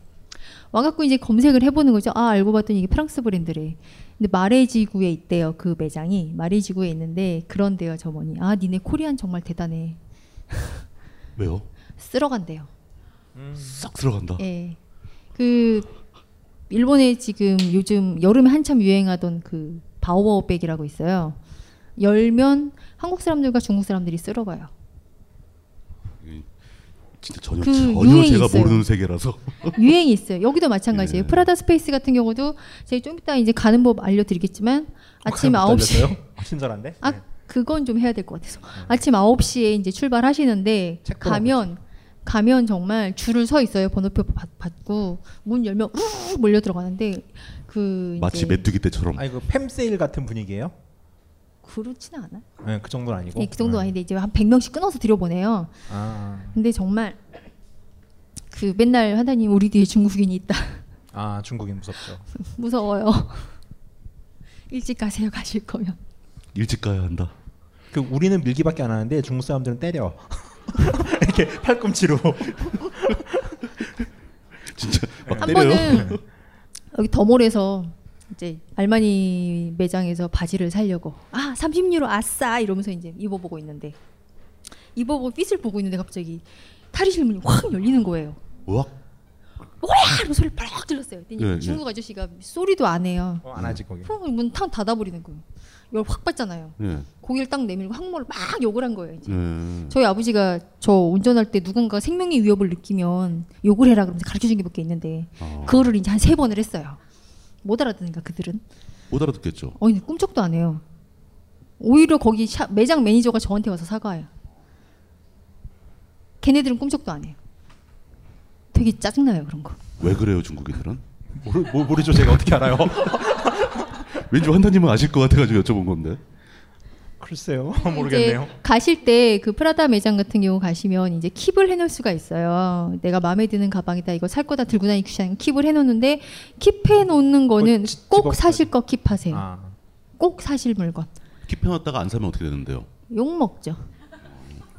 Speaker 8: 와갖고 이제 검색을 해보는 거죠. 아 알고 봤더니 이게 프랑스 브랜드래. 근데 마레지구에 있대요. 그 매장이 마레지구에 있는데 그런데요 저머니 아 니네 코리안 정말 대단해.
Speaker 9: 왜요?
Speaker 8: 쓸어간대요.
Speaker 9: 싹 들어간다.
Speaker 8: 예. 그 일본에 지금 요즘 여름에 한참 유행하던 그 바오바오백이라고 있어요. 열면 한국 사람들과 중국 사람들이 쓸어가요.
Speaker 9: 진짜 전혀
Speaker 8: 그
Speaker 9: 전혀
Speaker 8: 유행이
Speaker 9: 제가
Speaker 8: 있어요.
Speaker 9: 모르는 세계라서.
Speaker 8: 유행이 있어요. 여기도 마찬가지예요. 프라다 스페이스 같은 경우도 제가 좀 이따 이제 가는 법 알려드리겠지만
Speaker 10: *laughs*
Speaker 8: 아침 9시
Speaker 10: 친절한데? 네. 음.
Speaker 8: 아 그건 좀 해야 될 것 같아서 아침 9시에 이제 출발하시는데 가면 가면 정말 줄을 서 있어요. 번호표 받, 받고 문 열면 우 몰려 들어가는데 그
Speaker 9: 마치
Speaker 8: 이제
Speaker 9: 메뚜기 때처럼.
Speaker 10: 아니 그팸 세일 같은 분위기예요?
Speaker 8: 그렇진 않아.
Speaker 10: 네, 그 정도는 아니고.
Speaker 8: 예, 그 정도 아닌데 이제 한 100명씩 끊어서 들여보내요.
Speaker 10: 아,
Speaker 8: 근데 정말 그 맨날 하다님 우리 뒤에 중국인이 있다.
Speaker 10: 아 중국인 무섭죠.
Speaker 8: *laughs* 무서워요. 어. 일찍 가세요 가실 거면.
Speaker 9: 일찍 가야 한다. *laughs*
Speaker 10: 그 우리는 밀기밖에 안 하는데 중국 사람들은 때려. *laughs* 이렇게 팔꿈치로.
Speaker 9: 진짜
Speaker 10: 아,
Speaker 8: 한
Speaker 10: 네.
Speaker 8: 번은 여기 더몰에서 이제 알마니 매장에서 바지를 살려고 아 30유로 아싸 이러면서 이제 입어보고 있는데 입어보고 핏을 보고 있는데 갑자기 탈의 실문이 확 열리는 거예요.
Speaker 9: 우악.
Speaker 8: 뭐야! 이러고 소리를 뻘럭 질렀어요. 그랬더니
Speaker 9: 예, 예.
Speaker 8: 중국 아저씨가 소리도 안 해요.
Speaker 10: 어, 안 하지 거기.
Speaker 8: 문탁 닫아버리는 거예요. 열 확 받잖아요.
Speaker 9: 예.
Speaker 8: 고개를 딱 내밀고 항모를 막 욕을 한 거예요. 이제.
Speaker 9: 예.
Speaker 8: 저희 아버지가 저 운전할 때 누군가 생명의 위협을 느끼면 욕을 해라 그러면서 가르쳐 준 게 몇 개 있는데 그거를 이제 한 세 번을 했어요. 못 알아듣는가 그들은.
Speaker 9: 못 알아듣겠죠.
Speaker 8: 어이 꿈쩍도 안 해요. 오히려 거기 샵, 매장 매니저가 저한테 와서 사과해요. 걔네들은 꿈쩍도 안 해요. 되게 짜증나요 그런 거.
Speaker 9: 왜 그래요 중국인들은?
Speaker 10: 모르, 모, 모르죠 제가 어떻게 알아요?
Speaker 9: *laughs* 왠지 환타님은 아실 것 같아가지고 여쭤본 건데.
Speaker 10: 글쎄요 *laughs*
Speaker 8: 이제 가실 때 그 프라다 매장 같은 경우 가시면 이제 킵을 해놓을 수가 있어요. 내가 마음에 드는 가방이다 이거 살 거다 들고 다니기 귀찮은 킵을 해놓는데 킵해놓는
Speaker 10: 어,
Speaker 8: 거는 꼭 사실 거 킵하세요.
Speaker 10: 아,
Speaker 8: 꼭 사실 물건.
Speaker 9: 킵해놨다가 안 사면 어떻게 되는데요?
Speaker 8: 욕 먹죠.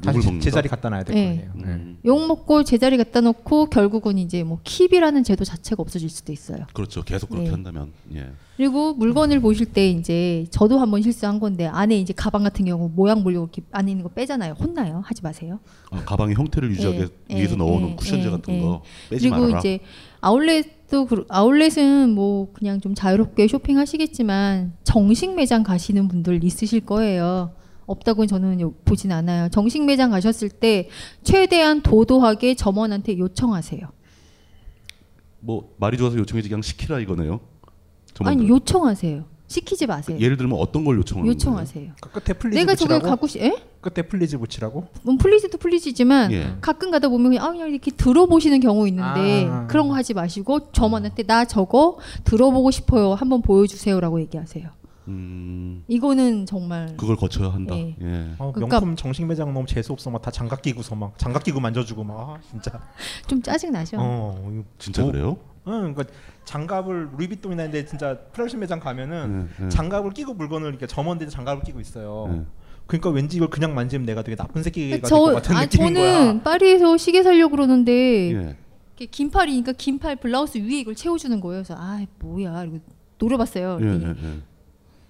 Speaker 9: 누굴
Speaker 10: 다시
Speaker 9: 먹는다?
Speaker 10: 제자리 갖다 놔야 될
Speaker 8: 네.
Speaker 10: 거예요. 네.
Speaker 8: 욕 먹고 제자리 갖다 놓고 결국은 이제 뭐 킵이라는 제도 자체가 없어질 수도 있어요.
Speaker 9: 그렇죠. 계속 그렇게
Speaker 8: 네.
Speaker 9: 한다면. 예.
Speaker 8: 그리고 물건을 보실 때 이제 저도 한번 실수한 건데 안에 이제 가방 같은 경우 모양 물려 이렇게 안에 있는 거 빼잖아요. 혼나요. 하지 마세요.
Speaker 9: 아, 가방의 형태를 유지하기 위해-
Speaker 8: 예,
Speaker 9: 위해서
Speaker 8: 예,
Speaker 9: 넣어놓은
Speaker 8: 예,
Speaker 9: 쿠션제
Speaker 8: 예,
Speaker 9: 같은
Speaker 8: 예.
Speaker 9: 거 빼지
Speaker 8: 그리고
Speaker 9: 말아라.
Speaker 8: 이제 아울렛도 그- 아울렛은 뭐 그냥 좀 자유롭게 쇼핑하시겠지만 정식 매장 가시는 분들 있으실 거예요. 없다고 저는 요- 보진 않아요. 정식 매장 가셨을 때 최대한 도도하게 점원한테 요청하세요.
Speaker 9: 뭐 말이 좋아서 요청해지 그냥 시키라 이거네요.
Speaker 8: 아니
Speaker 9: 점원들.
Speaker 8: 요청하세요. 시키지 마세요.
Speaker 9: 예를 들면 어떤 걸 요청을?
Speaker 8: 요청하세요.
Speaker 10: 그러니까 끝에 플리즈
Speaker 8: 내가 저걸
Speaker 10: 붙이라고?
Speaker 8: 갖고 싶. 예?
Speaker 10: 끝에 플리즈 붙이라고?
Speaker 8: 뭐 플리즈도 플리즈지만
Speaker 10: 예.
Speaker 8: 가끔 가다 보면 그냥, 아, 그냥 이렇게 들어보시는 경우 있는데
Speaker 10: 아.
Speaker 8: 그런 거 하지 마시고 점원한테 나 저거 들어보고 싶어요 한번 보여주세요라고 얘기하세요.
Speaker 9: 음,
Speaker 8: 이거는 정말
Speaker 9: 그걸 거쳐야 한다.
Speaker 8: 예.
Speaker 9: 예.
Speaker 10: 어,
Speaker 8: 그러니까-
Speaker 10: 명품 정식 매장 너무 재수 없어 막 다 장갑 끼고서 막 장갑 끼고 만져주고 막 아, 진짜.
Speaker 8: 좀 짜증 나죠.
Speaker 10: 어, 이거
Speaker 9: 진짜
Speaker 10: 뭐-
Speaker 9: 그래요?
Speaker 10: 응, 그러니까 장갑을 루이비통이나 이데 진짜 프라시 매장 가면은
Speaker 9: 네, 네.
Speaker 10: 장갑을 끼고 물건을 이렇게 점원들이 장갑을 끼고 있어요.
Speaker 9: 네.
Speaker 10: 그러니까 왠지 이걸 그냥 만지면 내가 되게 나쁜 새끼가 될 것
Speaker 8: 저
Speaker 10: 같은
Speaker 8: 아,
Speaker 10: 느낌인
Speaker 8: 저는
Speaker 10: 거야.
Speaker 8: 파리에서 시계 살려 고 그러는데
Speaker 9: 예.
Speaker 8: 이렇게 긴팔이니까 긴팔 블라우스 위에 이걸 채워주는 거예요. 그래서 아 뭐야 이러고 노려봤어요.
Speaker 9: 예, 예, 예.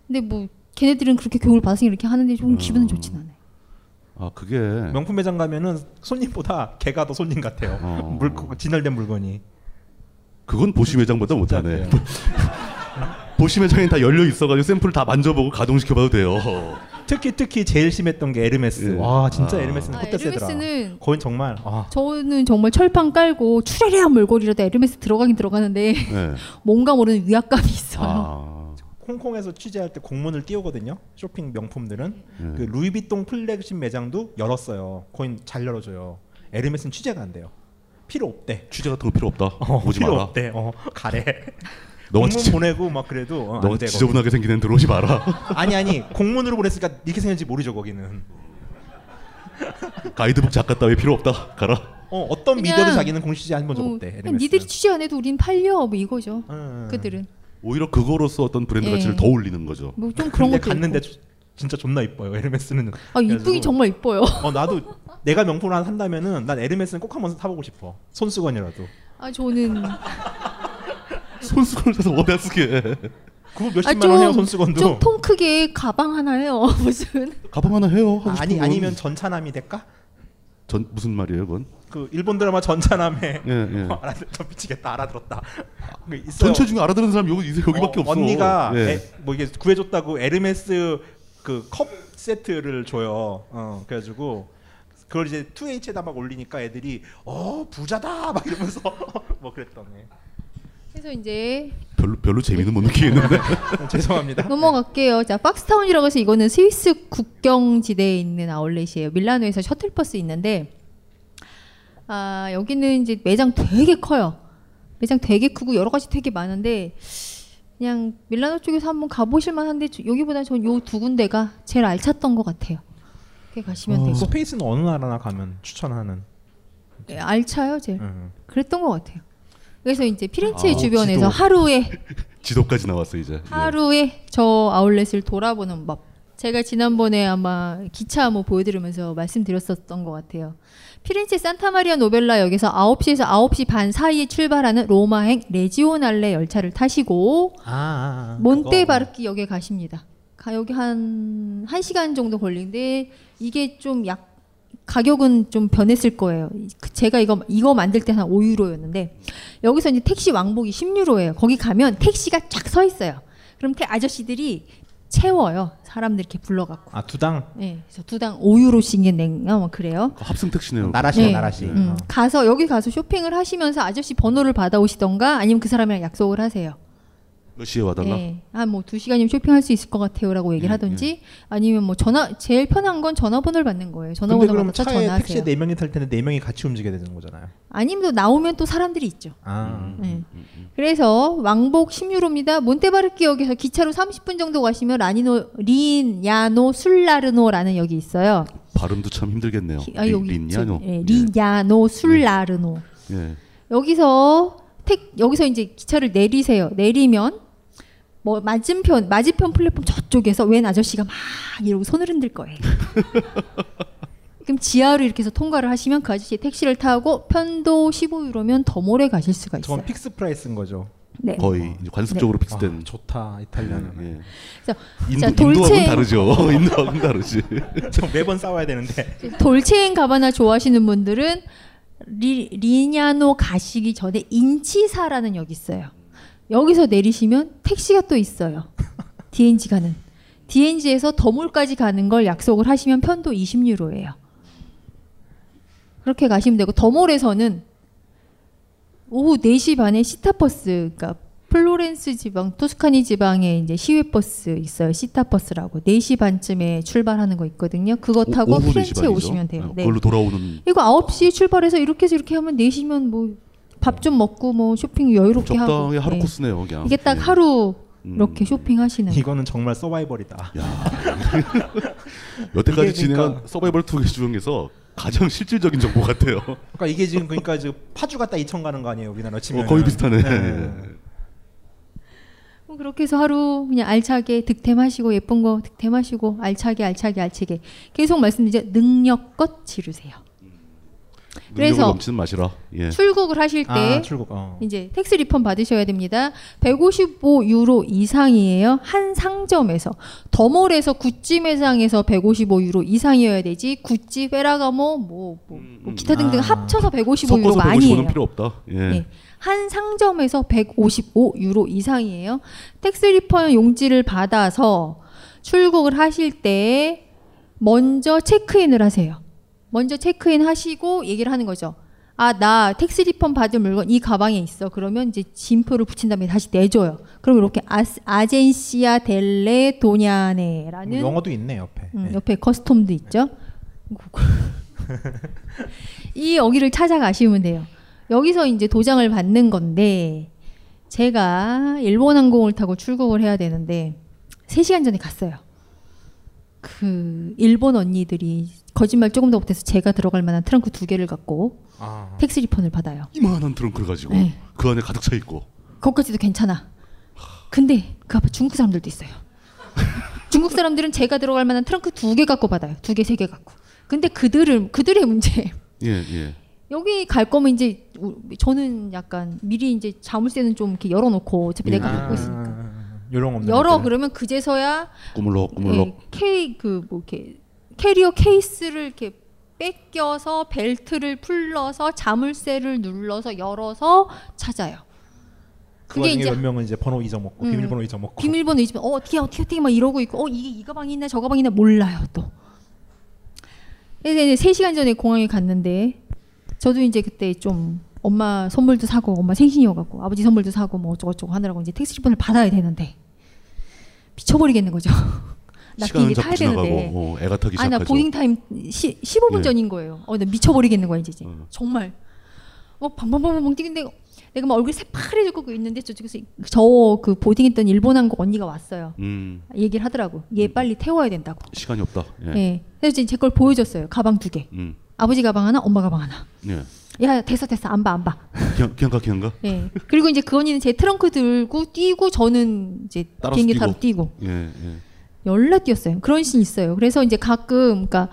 Speaker 8: 근데 뭐 걔네들은 그렇게 교육을 받아서 이렇게 하는데 좀 기분은 좋진 않아요.
Speaker 9: 아 그게
Speaker 10: 명품 매장 가면은 손님보다 걔가 더 손님 같아요.
Speaker 9: 어.
Speaker 10: 물 진열된 물건이.
Speaker 9: 그건 보시 매장보다 못하네. *laughs* 보시 매장엔 다 열려 있어가지고 샘플을 다 만져보고 가동시켜봐도
Speaker 10: *laughs*
Speaker 9: 돼요.
Speaker 10: 특히 특히 제일 심했던 게 에르메스. 와 진짜
Speaker 9: 아.
Speaker 10: 에르메스는
Speaker 8: 아,
Speaker 10: 콧대 세더라.
Speaker 8: 에르메스는-
Speaker 10: 거긴 정말 아.
Speaker 8: 저는 정말 철판 깔고 추레레한 몰골이라도 에르메스 들어가긴 들어가는데
Speaker 9: 네. 아,
Speaker 8: 뭔가 모르는 위압감이 있어요.
Speaker 10: 홍콩에서 취재할 때 공문을 띄우거든요. 쇼핑 명품들은
Speaker 9: 네.
Speaker 10: 그 루이비통 플래그십 매장도 열었어요. 거긴 잘 열어줘요. 에르메스는 취재가 안 돼요. 필요 없대.
Speaker 9: 취재 같은 거 필요 없다. 어, 오지
Speaker 10: 필요
Speaker 9: 마라.
Speaker 10: 없대. 어, 가래.
Speaker 9: *laughs* 너가
Speaker 10: 공문
Speaker 9: 진짜-
Speaker 10: 보내고 막 그래도 어,
Speaker 9: 너가
Speaker 10: 안 돼,
Speaker 9: 지저분하게 생긴 애는 들어오지 마라. *laughs*
Speaker 10: 거기. 아니 아니 공문으로 보냈으니까 이렇게 생겼는지 모르죠 거기는.
Speaker 9: 가이드북 작가 따위 필요 없다. 가라.
Speaker 10: 어 어떤
Speaker 8: 그냥-
Speaker 10: 미디어도 자기는 공시지 한 번도
Speaker 8: 어,
Speaker 10: 없대.
Speaker 8: 그냥 니들이 취재 안 해도 우린 팔려 뭐 이거죠. 그들은
Speaker 9: 오히려 그거로서 어떤 브랜드
Speaker 8: 예.
Speaker 9: 가치를 더 올리는 거죠.
Speaker 8: 뭐 좀 그런
Speaker 10: 근데
Speaker 8: 것도
Speaker 10: 갔는데 조- 진짜 존나 이뻐요. 에르메스는.
Speaker 8: 아 이쁘기
Speaker 10: 그래가지고-
Speaker 8: 정말 이뻐요.
Speaker 10: 어 나도 내가 명품을 하나 산다면은 난 에르메스는 꼭 한번 사보고 싶어. 손수건이라도.
Speaker 8: 아 저는
Speaker 9: 손수건을 사서 어디다 쓰게.
Speaker 10: 그거
Speaker 8: 아,
Speaker 10: 몇십만
Speaker 8: 좀-
Speaker 10: 원해요 손수건도.
Speaker 8: 좀 통 크게 가방 하나 해요 *laughs* 무슨.
Speaker 9: 가방 하나 해요. 하고
Speaker 10: 아니
Speaker 9: 싶은 건.
Speaker 10: 아니면 전차남이 될까?
Speaker 9: 전 무슨 말이에요, 그건?
Speaker 10: 그 일본 드라마 전차남에
Speaker 9: 예, 예.
Speaker 10: 어, *laughs* 알아들 저 미치겠다 알아들었다. 그 있어요.
Speaker 9: 전체 중에 알아듣는 사람 여기 여기밖에 없어.
Speaker 10: 언니가
Speaker 9: 예.
Speaker 10: 에, 뭐 이게 구해줬다고 에르메스 그 컵 세트를 줘요. 어, 그래가지고 그걸 이제 2H에다 막 올리니까 애들이 어 부자다 막 이러면서 *laughs* 뭐 그랬더니
Speaker 8: 그래서 이제
Speaker 9: 별로 별로 재미는 못
Speaker 10: *laughs*
Speaker 9: 느끼겠는데.
Speaker 10: 죄송합니다.
Speaker 8: 넘어갈게요. 자, 박스타운이라고 해서 이거는 스위스 국경지대에 있는 아울렛이에요. 밀라노에서 셔틀버스 있는데 아, 여기는 이제 매장 되게 커요. 매장 되게 크고 여러 가지 되게 많은데 그냥 밀라노 쪽에서 한번 가보실 만한데 저- 여기보다 전 요 두 군데가 제일 알찼던 것 같아요. 그렇게 가시면 되고
Speaker 10: 스페이스는 네. 어느 나라나 가면 추천하는.
Speaker 8: 예, 알차요, 제일.
Speaker 10: 음.
Speaker 8: 그랬던 것 같아요. 그래서 이제 피렌체
Speaker 9: 아, 지도.
Speaker 8: 주변에서 하루에
Speaker 9: 지도까지 나왔어 이제.
Speaker 10: 아,
Speaker 9: 예.
Speaker 8: 하루에 저 아울렛을 돌아보는 법. 제가 지난번에 아마 기차 뭐 보여드리면서 말씀드렸었던 것 같아요. 피렌체 산타마리아 노벨라 역에서 9시에서 9시 반 사이에 출발하는 로마행 레지오날레 열차를 타시고
Speaker 10: 아,
Speaker 8: 몬테바르키 역에 가십니다. 가 여기 한 1시간 정도 걸리는데 이게 좀 약 가격은 좀 변했을 거예요. 그- 제가 이거 이거 만들 때 한 5유로였는데 여기서 이제 택시 왕복이 10유로예요. 거기 가면 택시가 쫙 서 있어요. 그럼 태 아저씨들이 채워요. 사람들 이렇게 불러갖고.
Speaker 10: 아 두당
Speaker 8: 네, 그래서 두당 5유로씩 낸 어, 그래요.
Speaker 9: 합승 택시네요.
Speaker 10: 나라시네, 네. 나라시.
Speaker 8: 음, 가서 여기 가서 쇼핑을 하시면서 아저씨 번호를 받아오시던가 아니면 그 사람이랑 약속을 하세요.
Speaker 9: 몇 시에
Speaker 8: 예.
Speaker 9: 와달라?
Speaker 8: 아뭐 두 시간이면 쇼핑할 수 있을 것 같아요라고
Speaker 10: 음,
Speaker 8: 얘기를
Speaker 9: 예,
Speaker 8: 하든지 아니면 뭐 전화 제일 편한 건 전화번호를 받는 거예요.
Speaker 10: 근데
Speaker 8: 전화번호
Speaker 10: 그러면
Speaker 8: 받아서
Speaker 10: 차에
Speaker 8: 전화하세요.
Speaker 10: 택시에 네 명이 탈 텐데 네 명이 같이 움직여야 되는 거잖아요.
Speaker 8: 아니면 또 나오면 또 사람들이 있죠.
Speaker 9: 음.
Speaker 10: 아.
Speaker 8: 네. 그래서 왕복 10유로입니다. 몬테바르키역에서 기차로 30분 정도 가시면 라니노 리냐노 술라르노라는 역이 있어요.
Speaker 9: 발음도 참 힘들겠네요.
Speaker 8: 아, 여기
Speaker 9: 리-
Speaker 8: 있죠.
Speaker 9: 린냐뇨.
Speaker 8: 예, 리냐노 술라르노.
Speaker 9: 예.
Speaker 8: 여기서 택 여기서 이제 기차를 내리세요. 내리면 뭐 맞은편 맞은편 플랫폼 저쪽에서 웬 아저씨가 막 이러고 손을 흔들
Speaker 9: *laughs*
Speaker 8: 거예요. 그럼 지하로 이렇게 해서 통과를 하시면 그 아저씨 택시를 타고 편도 15유로면 더 모래 가실 수가 있어요.
Speaker 10: 저건 픽스 프라이스인 거죠.
Speaker 8: 네. 아,
Speaker 9: 거의 이제 관습적으로
Speaker 10: 네.
Speaker 9: 픽스된.
Speaker 10: 좋다 이탈리아는.
Speaker 8: 그래서
Speaker 9: 인도,
Speaker 8: 자,
Speaker 9: 인도하고는
Speaker 8: 돌체-
Speaker 9: 다르죠. *laughs* 인도하고는 다르지.
Speaker 10: 음. 저 매번 싸워야 되는데.
Speaker 8: 돌체인 가바나 좋아하시는 분들은 리, 리냐노 가시기 전에 인치사라는 역이 있어요. 여기서 내리시면 택시가 또 있어요.
Speaker 9: *laughs*
Speaker 8: DNG 가는. DNG에서 더몰까지 가는 걸 약속을 하시면 편도 20유로예요. 그렇게 가시면 되고 더몰에서는 오후 4시 반에 시타버스 그러니까 플로렌스 지방 토스카니 지방에 이제 시외 버스 있어요. 시타버스라고 4시 반쯤에 출발하는 거 있거든요. 그거 타고
Speaker 9: 오후 네시
Speaker 8: 피렌체에
Speaker 9: 반이죠.
Speaker 8: 오시면 돼요.
Speaker 9: 네, 그걸로 돌아오는
Speaker 8: 이거 9시 출발해서 이렇게 해서 이렇게 하면 4시면 뭐 밥 좀 먹고 뭐 쇼핑 여유롭게 하고
Speaker 9: 적당히 하루
Speaker 8: 네.
Speaker 9: 코스네요, 그냥.
Speaker 8: 이게 딱
Speaker 9: 예.
Speaker 8: 하루 이렇게 쇼핑하시는
Speaker 10: 이거는 정말 서바이벌이다.
Speaker 9: 여태까지
Speaker 10: 이게
Speaker 9: 진행한
Speaker 10: 그러니까-
Speaker 9: 서바이벌 투기 중에서 가장 실질적인 정보
Speaker 8: *laughs*
Speaker 9: 같아요.
Speaker 10: 그러니까 이게 지금 그러니까 지금 파주 갔다 이천 가는 거 아니에요 우리나라 치면
Speaker 9: 어, 거의 비슷하네.
Speaker 8: 뭐 그렇게 해서 하루 그냥 알차게 득템하시고 예쁜 거 득템하시고 알차게 알차게 알차게 계속 말씀드리죠 능력껏 지르세요.
Speaker 9: 능력을
Speaker 8: 그래서
Speaker 9: 넘치는 맛이라. 예.
Speaker 8: 출국을 하실 때
Speaker 9: 아, 출국, 어.
Speaker 8: 이제 텍스 리펀 받으셔야 됩니다. 155 유로 이상이에요. 한 상점에서 더몰에서 구찌 매장에서 155 유로 이상이어야 되지 구찌 페라가모 뭐, 뭐, 뭐 기타 등등
Speaker 9: 아.
Speaker 8: 합쳐서 155 유로
Speaker 9: 섞어서 보고 싶어는
Speaker 8: 많이에요.
Speaker 9: 필요 없다. 예.
Speaker 8: 네. 한 상점에서 155 유로 이상이에요. 텍스 리펀 용지를 받아서 출국을 하실 때 먼저 체크인을 하세요. 먼저 체크인 하시고 얘기를 하는 거죠. 아, 나 텍스 리펀 받은 물건 이 가방에 있어. 그러면 이제 짐표를 붙인 다음에 다시 내줘요. 그럼 이렇게 아스, 아젠시아 델레 도냐네라는
Speaker 10: 영어도 있네 옆에.
Speaker 8: 음, 옆에 커스텀도 있죠. 이 여기를 찾아가시면 돼요. 여기서 이제 도장을 받는 건데 제가 일본 항공을 타고 출국을 해야 되는데 3시간 전에 갔어요. 그 일본 언니들이 거짓말 조금 더 못해서 제가 들어갈 만한 트렁크 두 개를 갖고
Speaker 9: 아.
Speaker 8: 택시 리펀을 받아요.
Speaker 9: 이만한 트렁크를 가지고
Speaker 8: 네.
Speaker 9: 그 안에 가득 차 있고
Speaker 8: 거기까지도 괜찮아. 근데 그 앞에 중국 사람들도 있어요. 중국 사람들은 제가 들어갈 만한 트렁크 두 개 갖고 받아요. 두 개, 세 개 갖고. 근데 그들은 그들의 문제예요.
Speaker 9: 예, 예.
Speaker 8: 여기 갈 거면 이제 우- 저는 약간 미리 이제 자물쇠는 좀 이렇게 열어놓고 어차피 내가
Speaker 10: 예.
Speaker 8: 갖고 있으니까
Speaker 10: 아. 음. 요런 없는.
Speaker 8: 열어
Speaker 10: 것들.
Speaker 8: 그러면 그제서야
Speaker 9: 꾸물럭
Speaker 8: 예,
Speaker 9: 꾸물럭
Speaker 8: 케이 그뭐 이렇게 캐리어 케이스를 이렇게 뺏겨서 벨트를 풀러서 자물쇠를 눌러서 열어서 찾아요.
Speaker 10: 그
Speaker 8: 그게
Speaker 10: 와중에
Speaker 8: 이제-
Speaker 10: 몇 명은 이제 번호 잊어먹고
Speaker 8: 음.
Speaker 10: 비밀번호 잊어먹고.
Speaker 8: 비밀번호 잊으면 어 어떻게 어떻게 어떻게 막 이러고 있고 어 이게 이 가방이 있나 저 가방이 있나 몰라요 또. 그래서 이제 3시간 전에 공항에 갔는데 저도 이제 그때 좀 엄마 선물도 사고 엄마 생신이어갖고 아버지 선물도 사고 뭐 어쩌고저쩌고 하느라고 이제 택시 리폰을 받아야 되는데 미쳐버리겠는 거죠. 나
Speaker 9: 시간은
Speaker 8: 비행기
Speaker 9: 자꾸
Speaker 8: 타야 되는데
Speaker 9: 지나가고 어, 애가 타기
Speaker 8: 아, 나
Speaker 9: 시작하죠.
Speaker 8: 보딩 타임 시, 15분
Speaker 9: 예.
Speaker 8: 전인 거예요. 어, 나 미쳐버리겠는 거야, 이제. 이제. 정말. 어, 방방방방 뛰는데 내가 막 얼굴이 새파래지고 있는데 저쪽에서 저 그 보딩했던 일본 한국 언니가 왔어요.
Speaker 9: 음
Speaker 8: 얘기를 하더라고. 얘 빨리 태워야 된다고.
Speaker 9: 시간이 없다. 예.
Speaker 8: 예. 그래서 이제 제걸 보여줬어요. 가방 두 개.
Speaker 9: 음.
Speaker 8: 아버지 가방 하나, 엄마 가방 하나.
Speaker 9: 예.
Speaker 8: 야, 됐어, 됐어. 안 봐, 안 봐.
Speaker 9: 그냥 그냥 가 그냥 가.
Speaker 8: 예. 그리고 이제 그 언니는 제 트렁크 들고 뛰고 저는 이제
Speaker 9: 따라서
Speaker 8: 비행기 타러 뛰고.
Speaker 9: 예, 예.
Speaker 8: 열나 뛰었어요. 그런 신 있어요. 그래서 이제 가끔 그러니까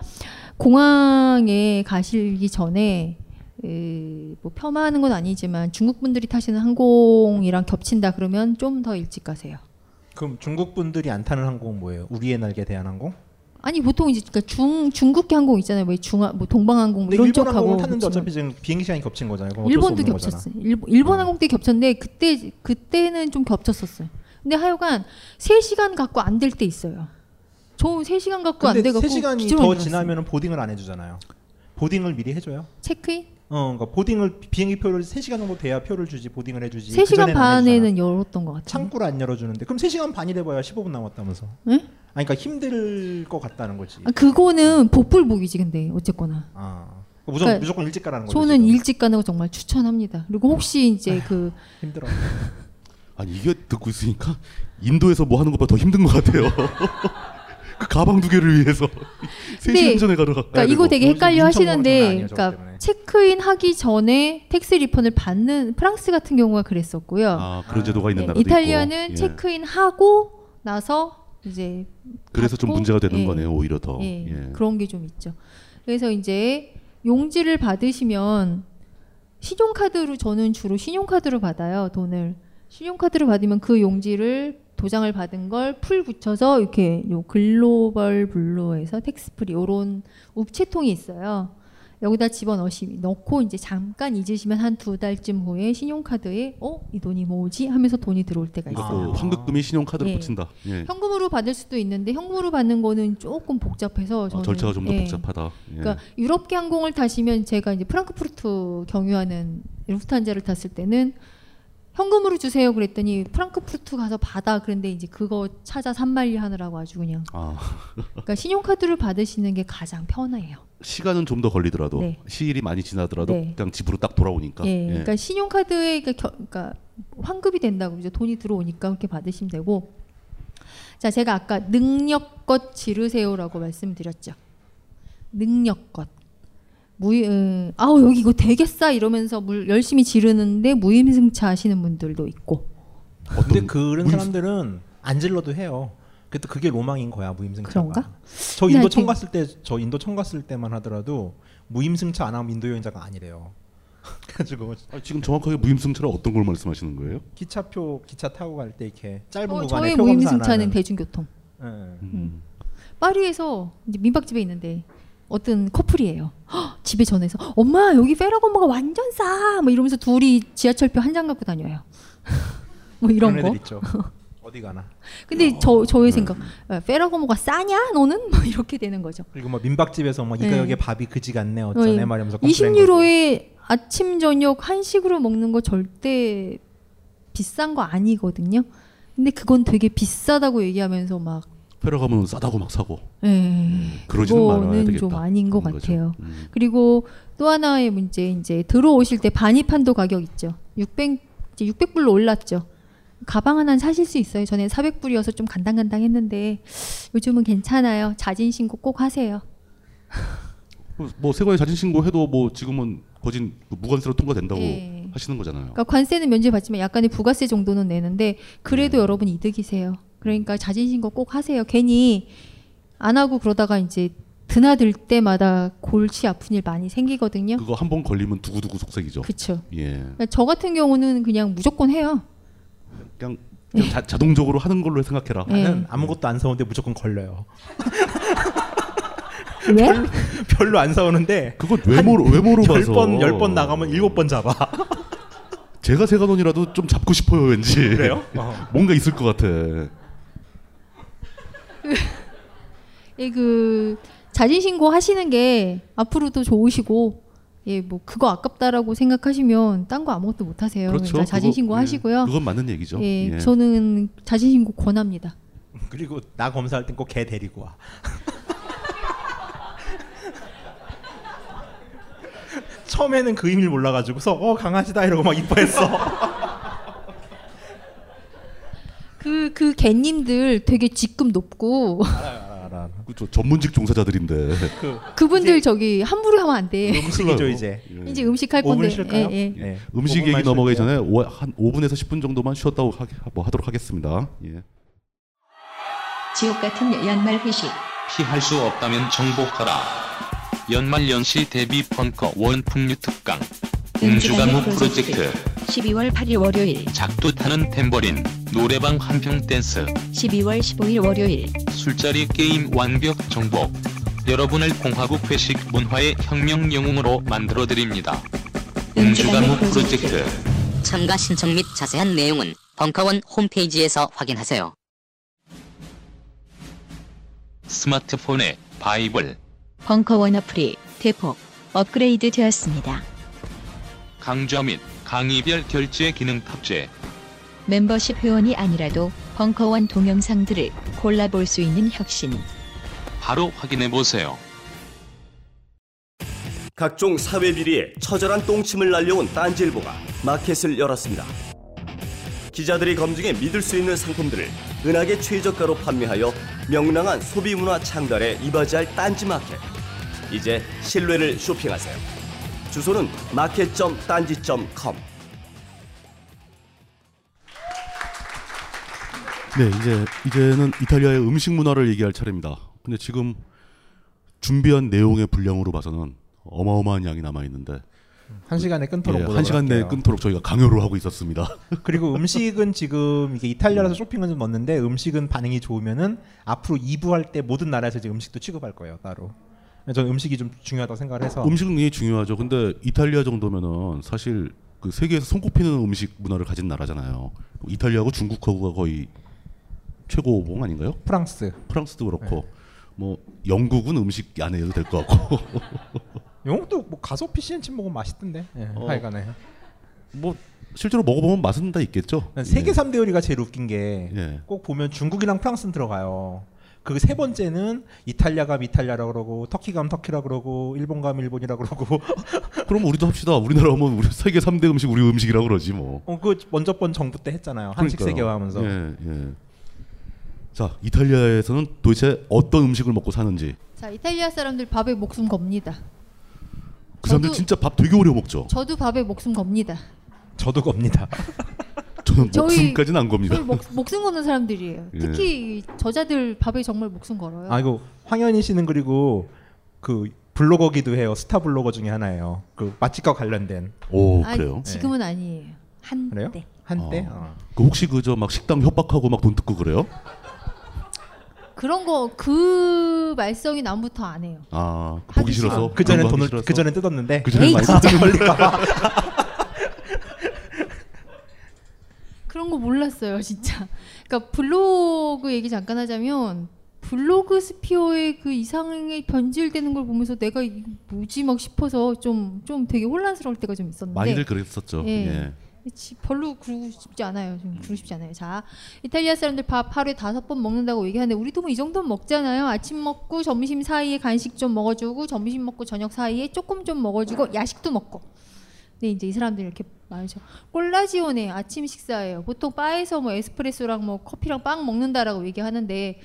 Speaker 8: 공항에 가시기 전에 에, 뭐 폄하하는 건 아니지만 중국 분들이 타시는 항공이랑 겹친다 그러면 좀 더 일찍 가세요. 음,
Speaker 10: 그럼 중국 분들이 안 타는 항공 뭐예요? 우리의 날개 대한항공?
Speaker 8: 아니 보통 이제 그러니까 중 중국계 항공 있잖아요. 왜 중화 뭐 동방항공 뭐
Speaker 10: 근데
Speaker 8: 이런
Speaker 10: 일본 항공은
Speaker 8: 쪽하고
Speaker 10: 탔는데
Speaker 8: 그렇지만.
Speaker 10: 어차피 지금 비행기 시간이 겹친 거잖아요. 그건 어쩔 수
Speaker 8: 일본도
Speaker 10: 없는
Speaker 8: 겹쳤어요.
Speaker 10: 거잖아.
Speaker 8: 일본, 일본 항공 때 겹쳤는데 그때 그때는 좀 겹쳤었어요. 근데 하여간 3시간 갖고 안 될 때 있어요. 저 3시간 갖고 안
Speaker 10: 근데
Speaker 8: 돼 갖고
Speaker 10: 3시간이
Speaker 8: 기절만
Speaker 10: 더
Speaker 8: 들었어요.
Speaker 10: 지나면 보딩을 안 해주잖아요. 보딩을 미리 해줘요.
Speaker 8: 체크인?
Speaker 10: 어, 그러니까 보딩을 비행기 표를 3시간 정도 돼야 표를 주지 보딩을 해주지.
Speaker 8: 3시간
Speaker 10: 그전에는 안 해주잖아.
Speaker 8: 반에는 열었던 것 같아요.
Speaker 10: 창구를 안 열어주는데 그럼 3시간 반이래 봐야 15분 남았다면서.
Speaker 8: 예?
Speaker 10: 아니 그러니까 힘들 것 같다는 거지.
Speaker 8: 아, 그거는 복불복이지 근데 어쨌거나.
Speaker 10: 아, 무조건,
Speaker 8: 그러니까
Speaker 10: 무조건 일찍 가라는 거죠.
Speaker 8: 저는 일찍 가는 거 정말 추천합니다. 그리고 혹시
Speaker 10: 어,
Speaker 8: 이제 그
Speaker 10: 힘들어.
Speaker 9: 아니 이게 듣고 있으니까 인도에서 뭐 하는 것보다 더 힘든 것 같아요. *laughs* 그 가방 두 개를 위해서 *laughs* 3시간 전에 가러 가.
Speaker 8: 그러니까 이거 되게 헷갈려 하시는데 그러니까 체크인 하기 전에 택스 리펀을 받는 프랑스 같은 경우가 그랬었고요.
Speaker 9: 아, 그런 제도가 있는 나라도
Speaker 8: 네. 이탈리아는
Speaker 9: 있고. 예.
Speaker 8: 체크인 하고 나서 이제
Speaker 9: 그래서 좀
Speaker 8: 받고,
Speaker 9: 문제가 되는
Speaker 8: 예.
Speaker 9: 거네요, 오히려 더.
Speaker 8: 예.
Speaker 9: 예.
Speaker 8: 그런 게 좀 있죠. 그래서 이제 용지를 받으시면 신용카드로 저는 주로 신용카드로 받아요 돈을. 신용카드로 받으면 그 용지를 도장을 받은 걸 풀 붙여서 이렇게 요 글로벌 블루에서 텍스프리 요런 우체통이 있어요. 여기다 집어 넣으시 넣고 이제 잠깐 잊으시면 한 두 달쯤 후에 신용카드에 어 이 돈이 뭐지 하면서 돈이 들어올 때가
Speaker 10: 아.
Speaker 8: 있어요.
Speaker 9: 이것도 환급금이 그 신용카드로
Speaker 8: 예.
Speaker 9: 붙인다. 예.
Speaker 8: 현금으로 받을 수도 있는데 현금으로 받는 거는 조금 복잡해서 저는
Speaker 9: 절차가 좀더
Speaker 8: 예.
Speaker 9: 복잡하다. 예.
Speaker 8: 그러니까 유럽계 항공을 타시면 제가 이제 프랑크푸르트 경유하는 루프탄자를 탔을 때는 현금으로 주세요 그랬더니 프랑크푸르트 가서 받아 그런데 이제 그거 찾아 산말리 하느라고 아주 그냥
Speaker 9: 아,
Speaker 8: 그러니까 신용카드를 받으시는 게 가장 편해요.
Speaker 9: 시간은 좀 더 걸리더라도
Speaker 8: 네.
Speaker 9: 시일이 많이 지나더라도
Speaker 8: 네.
Speaker 9: 그냥 집으로 딱 돌아오니까.
Speaker 8: 예, 그러니까 신용카드에 그 겨- 그러니까 환급이 된다고 이제 돈이 들어오니까 그렇게 받으시면 되고 자 제가 아까 능력껏 지르세요라고 말씀드렸죠 능력껏 무 음, 아우 여기 이거 되게 싸 이러면서 물 열심히 지르는데 무임승차 하시는 분들도 있고 그러니까
Speaker 10: 근데 그런 사람들은 안 질러도 해요. 그래도 그게 로망인 거야 무임승차가.
Speaker 8: 그런가?
Speaker 10: 저
Speaker 8: 근데
Speaker 10: 인도
Speaker 8: 하여튼-
Speaker 10: 청 갔을 때 저 인도 청 갔을 때만 하더라도 무임승차 안 하면 인도 여행자가 아니래요. *laughs* 그래가지고
Speaker 9: 아, 지금 정확하게 무임승차를 어떤 걸 말씀하시는 거예요?
Speaker 10: 기차표 기차 타고 갈 때 이렇게 짧은
Speaker 8: 어,
Speaker 10: 구간에
Speaker 8: 저의
Speaker 10: 표 검사 안
Speaker 8: 무임승차는
Speaker 10: 하는.
Speaker 8: 대중교통
Speaker 10: 예.
Speaker 8: 음. 파리에서 이제 민박집에 있는데 어떤 커플이에요. 헉, 집에 전해서 엄마 여기 페라고모가 완전 싸. 뭐 이러면서 둘이 지하철표 한 장 갖고 다녀요. *laughs* 뭐
Speaker 10: 그런
Speaker 8: 이런
Speaker 10: 네.
Speaker 8: 거.
Speaker 10: 애들
Speaker 8: *laughs*
Speaker 10: 있죠. 어디 가나.
Speaker 8: 근데 저 저의 생각 아, 페라고모가 싸냐 너는 뭐 이렇게 되는 거죠.
Speaker 10: 그리고 뭐 민박집에서 막
Speaker 8: 네.
Speaker 10: 이 가격에 밥이 그지 같네 어쩌네
Speaker 8: 어,
Speaker 10: 말하면서 컴플레인
Speaker 8: 20유로에 아침 저녁 한식으로 먹는 거 절대 비싼 거 아니거든요. 근데 그건 되게 비싸다고 얘기하면서 막
Speaker 9: 페러 가면 싸다고 막 사고. 음,
Speaker 8: 예,
Speaker 9: 그러지는 말아야
Speaker 8: 그거는
Speaker 9: 되겠다.
Speaker 8: 좀 아닌 것 같아요. 그리고 또 하나의 문제 이제 들어오실 때 반입한도 가격 있죠. 600 이제 600불로 올랐죠. 가방 하나 사실 수 있어요. 전에 400불이어서 좀 간당간당했는데 요즘은 괜찮아요. 자진 신고 꼭 하세요.
Speaker 9: 뭐 세관에 자진 신고해도 뭐 지금은 거진 뭐 무관세로 통과된다고
Speaker 8: 예.
Speaker 9: 하시는 거잖아요.
Speaker 8: 그러니까 관세는 면제 받지만 약간의 부가세 정도는 내는데 그래도 여러분 이득이세요. 그러니까 자진 신고 꼭 하세요. 괜히 안 하고 그러다가 이제 드나들 때마다 골치 아픈 일 많이 생기거든요.
Speaker 9: 그거 한 번 걸리면 두구두구 속색이죠.
Speaker 8: 그쵸.
Speaker 9: 예.
Speaker 8: 그러니까 저 같은 경우는 그냥 무조건 해요.
Speaker 9: 그냥, 그냥 자, 자동적으로 하는 걸로 생각해라.
Speaker 8: 예. 나는
Speaker 10: 아무것도 안 사오는데 무조건 걸려요.
Speaker 8: *laughs*
Speaker 10: *laughs*
Speaker 8: 왜?
Speaker 10: 별로 안 사오는데
Speaker 9: 그건 외모로 외모로 봐서
Speaker 10: 10번 어. 10번 나가면 7번 *laughs* 잡아.
Speaker 9: 제가 세관원이라도 좀 잡고 싶어요 왠지.
Speaker 10: 그래요? 어.
Speaker 9: *laughs* 뭔가 있을 것 같아.
Speaker 8: 예, 그 자진 신고 하시는 게 앞으로도 좋으시고 예, 뭐 그거 아깝다라고 생각하시면 딴 거 아무것도 못 하세요.
Speaker 9: 그렇죠.
Speaker 8: 그러니까 자진
Speaker 9: 그거-
Speaker 8: 신고
Speaker 9: 예.
Speaker 8: 하시고요.
Speaker 9: 그건 맞는 얘기죠.
Speaker 8: 예,
Speaker 9: 예.
Speaker 8: 저는 자진 신고 권합니다.
Speaker 10: 그리고 나 검사할 땐 꼭 개 데리고 와. *laughs* 처음에는 그 의미를 몰라가지고서 어 강아지다 이러고 막 *laughs* 이뻐했어.
Speaker 8: 그, 그 개님들 되게 직급 높고
Speaker 9: 그저 전문직 종사자들인데.
Speaker 8: 그분들 저기 함부로 하면 안 돼.
Speaker 9: 음식이죠, 이제.
Speaker 8: *laughs*
Speaker 12: 네.
Speaker 8: 이제 음식 할
Speaker 10: 오븐
Speaker 8: 예. 건데.
Speaker 10: 쉴까요?
Speaker 8: 예, 예.
Speaker 9: 음식
Speaker 10: 예. 네. 오분만
Speaker 9: 얘기 넘어가기 전에 오- 한 5분에서 10분 정도만 쉬었다고 하, 뭐 하도록 하겠습니다. 예.
Speaker 11: 지옥 같은 연말 회식.
Speaker 12: 피할 수 없다면 정복하라. 연말연시 데뷔 펑커 원풍류 특강. 음주가무 프로젝트
Speaker 11: 12월 8일 월요일,
Speaker 12: 작두타는 탬버린, 노래방 한평 댄스,
Speaker 11: 12월 15일 월요일,
Speaker 12: 술자리 게임 완벽 정복. 여러분을 공화국 회식 문화의 혁명 영웅으로 만들어드립니다. 음주감옥 프로젝트.
Speaker 13: 참가 신청 및 자세한 내용은 벙커원 홈페이지에서 확인하세요.
Speaker 12: 스마트폰에 바이블,
Speaker 11: 벙커원 어플이 대폭 업그레이드 되었습니다.
Speaker 12: 강좌 및 강의별 결제 기능 탑재.
Speaker 11: 멤버십 회원이 아니라도 벙커원 동영상들을 골라볼 수 있는 혁신.
Speaker 12: 바로 확인해보세요.
Speaker 3: 각종 사회 비리에 처절한 똥침을 날려온 딴지일보가 마켓을 열었습니다. 기자들이 검증해 믿을 수 있는 상품들을 은하계 최저가로 판매하여 명랑한 소비 문화 창달에 이바지할 딴지 마켓. 이제 신뢰를 쇼핑하세요. 주소는 마켓.딴지.com.
Speaker 9: 네, 이제 이제는 이탈리아의 음식 문화를 얘기할 차례입니다. 근데 지금 준비한 내용의 분량으로 봐서는 어마어마한 양이 남아 있는데
Speaker 10: 한 시간에 끊도록
Speaker 9: 예,
Speaker 10: 보도록
Speaker 9: 한 시간 내에
Speaker 10: 할게요. 그러니까.
Speaker 9: 끊도록 저희가 강요를 하고 있었습니다.
Speaker 10: *laughs* 그리고 음식은 지금 이게 이탈리아라서 쇼핑은 좀 넣었는데 음식은 반응이 좋으면은 앞으로 2부 할 때 모든 나라에서 이제 음식도 취급할 거예요 따로. 저는 음식이 좀 중요하다고 생각을 해서
Speaker 9: 음식은 굉장히 중요하죠. 근데 이탈리아 정도면은 사실 그 세계에서 손꼽히는 음식 문화를 가진 나라잖아요. 이탈리아하고 중국하고가 거의 최고봉 아닌가요?
Speaker 10: 프랑스.
Speaker 9: 프랑스도 그렇고
Speaker 10: 네.
Speaker 9: 뭐 영국은 음식 안 해도 될 것 같고.
Speaker 10: 영국도 뭐 가서 피시앤칩 먹으면 맛있던데. 예,
Speaker 9: 어,
Speaker 10: 하여간에.
Speaker 9: 뭐 실제로 먹어보면 맛은 다 있겠죠.
Speaker 10: 난 네, 세계 3대 요리가 제일 웃긴 게 꼭
Speaker 9: 예.
Speaker 10: 보면 중국이랑 프랑스는 들어가요. 그 세 번째는 이탈리아 감 이탈리아라 그러고 터키 감 터키라 그러고 일본 감 일본이라 그러고 *laughs*
Speaker 9: 네. 그럼 우리도 합시다. 우리나라 하면 우리 세계 3대 음식 우리 음식이라고 그러지 뭐.
Speaker 10: 어, 그 먼저 번 정부 때 했잖아요. 한식
Speaker 9: 그러니까요.
Speaker 10: 세계화 하면서.
Speaker 9: 예, 예. 자, 이탈리아에서는 도대체 어떤 음식을 먹고 사는지.
Speaker 8: 자 이탈리아 사람들 밥에 목숨 겁니다.
Speaker 9: 그 사람들
Speaker 8: 저도-
Speaker 9: 진짜 밥 되게 오래 먹죠.
Speaker 8: 저도 밥에 목숨 겁니다.
Speaker 10: 저도 겁니다.
Speaker 9: 아. 저는 뭐
Speaker 8: 저희-
Speaker 9: 목숨까지는 안 겁니다.
Speaker 8: 저희 목, 목숨 거는 사람들이에요.
Speaker 10: 예.
Speaker 8: 특히 저자들 밥에 정말 목숨 걸어요.
Speaker 10: 아 이거 황현희 씨는 그리고 그 블로거기도 해요. 스타 블로거 중에 하나예요. 그 맛집과 관련된.
Speaker 9: 오,
Speaker 8: 아니,
Speaker 9: 뭐 그래요?
Speaker 8: 지금은 아니에요. 한때. 네.
Speaker 10: 그래요? 한때. 어.
Speaker 9: 그 혹시 그저 막 식당 협박하고 막 돈 뜯고 그래요?
Speaker 8: 그런 거 그 말썽이 남부터 안 해요.
Speaker 9: 아, 보기 싫어서.
Speaker 10: 그 전에
Speaker 9: 그런 거 하기
Speaker 10: 돈을
Speaker 9: 싫어서?
Speaker 10: 그 전에 뜯었는데.
Speaker 9: 그 전에 에이, 많이 진짜. 뜯었는데.
Speaker 10: 걸릴까봐.
Speaker 8: *laughs* 그런 거 몰랐어요, 진짜. 그러니까 블로그 얘기 잠깐 하자면 블로그 스피어의 그 이상이 변질되는 걸 보면서 내가 이 뭐지 막 싶어서 좀 좀 되게 혼란스러울 때가 좀 있었는데
Speaker 9: 많이들 그랬었죠. 예.
Speaker 8: 지- 별로 그러고 싶지 않아요. 좀 그러고 싶지 않아요. 자, 이탈리아 사람들 밥 하루에 다섯 번 먹는다고 얘기하는데 우리도 뭐 이 정도는 먹잖아요. 아침 먹고 점심 사이에 간식 좀 먹어주고 점심 먹고 저녁 사이에 조금 좀 먹어주고 야식도 먹고. 근데 이제 이 사람들이 이렇게 말이죠. 콜라지오네 아침 식사예요. 보통 바에서 뭐 에스프레소랑 뭐 커피랑 빵 먹는다라고 얘기하는데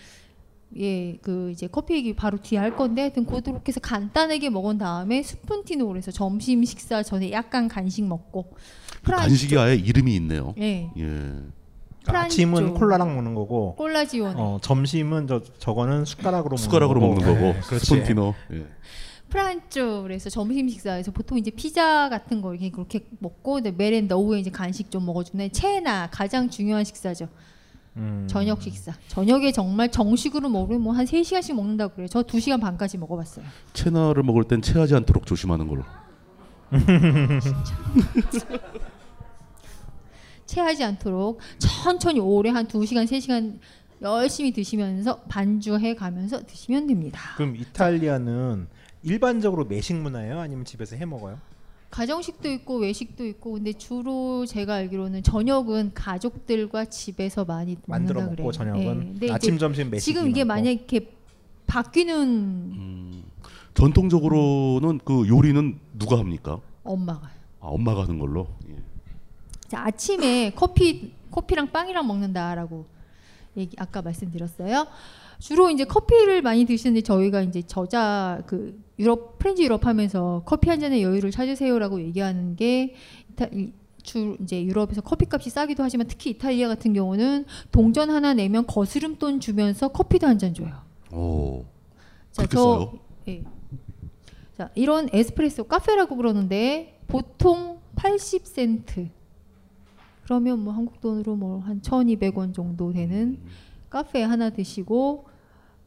Speaker 8: 예, 그 이제 커피 얘기 바로 뒤에 할 건데 하여튼 그렇게 해서 간단하게 먹은 다음에 스푼티노를 해서 점심 식사 전에 약간 간식 먹고
Speaker 9: 그 간식이 아예 이름이 있네요.
Speaker 8: 예.
Speaker 9: 예.
Speaker 8: 프란조.
Speaker 10: 그러니까 아침은 콜라랑 먹는 거고.
Speaker 8: 콜라지오네.
Speaker 10: 어, 점심은 저 저거는 숟가락으로
Speaker 9: 숟가락으로
Speaker 10: 먹는
Speaker 9: 먹는
Speaker 10: 거고.
Speaker 9: 거고.
Speaker 10: 네, 그렇지.
Speaker 9: 스폰티노. 예.
Speaker 8: 프란조 그래서 점심 식사에서 보통 이제 피자 같은 거 이렇게 그렇게 먹고 근데 메렌다 오후에 이제 간식 좀 먹어주네 체나 가장 중요한 식사죠
Speaker 10: 음.
Speaker 8: 저녁 식사 저녁에 정말 정식으로 먹으면 뭐 한 3시간씩 먹는다고 그래요 저 2시간 반까지 먹어봤어요
Speaker 9: 체나를 먹을 땐 체하지 않도록 조심하는 걸로.
Speaker 8: 체하지 않도록 천천히 오래 한 2시간 3시간 열심히 드시면서 반주해 가면서 드시면 됩니다
Speaker 10: 그럼 이탈리아는 일반적으로 매식 문화예요? 아니면 집에서 해 먹어요?
Speaker 8: 가정식도 있고 외식도 있고 근데 주로 제가 알기로는 저녁은 가족들과 집에서 많이 먹는다
Speaker 10: 만들어 먹고
Speaker 8: 그래요.
Speaker 10: 저녁은?
Speaker 8: 예. 근데 이제
Speaker 10: 아침, 뭐. 점심 매식이
Speaker 8: 지금 이게 만약 이렇게
Speaker 10: 음.
Speaker 8: 바뀌는
Speaker 9: 전통적으로는 그 요리는 누가 합니까?
Speaker 8: 엄마가
Speaker 9: 아, 엄마가 하는 걸로. 예.
Speaker 8: 자, 아침에 커피 커피랑 빵이랑 먹는다라고 얘기 아까 말씀드렸어요. 주로 이제 커피를 많이 드시는데 저희가 이제 저자 그 유럽 프렌즈 유럽 하면서 커피 한 잔의 여유를 찾으세요라고 얘기하는 게 이타, 이- 주 이제 유럽에서 커피값이 싸기도 하지만 특히 이탈리아 같은 경우는 동전 하나 내면 거스름돈 주면서 커피도 한 잔 줘요.
Speaker 9: 오.
Speaker 8: 자,
Speaker 9: 그렇게
Speaker 8: 저
Speaker 9: 써요?
Speaker 8: 예. 자, 이런 에스프레소 카페라고 그러는데 보통 80센트 그러면 뭐 한국 돈으로 뭐 한 1,200원 정도 되는 카페 하나 드시고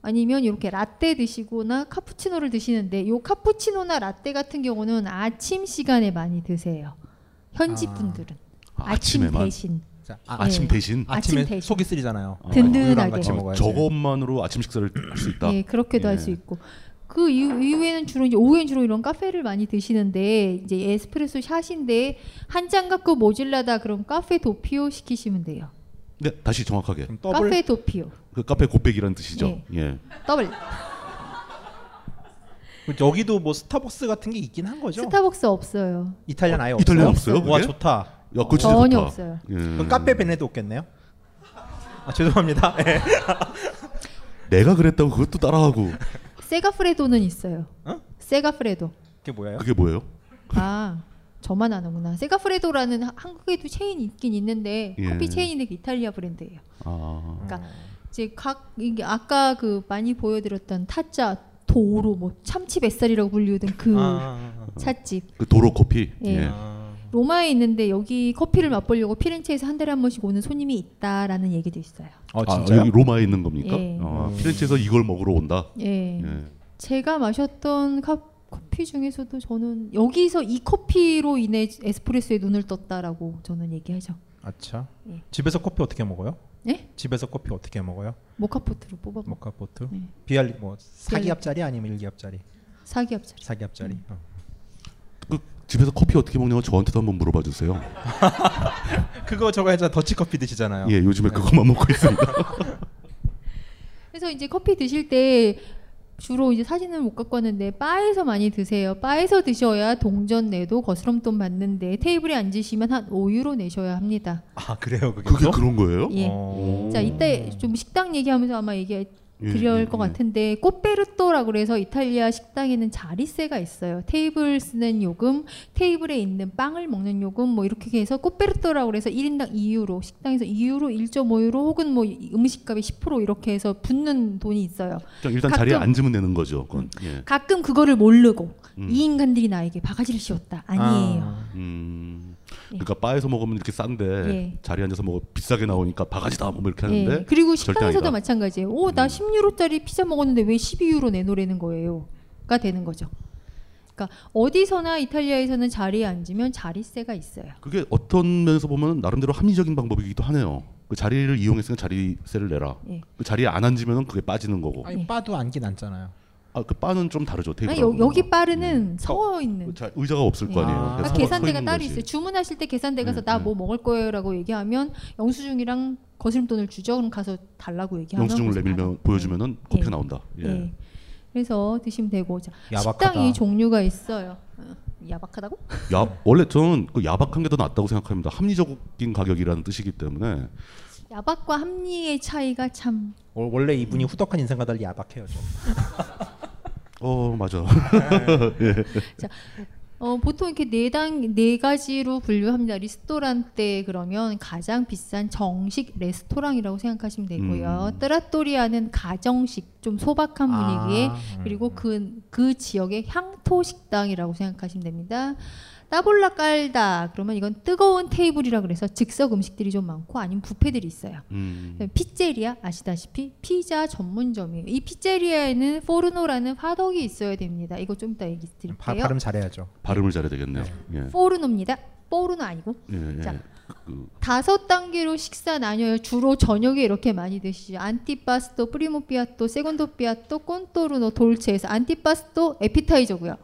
Speaker 8: 아니면 이렇게 라떼 드시거나 카푸치노를 드시는데 요 카푸치노나 라떼 같은 경우는 아침 시간에 많이 드세요. 현지
Speaker 10: 아.
Speaker 8: 분들은
Speaker 9: 아,
Speaker 8: 아침
Speaker 9: 아침에만?
Speaker 8: 대신
Speaker 10: 자,
Speaker 8: 네.
Speaker 9: 아, 침 대신 아,
Speaker 8: 아침 대신
Speaker 10: 속이 쓰리잖아요. 우유랑
Speaker 8: 든든하게
Speaker 10: 같이 먹어야지.
Speaker 9: 저것만으로 아침 식사를 할 수 있다.
Speaker 8: 예, 그렇게도 할 수
Speaker 9: 예.
Speaker 8: 있고 그 이후- 이후에는 주로 이제 오후엔 주로 이런 카페를 많이 드시는데 이제 에스프레소 샷인데 한 잔 갖고 모질라다 그럼 카페 도피오 시키시면 돼요.
Speaker 9: 네, 다시 정확하게.
Speaker 8: 카페 도피오
Speaker 9: 그 카페 곱빼기란 뜻이죠. 예.
Speaker 8: 더블
Speaker 10: 여기도 뭐 스타벅스 같은 게 있긴 한 거죠.
Speaker 8: 스타벅스 없어요.
Speaker 10: 이탈리안 아예 없어요. 음.
Speaker 9: 이탈리안 없어요?
Speaker 10: 와
Speaker 9: 그게?
Speaker 10: 좋다.
Speaker 9: 야, 그거 진짜
Speaker 8: 전혀 좋다. 없어요.
Speaker 9: 예.
Speaker 10: 그럼 카페 베네도 없겠네요. 아, 죄송합니다. *laughs* 예.
Speaker 9: 내가 그랬다고 그것도 따라하고
Speaker 8: 세가프레도는 있어요. 세가프레도
Speaker 10: 그게 뭐예요?
Speaker 9: 그게 뭐예요?
Speaker 8: 아 저만 아는구나. 세가프레도라는 하- 한국에도 체인 있긴 있는데
Speaker 9: 예.
Speaker 8: 커피 그 체인이 이탈리아 브랜드예요.
Speaker 9: 아.
Speaker 8: 그러니까 이제 각 이게 아까 그 많이 보여드렸던 타짜 도로 뭐 참치 뱃살이라고 불리우던 그
Speaker 9: 아.
Speaker 8: 찻집
Speaker 9: 그 도로 커피.
Speaker 8: 예.
Speaker 9: 예.
Speaker 10: 아,
Speaker 8: 로마에 있는데 여기 커피를 맛보려고 피렌체에서 한 달에 한 번씩 오는 손님이 있다라는 얘기도 있어요.
Speaker 9: 아, 여기 로마에 있는 겁니까?
Speaker 8: 예.
Speaker 9: 아,
Speaker 8: 음.
Speaker 9: 피렌체에서 이걸 먹으러 온다.
Speaker 8: 예.
Speaker 9: 예.
Speaker 8: 제가 마셨던 카, 커피 중에서도 저는 여기서 이 커피로 인해 에스프레소에 눈을 떴다라고 저는 얘기하죠.
Speaker 10: 아차.
Speaker 8: 예.
Speaker 10: 집에서 커피 어떻게 먹어요?
Speaker 8: 예?
Speaker 10: 집에서 커피 어떻게 먹어요?
Speaker 8: 모카포트로 뽑아 먹
Speaker 10: 모카포트?
Speaker 8: 예.
Speaker 10: 비알리 뭐 사기압짜리
Speaker 8: 비알리.
Speaker 10: 아니면 일기압짜리?
Speaker 8: 사기압짜리. 음.
Speaker 10: 사기압짜리. 어.
Speaker 9: 그 집에서 커피 어떻게 먹냐고 저한테도 한번 물어봐 주세요.
Speaker 10: 그거 저거 해자 더치 커피 드시잖아요.
Speaker 9: 예,
Speaker 8: 네.
Speaker 9: 요즘에 그것만 먹고 있습니다.
Speaker 8: *laughs* 그래서 이제 커피 드실 때 주로 이제 사진을 못 갖고 왔는데 바에서 많이 드세요. 바에서 드셔야 동전 내도 거스름돈 받는데 테이블에 앉으시면 한 5유로 내셔야 합니다.
Speaker 10: 아 그래요 그게? 어.
Speaker 9: 그게 그런 거예요?
Speaker 8: 예.
Speaker 9: 오.
Speaker 8: 자 이때 좀 식당 얘기하면서 아마 얘기
Speaker 9: 음. 예,
Speaker 8: 드릴
Speaker 9: 예,
Speaker 8: 것
Speaker 9: 예.
Speaker 8: 같은데 꽃베르토라고 그래서 이탈리아 식당에는 자리세가 있어요. 테이블 쓰는 요금, 테이블에 있는 빵을 먹는 요금 뭐 이렇게 해서 꽃베르토라고 그래서 1인당 2유로 식당에서 2유로 1.5유로 혹은 뭐 음식값의 10% 이렇게 해서 붙는 돈이 있어요.
Speaker 9: 그냥 일단 자리에
Speaker 8: 가끔-
Speaker 9: 앉으면 되는 거죠. 그건.
Speaker 8: 음.
Speaker 9: 예.
Speaker 8: 가끔 그거를 모르고
Speaker 9: 음.
Speaker 8: 이 인간들이 나에게 바가지를 씌웠다 아니에요.
Speaker 9: 음. 그러니까 바에서 먹으면 이렇게 싼데
Speaker 8: 예.
Speaker 9: 자리에 앉아서 먹어 비싸게 나오니까 바가지다 뭐 이렇게
Speaker 8: 예,
Speaker 9: 하는데
Speaker 8: 그리고
Speaker 9: 절대
Speaker 8: 식당에서도
Speaker 9: 아니다. 음.
Speaker 8: 마찬가지예요. 오, 나 10유로짜리 피자 먹었는데 왜 12유로 내놓으라는 거예요?가 되는 거죠. 그러니까 어디서나 이탈리아에서는 자리에 앉으면 자리세가 있어요.
Speaker 9: 그게 어떤 면에서 보면 나름대로 합리적인 방법이기도 하네요. 그 자리를 이용해서 그냥 자리세를 내라.
Speaker 8: 예.
Speaker 9: 그 자리에 안 앉으면 그게 빠지는 거고.
Speaker 10: 아니 바도 앉긴 앉잖아요.
Speaker 9: 아, 그 바는 좀 다르죠.
Speaker 8: 아니,
Speaker 9: 테이블하고.
Speaker 8: 여, 여기 빠르는 서 있는.
Speaker 9: 자, 의자가 없을 거 아니에요.
Speaker 8: 그러니까
Speaker 9: 음. 그렇죠. 그래서 서
Speaker 8: 계산대가
Speaker 9: 있는
Speaker 8: 따로
Speaker 9: 거지. 음,
Speaker 8: 있어요. 주문하실 때 계산대 가서 나 뭐 먹을 거예요라고 얘기하면 영수증이랑 거스름돈을 주죠. 그럼 가서 달라고 얘기하면
Speaker 9: 영수증을
Speaker 8: 거기서
Speaker 9: 내밀면 보여주면은
Speaker 8: 예.
Speaker 9: 커피가 나온다. 예.
Speaker 8: 예. 그래서 드시면 되고 자,
Speaker 9: 야박하다.
Speaker 8: 식당이 종류가 있어요. 어, 야박하다고?
Speaker 9: 야, 원래 저는 그 야박한 게 더 낫다고 생각합니다. 합리적인 가격이라는 뜻이기 때문에
Speaker 8: 야박과 합리의 차이가 참
Speaker 10: 월- 원래 이분이 후덕한 인생과 달리 야박해요. 좀.
Speaker 9: 어 맞아.
Speaker 8: 네.
Speaker 9: *laughs* 예.
Speaker 8: 자, 어, 보통 이렇게 네단네 가지로 분류합니다. 리스토란때 그러면 가장 비싼 정식 레스토랑이라고 생각하시면 되고요. 뜨라토리아는 어, 가정식 좀 소박한
Speaker 14: 아,
Speaker 8: 분위기에
Speaker 14: 음.
Speaker 8: 그리고 그, 그 지역의 향토 식당이라고 생각하시면 됩니다. 따볼라 깔다 그러면 이건 뜨거운 테이블이라 그래서 즉석 음식들이 좀 많고 아니면 뷔페들이 있어요.
Speaker 9: 음.
Speaker 8: 피제리아 아시다시피 피자 전문점이에요. 이 피제리아에는 포르노라는 화덕이 있어야 됩니다. 이거 좀 이따 얘기 드릴게요.
Speaker 10: 바, 발음 잘해야죠.
Speaker 9: 발음을 잘해야 되겠네요. 예.
Speaker 8: 포르노입니다. 포르노 아니고
Speaker 9: 예, 예.
Speaker 8: 자.
Speaker 9: 그,
Speaker 8: 다섯 단계로 식사 나뉘어요. 주로 저녁에 이렇게 많이 드시죠. 안티파스토, 프리모피아토, 세곤도피아토, 콘토르노, 돌체에서 안티파스토 에피타이저고요.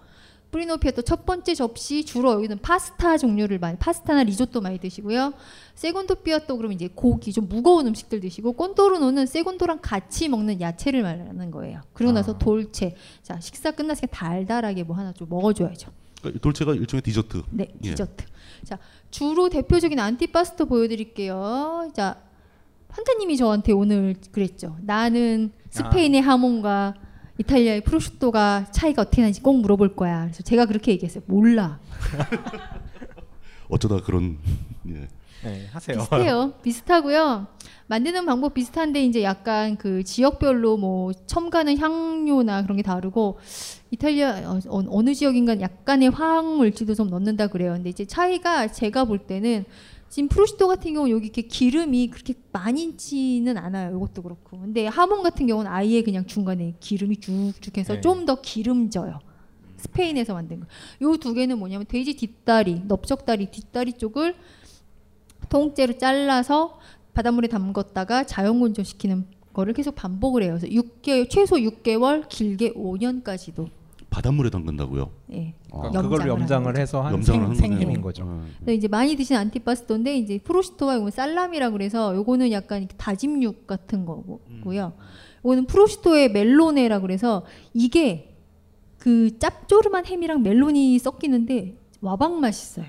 Speaker 8: 프리노피아토 첫 번째 접시 주로 여기는 파스타 종류를 많이 파스타나 리조또 많이 드시고요. 세곤도피아토 그러면 이제 고기 좀 무거운 음식들 드시고 콘토르노는 세곤도랑 같이 먹는 야채를 말하는 거예요. 그러고 나서 돌체 자 식사 끝났으니까 달달하게 뭐 하나 좀 먹어줘야죠.
Speaker 9: 그러니까 돌체가 일종의 디저트.
Speaker 8: 네,
Speaker 9: 예.
Speaker 8: 디저트. 자, 주로 대표적인 안티파스토 보여드릴게요. 자, 판타님이 저한테 오늘 그랬죠. 나는 스페인의 하몬과 이탈리아의 프로슈토가 차이가 어떻게 나는지 꼭 물어볼 거야. 그래서 제가 그렇게 얘기했어요. 몰라.
Speaker 9: 어쩌다 그런 예.
Speaker 10: 네, 하세요.
Speaker 8: 비슷해요. 비슷하고요. 만드는 방법 비슷한데 이제 약간 그 지역별로 뭐 첨가는 향료나 그런 게 다르고 이탈리아 어, 어, 어느 지역인가 약간의 화학 물질도 좀 넣는다 그래요. 근데 이제 차이가 제가 볼 때는 지금 프로시토 같은 경우는 여기 이렇게 기름이 그렇게 많이지는 않아요. 이것도 그렇고. 근데 하몽 같은 경우는 아예 그냥 중간에 기름이 쭉쭉해서
Speaker 14: 네.
Speaker 8: 좀 더 기름져요. 스페인에서 만든 거. 요 두 개는 뭐냐면 돼지 뒷다리, 넓적다리, 뒷다리 쪽을 통째로 잘라서 바닷물에 담궜다가 자연건조시키는 거를 계속 반복을 해요. 그래서 6개 최소 6개월, 길게 5년까지도.
Speaker 9: 바닷물에 담근다고요?
Speaker 8: 예.
Speaker 10: *laughs* 그러니까 그걸로
Speaker 8: 염장을
Speaker 10: 염장을
Speaker 8: 하는
Speaker 10: 해서 한
Speaker 9: 염장을 어.
Speaker 10: 생,
Speaker 9: 하는
Speaker 10: 생김인
Speaker 9: 거죠.
Speaker 10: 거죠.
Speaker 8: 근데 이제 많이 드신 안티파스토인데 이제 프로시토와 이건 살람이라고 그래서 요거는 약간 이렇게 다짐육
Speaker 9: 음.
Speaker 8: 같은 거고요. 요거는 프로시토의 멜로네라 그래서 이게 그 짭조름한 햄이랑 멜론이 섞이는데 와박 맛있어요.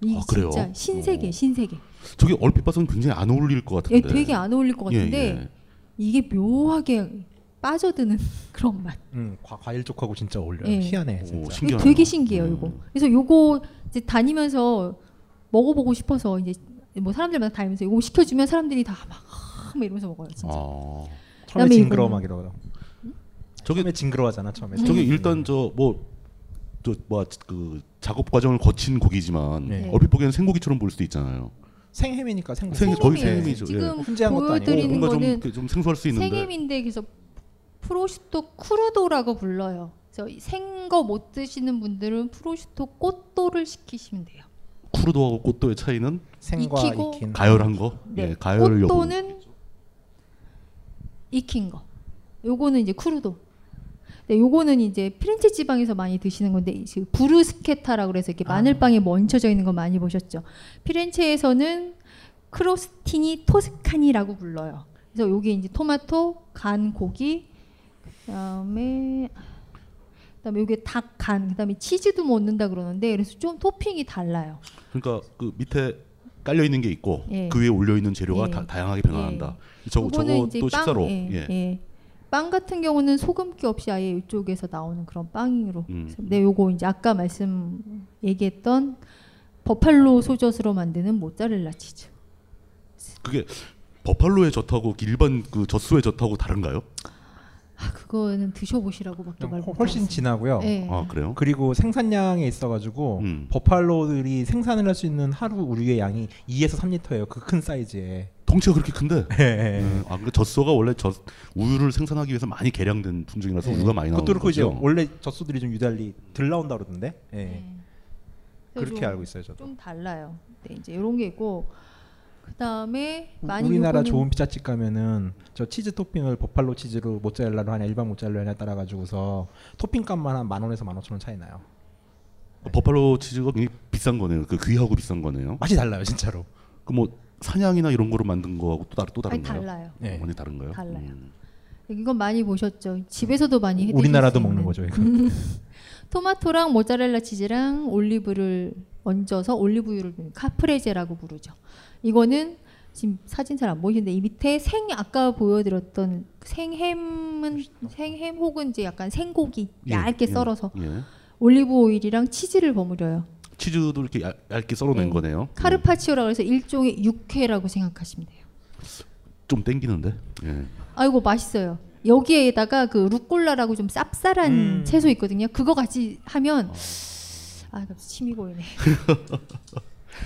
Speaker 8: 이게
Speaker 9: 아, 그래요?
Speaker 8: 진짜 신세계 신세계.
Speaker 9: 저기 얼핏 봐서는 굉장히 안 어울릴 것
Speaker 8: 예,
Speaker 9: 같은데.
Speaker 8: 되게 안 어울릴 것
Speaker 9: 예,
Speaker 8: 같은데
Speaker 9: 예.
Speaker 8: 이게 묘하게 빠져드는 그런 맛.
Speaker 10: 음, 과, 과일 쪽하고 진짜 어울려요.
Speaker 8: 예.
Speaker 10: 희한해 진짜.
Speaker 8: 이게 되게 신기해요, 이거.
Speaker 9: 음.
Speaker 8: 그래서 요거 이제 다니면서 먹어보고 싶어서 이제 뭐 사람들마다 다니면서 이거 시켜주면 사람들이 다 막 이러면서 먹어요,
Speaker 9: 아,
Speaker 8: 진짜.
Speaker 10: 처음에
Speaker 8: 그다음에
Speaker 10: 징그러워하기로.
Speaker 9: 저게
Speaker 10: 처음에 징그러워하잖아 처음에.
Speaker 9: 네, 저게 일단 저뭐저뭐그 작업 과정을 거친 고기지만
Speaker 10: 네.
Speaker 9: 얼핏 보기에는 생고기처럼 보일 수도 있잖아요.
Speaker 10: 생햄이니까 생고.
Speaker 9: 생이 거의 생햄이죠.
Speaker 8: 네, 지금
Speaker 9: 예.
Speaker 8: 훈제한 것도 아니고. 보여드리는
Speaker 9: 뭔가 좀,
Speaker 8: 거는
Speaker 9: 이렇게 좀 생소할 수 있는데.
Speaker 8: 생햄인데 그래서 프로시토 쿠르도라고 불러요. 그래서 이 생거 못 드시는 분들은 프로시토 꽃도를 시키시면 돼요.
Speaker 9: 쿠르도하고 꽃도의 차이는
Speaker 8: 생과 익히고 익힌.
Speaker 9: 가열한 거.
Speaker 8: 네.
Speaker 9: 예, 가열 여부.
Speaker 8: 꽃도는 익힌 거. 요거는 이제 쿠르도. 네, 요거는 이제 피렌체 지방에서 많이 드시는 건데 이 지금 부르스케타라 그래서 이렇게
Speaker 9: 아.
Speaker 8: 마늘빵에 얹혀져 있는 거 많이 보셨죠. 피렌체에서는 크로스티니 토스카니라고 불러요. 그래서 요게 이제 토마토, 간 고기, 그다음에 그다음에 요게 닭 간, 그다음에 치즈도 못 넣는다 그러는데 그래서 좀 토핑이 달라요.
Speaker 9: 그러니까 그 밑에 깔려 있는 게 있고
Speaker 8: 예.
Speaker 9: 그 위에 올려 있는 재료가
Speaker 8: 예.
Speaker 9: 다, 다양하게 변화한다. 저
Speaker 8: 요거는
Speaker 9: 저거
Speaker 8: 이제
Speaker 9: 또
Speaker 8: 빵,
Speaker 9: 식사로.
Speaker 8: 예,
Speaker 9: 예.
Speaker 8: 예. 빵 같은 경우는 소금기 없이 아예 이쪽에서 나오는 그런 빵으로.
Speaker 9: 음.
Speaker 8: 근데 요거 이제 아까 말씀 얘기했던 버팔로 소젖으로 만드는 모짜렐라 치즈.
Speaker 9: 그게 버팔로의 젖하고 일반 그 젖소의 젖하고 다른가요?
Speaker 8: 아, 그거는 드셔보시라고밖에 말 못.
Speaker 10: 어, 훨씬 진하고요.
Speaker 8: 예.
Speaker 9: 아, 그래요?
Speaker 10: 그리고 생산량에 있어가지고
Speaker 9: 음.
Speaker 10: 버팔로들이 생산을 할 수 있는 하루 우유의 양이 2에서 3리터예요. 그 큰 사이즈에.
Speaker 9: 덩치가 그렇게 큰데.
Speaker 10: 예.
Speaker 9: 예. 아, 그 젖소가 원래 젖 우유를 생산하기 위해서 많이 개량된 품종이라서
Speaker 10: 예.
Speaker 9: 우유가 많이 나오는
Speaker 10: 그것도 그렇고 이제
Speaker 9: 거죠.
Speaker 10: 원래 젖소들이 좀 유달리 덜 나온다 그러던데. 예.
Speaker 8: 네. 그래서
Speaker 10: 그렇게
Speaker 8: 좀-
Speaker 10: 알고 있어요, 저도.
Speaker 8: 좀 달라요. 네, 이제 이런 게 있고 그다음에
Speaker 10: 우-
Speaker 8: 많이
Speaker 10: 우리나라
Speaker 8: 요거는-
Speaker 10: 좋은 피자집 가면은 저 치즈 토핑을 버팔로 치즈로 모짜렐라로 하냐 일반 모짜렐라로 하냐 따라 가지고서 토핑 값만 한 만 원에서 만 오천 원 차이 나요.
Speaker 9: 버팔로 치즈가 굉장히 비싼 거네요. 그 귀하고 비싼 거네요.
Speaker 10: 맛이 달라요, 진짜로.
Speaker 9: 그 뭐 사냥이나 이런 거로 만든 거하고 또 다른 또
Speaker 8: 아니,
Speaker 9: 다른가요?
Speaker 8: 달라요.
Speaker 10: 네.
Speaker 9: 어, 완전히 다른가요? 음.
Speaker 8: 달라요. 이건 많이 보셨죠. 집에서도 많이 해 드실
Speaker 10: 우리나라도
Speaker 8: 수
Speaker 10: 먹는
Speaker 8: 있는.
Speaker 10: 거죠, 이거.
Speaker 8: 토마토랑 모짜렐라 치즈랑 올리브를 얹어서 올리브유를 넣는 카프레제라고 부르죠. 이거는 지금 사진 잘 안 보이는데 이 밑에 생 아까 보여드렸던 생햄은 생햄 혹은 이제 약간 생고기
Speaker 9: 예,
Speaker 8: 얇게
Speaker 9: 예,
Speaker 8: 썰어서
Speaker 9: 예.
Speaker 8: 올리브 오일이랑 치즈를 버무려요.
Speaker 10: 예.
Speaker 9: 치즈도 이렇게 얇- 얇게 썰어낸 거네요.
Speaker 8: 카르파치오라고 해서 일종의 육회라고 생각하시면 돼요.
Speaker 9: 좀 땡기는데. 예.
Speaker 8: 아이고 맛있어요. 여기에다가 그 루꼴라라고 좀 쌉쌀한 채소 있거든요. 그거 같이 하면 아 갑자기 침이 고이네.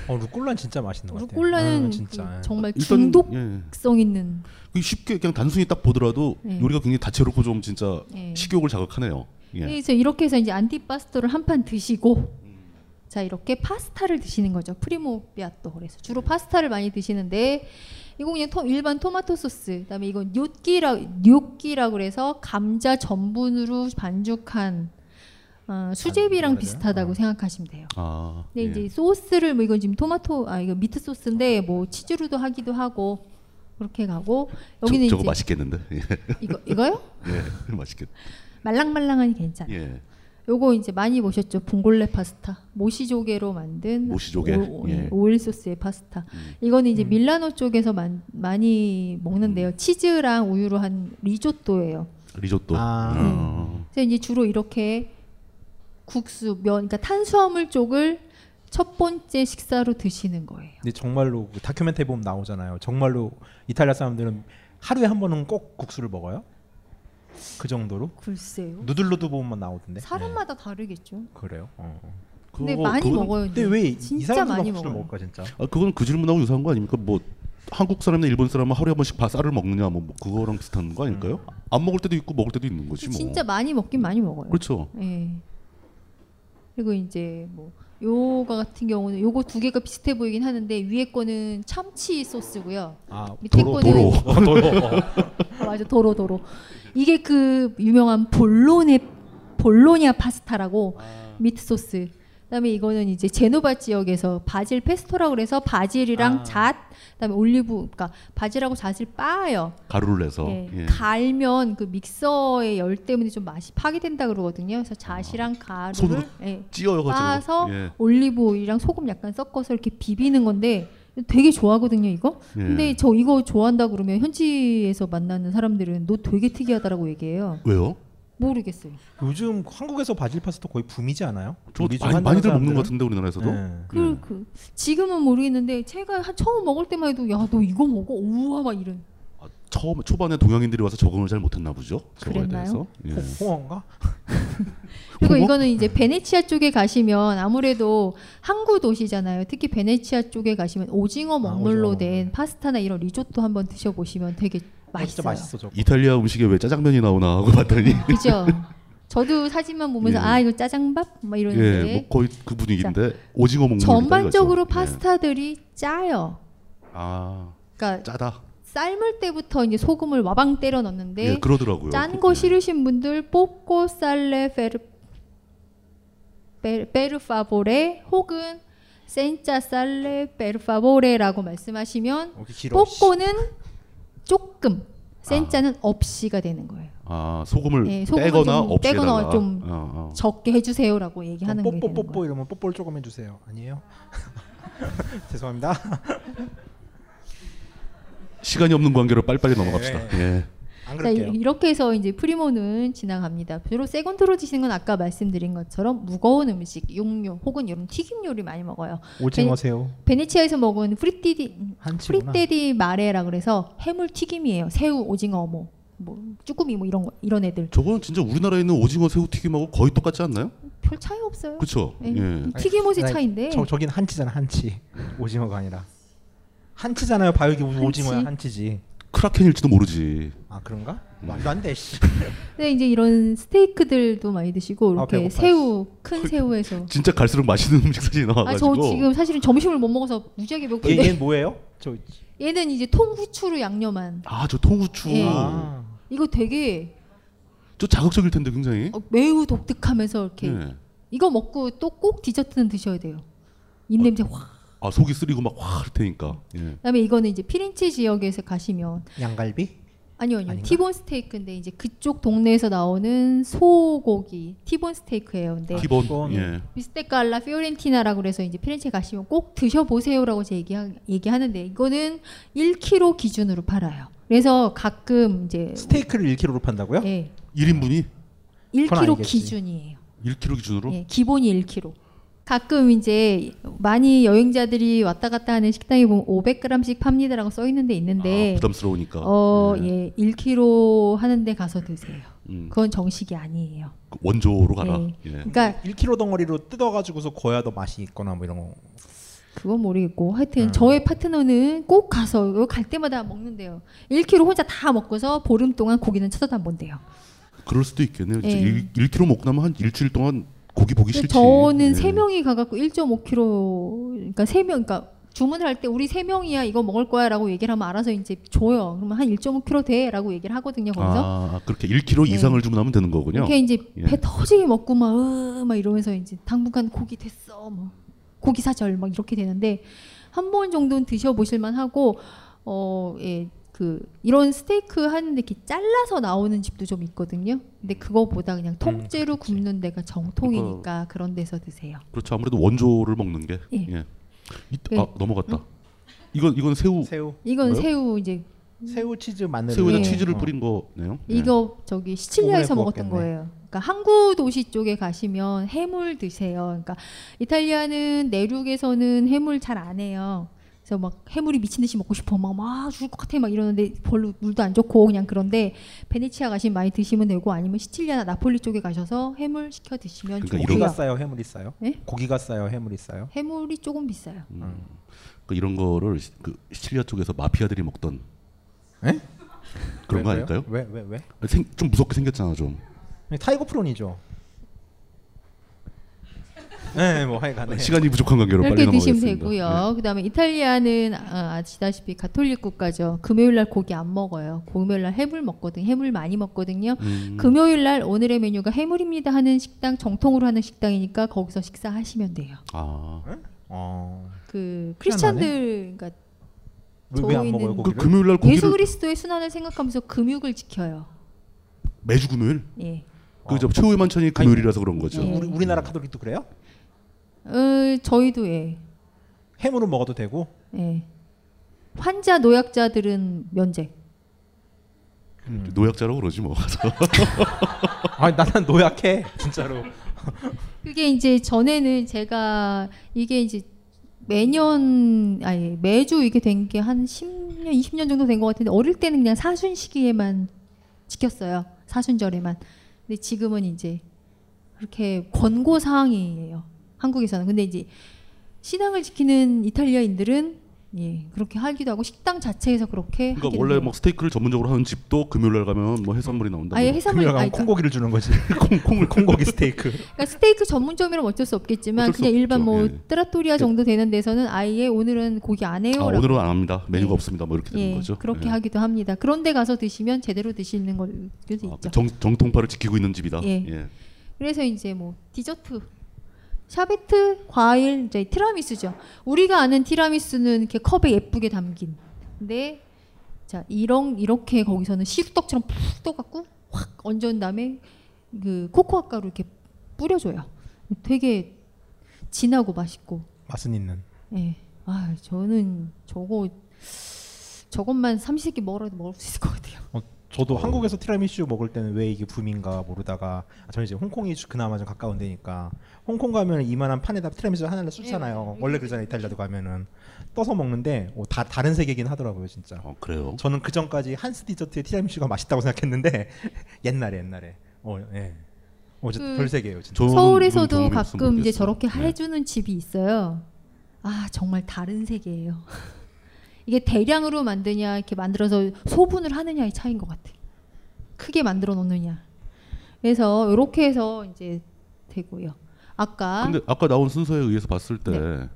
Speaker 10: 어, 루꼴란 진짜 맛있는 것 같아요.
Speaker 8: 루꼴라는
Speaker 10: 아, 진짜.
Speaker 8: 그 정말
Speaker 9: 일단,
Speaker 8: 중독성 있는
Speaker 9: 예. 그 쉽게 그냥 단순히 딱 보더라도
Speaker 8: 네.
Speaker 9: 요리가 굉장히 다채롭고 좀 진짜
Speaker 8: 네.
Speaker 9: 식욕을 자극하네요. 예.
Speaker 8: 그래서 이렇게 해서 이제 안티파스토를 한 판 드시고 자 이렇게 파스타를 드시는 거죠 프리모비아또 그래서 주로 파스타를 많이 드시는데 이거 그냥 토, 일반 토마토 소스 그다음에 이건 뇨끼라 뇨끼라 그래서 감자 전분으로 반죽한 어, 수제비랑 비슷하다고 생각하시면 돼요.
Speaker 9: 아.
Speaker 8: 근데 네, 이제 소스를 뭐 이건 지금 토마토 아 이거 미트 소스인데 뭐 치즈로도 하기도 하고 그렇게 가고 여기는
Speaker 9: 저, 저거
Speaker 8: 이제
Speaker 9: 맛있겠는데. 예. *laughs*
Speaker 8: 이거 이거요?
Speaker 9: 예. 맛있겠.
Speaker 8: 말랑말랑하니 괜찮아.
Speaker 9: 예.
Speaker 8: 요거 이제 많이 보셨죠 봉골레 파스타 모시조개로 만든
Speaker 9: 모시조개,
Speaker 8: 오,
Speaker 9: 예. 음.
Speaker 8: 일 소스의 파스타 이거는 이제 밀라노 쪽에서 만- 많이 먹는데요
Speaker 9: 음.
Speaker 8: 치즈랑 우유로 한 리조또예요
Speaker 9: 리조또. 아.
Speaker 8: 그래서 이제 주로 이렇게 국수 면 그러니까 탄수화물 쪽을 첫 번째 식사로 드시는 거예요
Speaker 10: 근데 정말로 그 다큐멘터리 보면 나오잖아요. 정말로 이탈리아 사람들은 하루에 한 번은 꼭 국수를 먹어요. 그 정도로?
Speaker 8: 글쎄요
Speaker 10: 누들로드 보면
Speaker 9: 네.
Speaker 10: 나오던데.
Speaker 8: 사람마다 다르겠죠
Speaker 10: 그래요. 어.
Speaker 8: 근데
Speaker 9: 그거-
Speaker 8: 많이
Speaker 9: 그거는-
Speaker 8: 먹어요.
Speaker 10: 근데 왜
Speaker 8: 진짜
Speaker 10: 이상한
Speaker 8: 많이
Speaker 10: 술을
Speaker 8: 먹어요.
Speaker 10: 먹을까 진짜?
Speaker 9: 아, 그건 그 질문하고 유사한 거 아닙니까? 뭐 한국 사람이나 일본 사람은 하루에 한 번씩 밥 쌀을 먹느냐 뭐, 뭐 그거랑 비슷한 거 아닐까요? 안 먹을 때도 있고 먹을 때도 있는 거지 뭐.
Speaker 8: 음. 진짜 많이 먹긴 많이 먹어요.
Speaker 9: 그렇죠.
Speaker 8: 예. 그리고 이제 뭐 요거 같은 경우는 요거 두 개가 비슷해 보이긴 하는데 위에 거는 참치 소스고요.
Speaker 10: 아,
Speaker 8: 밑에
Speaker 10: 도로,
Speaker 8: 거는
Speaker 10: 도로. 도로.
Speaker 8: 아, 맞아 도로 도로. 이게 그 유명한 볼로네 볼로냐 파스타라고 미트 소스. 그다음에 이거는 이제 제노바 지역에서 바질 페스토라고 그래서 바질이랑
Speaker 9: 아.
Speaker 8: 잣, 그다음에 올리브, 그러니까 바질하고 잣을 빻아요.
Speaker 9: 가루를 내서.
Speaker 8: 예,
Speaker 9: 예.
Speaker 8: 갈면 그 믹서의 열 때문에 좀 맛이 파괴된다 그러거든요. 그래서 잣이랑
Speaker 9: 아, 손으로
Speaker 8: 가루를 예,
Speaker 9: 찧어가지고.
Speaker 8: 빻아서
Speaker 9: 예.
Speaker 8: 올리브 오일이랑 소금 약간 섞어서 이렇게 비비는 건데 되게 좋아하거든요 이거.
Speaker 9: 예.
Speaker 8: 근데 저 이거 좋아한다 그러면 현지에서 만나는 사람들은 너 되게 특이하다라고 얘기해요.
Speaker 9: 왜요?
Speaker 8: 모르겠어요.
Speaker 10: 요즘 한국에서 바질 파스타 거의 붐이지 않아요?
Speaker 9: 저
Speaker 10: 요리 네. 좀
Speaker 9: 많이-
Speaker 10: 한다는
Speaker 9: 많이들 먹는
Speaker 10: 사람들은?
Speaker 9: 것 같은데, 우리나라에서도?
Speaker 8: 그,
Speaker 9: 예.
Speaker 8: 그 지금은 모르겠는데 제가 한- 처음 먹을 때만 해도 야 너 이거 먹어 우와 막 이런.
Speaker 9: 처음 초반에 동양인들이 와서 적응을 잘 못했나 보죠. 저거에
Speaker 8: 그랬나요?
Speaker 9: 대해서. 예. 뭐
Speaker 10: 홍- 네. 홍어인가?
Speaker 8: 그리고
Speaker 9: 어머?
Speaker 8: 이거는 이제 베네치아 쪽에 가시면 아무래도 항구 도시잖아요. 특히 베네치아 쪽에 가시면 오징어 먹물로 된 파스타나 이런 리조또 한번 드셔보시면 되게 맛있어요.
Speaker 9: 이탈리아 음식에 왜 짜장면이 나오나 하고 봤더니.
Speaker 8: 그죠? 저도 사진만 보면서
Speaker 9: 예.
Speaker 8: 아 이거 짜장밥 막 이러는데
Speaker 9: 예, 뭐 거의 그 분위기인데 오징어 먹는
Speaker 8: 전반적으로
Speaker 9: 거죠. 예.
Speaker 8: 파스타들이 짜요.
Speaker 9: 아
Speaker 8: 그러니까
Speaker 9: 짜다.
Speaker 8: 삶을 때부터 이제 소금을 와방 때려 넣는데
Speaker 9: 예, 그러더라고요.
Speaker 8: 짠 거 싫으신 분들 뽀꼬 살레 페르 베- 베르파보레 혹은 센짜 살레 베르파보레라고 말씀하시면
Speaker 9: 어, 길어,
Speaker 8: 뽀꼬는 조금 센짜는 없이가 되는 거예요.
Speaker 9: 아 소금을
Speaker 8: 예,
Speaker 9: 빼거나
Speaker 8: 좀
Speaker 9: 없이
Speaker 8: 빼거나
Speaker 9: 해달라.
Speaker 8: 좀
Speaker 9: 어, 어.
Speaker 8: 적게 해주세요라고 얘기하는 게 되는 거예요.
Speaker 10: 뽀뽀뽀뽀 이러면 뽀뽀를 조금 해주세요. 아니에요? *laughs* 죄송합니다.
Speaker 9: 시간이 없는 관계로 빨리빨리 넘어갑시다. 예.
Speaker 10: 안
Speaker 8: 자, 이- 이렇게 해서 이제 프리모는 지나갑니다. 주로 세컨드로 드시는 건 아까 말씀드린 것처럼 무거운 음식, 육류 혹은 이런 튀김 요리 많이 먹어요.
Speaker 10: 오징어
Speaker 8: 베네-
Speaker 10: 새우.
Speaker 8: 베네치아에서 먹은 프리띠디
Speaker 10: 한치구나.
Speaker 8: 프리떼디 마레라 그래서 해물 튀김이에요. 새우, 오징어, 뭐, 뭐 쭈꾸미 뭐 이런 거, 이런 애들
Speaker 9: 저거는 진짜 우리나라에 있는 오징어 새우 튀김하고 거의 똑같지 않나요?
Speaker 8: 별 차이 없어요.
Speaker 9: 그렇죠.
Speaker 8: 예.
Speaker 9: 예.
Speaker 8: 튀김옷의
Speaker 10: 아니,
Speaker 8: 차이인데.
Speaker 10: 저 저긴 한치잖아 한치. 오징어가 아니라 한치잖아요. 바위기 무슨 오징어야 한치지.
Speaker 9: 크라켄일지도 모르지.
Speaker 10: 아 그런가? 말도 안 돼. 씨.
Speaker 8: 근데 네, 이제 이런 스테이크들도 많이 드시고
Speaker 9: 아,
Speaker 8: 이렇게
Speaker 9: 배고파.
Speaker 8: 새우 큰
Speaker 9: *laughs*
Speaker 8: 새우에서
Speaker 9: 진짜 갈수록 맛있는 음식 사진이
Speaker 8: 아 저
Speaker 9: 그 나와가지고.
Speaker 8: 지금 사실은 점심을 못 먹어서 무지하게
Speaker 10: 얘,
Speaker 8: 배고픈데
Speaker 10: 얘는 뭐예요? 저
Speaker 8: 얘는 이제 통후추로 양념한
Speaker 9: 아저 통후추.
Speaker 8: 예.
Speaker 9: 아.
Speaker 8: 이거 되게
Speaker 9: 저 자극적일 텐데 굉장히.
Speaker 8: 어, 매우 독특하면서 이렇게
Speaker 9: 예.
Speaker 8: 이거 먹고 또 꼭 디저트는 드셔야 돼요. 입냄새 확.
Speaker 9: 아 속이 쓰리고 막확할 테니까. 예.
Speaker 8: 그다음에 이거는 이제 피렌체 지역에서 가시면
Speaker 10: 양갈비?
Speaker 8: 아니요, 아니요. 티본 스테이크인데 이제 그쪽 동네에서 나오는 소고기 티본 스테이크예요. 근데
Speaker 9: 기본. 예.
Speaker 8: 비스테카 알라 피오렌티나라고 그래서 이제 피렌체 가시면 꼭 드셔보세요라고 제 얘기하, 얘기하는데 이거는 1kg 기준으로 팔아요. 그래서 가끔 이제
Speaker 10: 스테이크를 1kg로 판다고요?
Speaker 8: 예.
Speaker 9: 1인분이?
Speaker 8: 1kg 기준이에요.
Speaker 9: 1kg 기준으로? 아,
Speaker 8: 예, 기본이 1kg. 가끔 이제 많이 여행자들이 왔다 갔다 하는 식당에 보면 500g씩 팝니다라고 써 있는 데 있는데
Speaker 9: 아, 부담스러우니까.
Speaker 8: 네. 어, 예. 1kg 하는데 가서 드세요.
Speaker 9: 음.
Speaker 8: 그건 정식이 아니에요.
Speaker 9: 그 원조로 가라.
Speaker 8: 예.
Speaker 9: 예.
Speaker 8: 그러니까
Speaker 10: 1kg 덩어리로 뜯어가지고서 거야 더 맛이 있거나 뭐 이런 거.
Speaker 8: 그건 모르겠고 하여튼 저의 파트너는 꼭 가서 이거 갈 때마다 먹는데요. 1kg 혼자 다 먹고서 보름 동안 고기는 찾아다 본대요.
Speaker 9: 그럴 수도 있겠네요. 진짜
Speaker 8: 예.
Speaker 9: 1, 1kg 먹고 나면 한 일주일 동안 고기 보기
Speaker 8: 근데
Speaker 9: 싫지.
Speaker 8: 저는
Speaker 9: 예.
Speaker 8: 세 명이 가갖고 1.5kg 그러니까 세 명 그러니까 주문을 할 때 우리 세 명이야 이거 먹을 거야라고 얘기를 하면 알아서 이제 줘요. 그러면 한 1.5kg 돼라고 얘기를 하거든요. 거기서
Speaker 9: 아, 그렇게 1kg
Speaker 8: 예.
Speaker 9: 이상을 주문하면 되는 거군요.
Speaker 8: 이렇게 이제
Speaker 9: 예.
Speaker 8: 배 터지게 먹고 막, 으, 막 이러면서 이제 당분간 고기 됐어, 뭐 고기 사절 막 이렇게 되는데 한 번 정도는 드셔보실만 하고 어, 예, 그 이런 스테이크 하는데 이렇게 잘라서 나오는 집도 좀 있거든요. 근데 그거보다 그냥 통째로 굽는 데가
Speaker 9: 어.
Speaker 8: 정통이니까 그런 데서 드세요.
Speaker 9: 그렇죠. 아무래도 원조를 먹는 게.
Speaker 8: 예.
Speaker 9: 예. 이,
Speaker 8: 네.
Speaker 9: 아, 넘어갔다. 이건 이건 새우.
Speaker 10: 새우.
Speaker 8: 이건
Speaker 9: 뭐요?
Speaker 8: 새우 이제
Speaker 10: 새우 치즈 마늘.
Speaker 9: 새우에다
Speaker 8: 예.
Speaker 9: 치즈를 뿌린 거네요. 예.
Speaker 8: 이거 저기 시칠리아에서
Speaker 10: 오븐에
Speaker 8: 먹었던
Speaker 10: 구웠겠네.
Speaker 8: 거예요. 그러니까 항구 도시 쪽에 가시면 해물 드세요. 그러니까 이탈리아는 내륙에서는 해물 잘 안 해요. 그래서 막 해물이 미친 듯이 먹고 싶어 막막 죽을 것 같아 막 이러는데 별로 물도 안 좋고 그냥 그런데 베네치아 가시면 많이 드시면 되고 아니면 시칠리아나 나폴리 쪽에 가셔서 해물 시켜
Speaker 9: 예.
Speaker 8: 드시면
Speaker 10: 그러니까
Speaker 8: 좋고요.
Speaker 10: 고기가 싸요, 해물이 싸요?
Speaker 8: 네?
Speaker 10: 고기가 싸요, 해물이 싸요?
Speaker 8: 해물이 조금 비싸요.
Speaker 9: 그 이런 거를 시- 그 시칠리아 쪽에서 마피아들이 먹던 그런 거
Speaker 10: 왜, 왜요?
Speaker 9: 아닐까요?
Speaker 10: 왜, 왜, 왜?
Speaker 9: 아니, 생- 좀 무섭게 생겼잖아 좀.
Speaker 10: 타이거 프론이죠. 네, 뭐 하여간에
Speaker 9: 시간이 부족한 관계로 빨리
Speaker 8: 이렇게 드시면
Speaker 9: 넘어가겠습니다.
Speaker 8: 되고요. 그다음에 이탈리아는 아, 아시다시피 가톨릭 국가죠. 금요일 날 고기 안 먹어요. 금요일 날 해물 먹거든. 해물 많이 먹거든요.
Speaker 9: 음.
Speaker 8: 금요일 날 오늘의 메뉴가 해물입니다 하는 식당 정통으로 하는 식당이니까 거기서 식사하시면 돼요.
Speaker 9: 아.
Speaker 10: 어.
Speaker 8: 그 크리스찬들 그러니까
Speaker 9: 왜- 왜안
Speaker 8: 저희는
Speaker 9: 먹어요, 고기를? 그 금요일 날
Speaker 8: 예수
Speaker 9: 고기를-
Speaker 8: 그리스도의 순환을 생각하면서 금육을 지켜요.
Speaker 9: 매주 금요일?
Speaker 8: 예.
Speaker 9: 그저 최후의 만찬이 금요일이라서 그런 거죠. 음.
Speaker 8: 예. 우리-
Speaker 10: 우리나라 카톨릭도 그래요?
Speaker 8: 어, 저희도 예.
Speaker 10: 해물은 먹어도 되고.
Speaker 8: 예. 환자 노약자들은 면제. 음.
Speaker 9: 노약자라고 그러지 뭐.
Speaker 10: 아니 나는 노약해 진짜로.
Speaker 8: 그게 이제 전에는 제가 이게 이제 매년 아니 매주 이게 된 게 한 10년 20년 정도 된 것 같은데 어릴 때는 그냥 사순 시기에만 지켰어요 사순절에만 근데 지금은 이제 그렇게 권고 사항이에요 한국에서는 근데 이제 신앙을 지키는 이탈리아인들은 예 그렇게 하기도 하고 식당 자체에서 그렇게
Speaker 9: 그러니까
Speaker 8: 하기도
Speaker 9: 원래
Speaker 8: 해요.
Speaker 9: 뭐 스테이크를 전문적으로 하는 집도 금요일 날 가면 뭐 해산물이 나온다.
Speaker 8: 아예 해산물이- 금요일 가면 아니, 그러니까-
Speaker 10: 콩고기를
Speaker 9: *laughs*
Speaker 10: 주는 거지. 콩, 콩을 콩고기 스테이크.
Speaker 8: 그러니까 스테이크 전문점이라 어쩔 수 없겠지만
Speaker 9: 어쩔 수
Speaker 8: 그냥 일반
Speaker 9: 없죠.
Speaker 8: 뭐
Speaker 9: 예.
Speaker 8: 트라토리아 정도 되는 데서는 아예 오늘은 고기 안
Speaker 9: 아,
Speaker 8: 해요라고
Speaker 9: 오늘은 안 합니다. 메뉴가 없습니다. 뭐 이렇게 되는
Speaker 8: 예,
Speaker 9: 거죠.
Speaker 8: 그렇게
Speaker 9: 예.
Speaker 8: 하기도 합니다. 그런데 가서 드시면 제대로 드시는 걸 수도 있죠.
Speaker 9: 아, 정, 정통파를 지키고 있는 집이다.
Speaker 8: 예.
Speaker 9: 예.
Speaker 8: 그래서 이제 뭐 디저트, 샤베트, 과일, 이제 티라미수죠. 우리가 아는 티라미수는 이렇게 컵에 예쁘게 담긴. 근데 자 이런 이렇게 거기서는 시루떡처럼 푹 떠갖고 확 얹은 다음에 그 코코아 가루 이렇게 뿌려줘요. 되게 진하고 맛있고.
Speaker 10: 맛은 있는.
Speaker 8: 예. 아 저는 저거 저것만 삼시세끼 먹어도 먹을 수 있을 것 같아요.
Speaker 10: 저도 한국에서 티라미슈 먹을 때는 왜 이게 붐인가 모르다가 아, 저는 이제 홍콩이 그나마 좀 가까운 데니까 홍콩 가면 이만한 판에다 티라미슈
Speaker 8: 네,
Speaker 10: 하나를 쏟잖아요. 원래 그러잖아요. 이탈리아도 가면은 떠서 먹는데 어, 다 다른 세계긴 하더라고요, 진짜.
Speaker 9: 아, 그래요.
Speaker 10: 저는 그 전까지 한스 디저트의 티라미슈가 맛있다고 생각했는데 *laughs* 옛날에 옛날에 어 예. 어, 저
Speaker 8: 그
Speaker 10: 별세계예요, 진짜.
Speaker 8: 서울에서도 가끔 이제
Speaker 9: 네.
Speaker 8: 저렇게 해주는 집이 있어요. 아 정말 다른 세계예요. 이게 대량으로 만드냐 이렇게 만들어서 소분을 하느냐의 차이인 것 같아. 크게 만들어 놓느냐. 그래서 이렇게 해서 이제 되고요. 아까
Speaker 9: 근데 아까 나온 순서에 의해서 봤을 때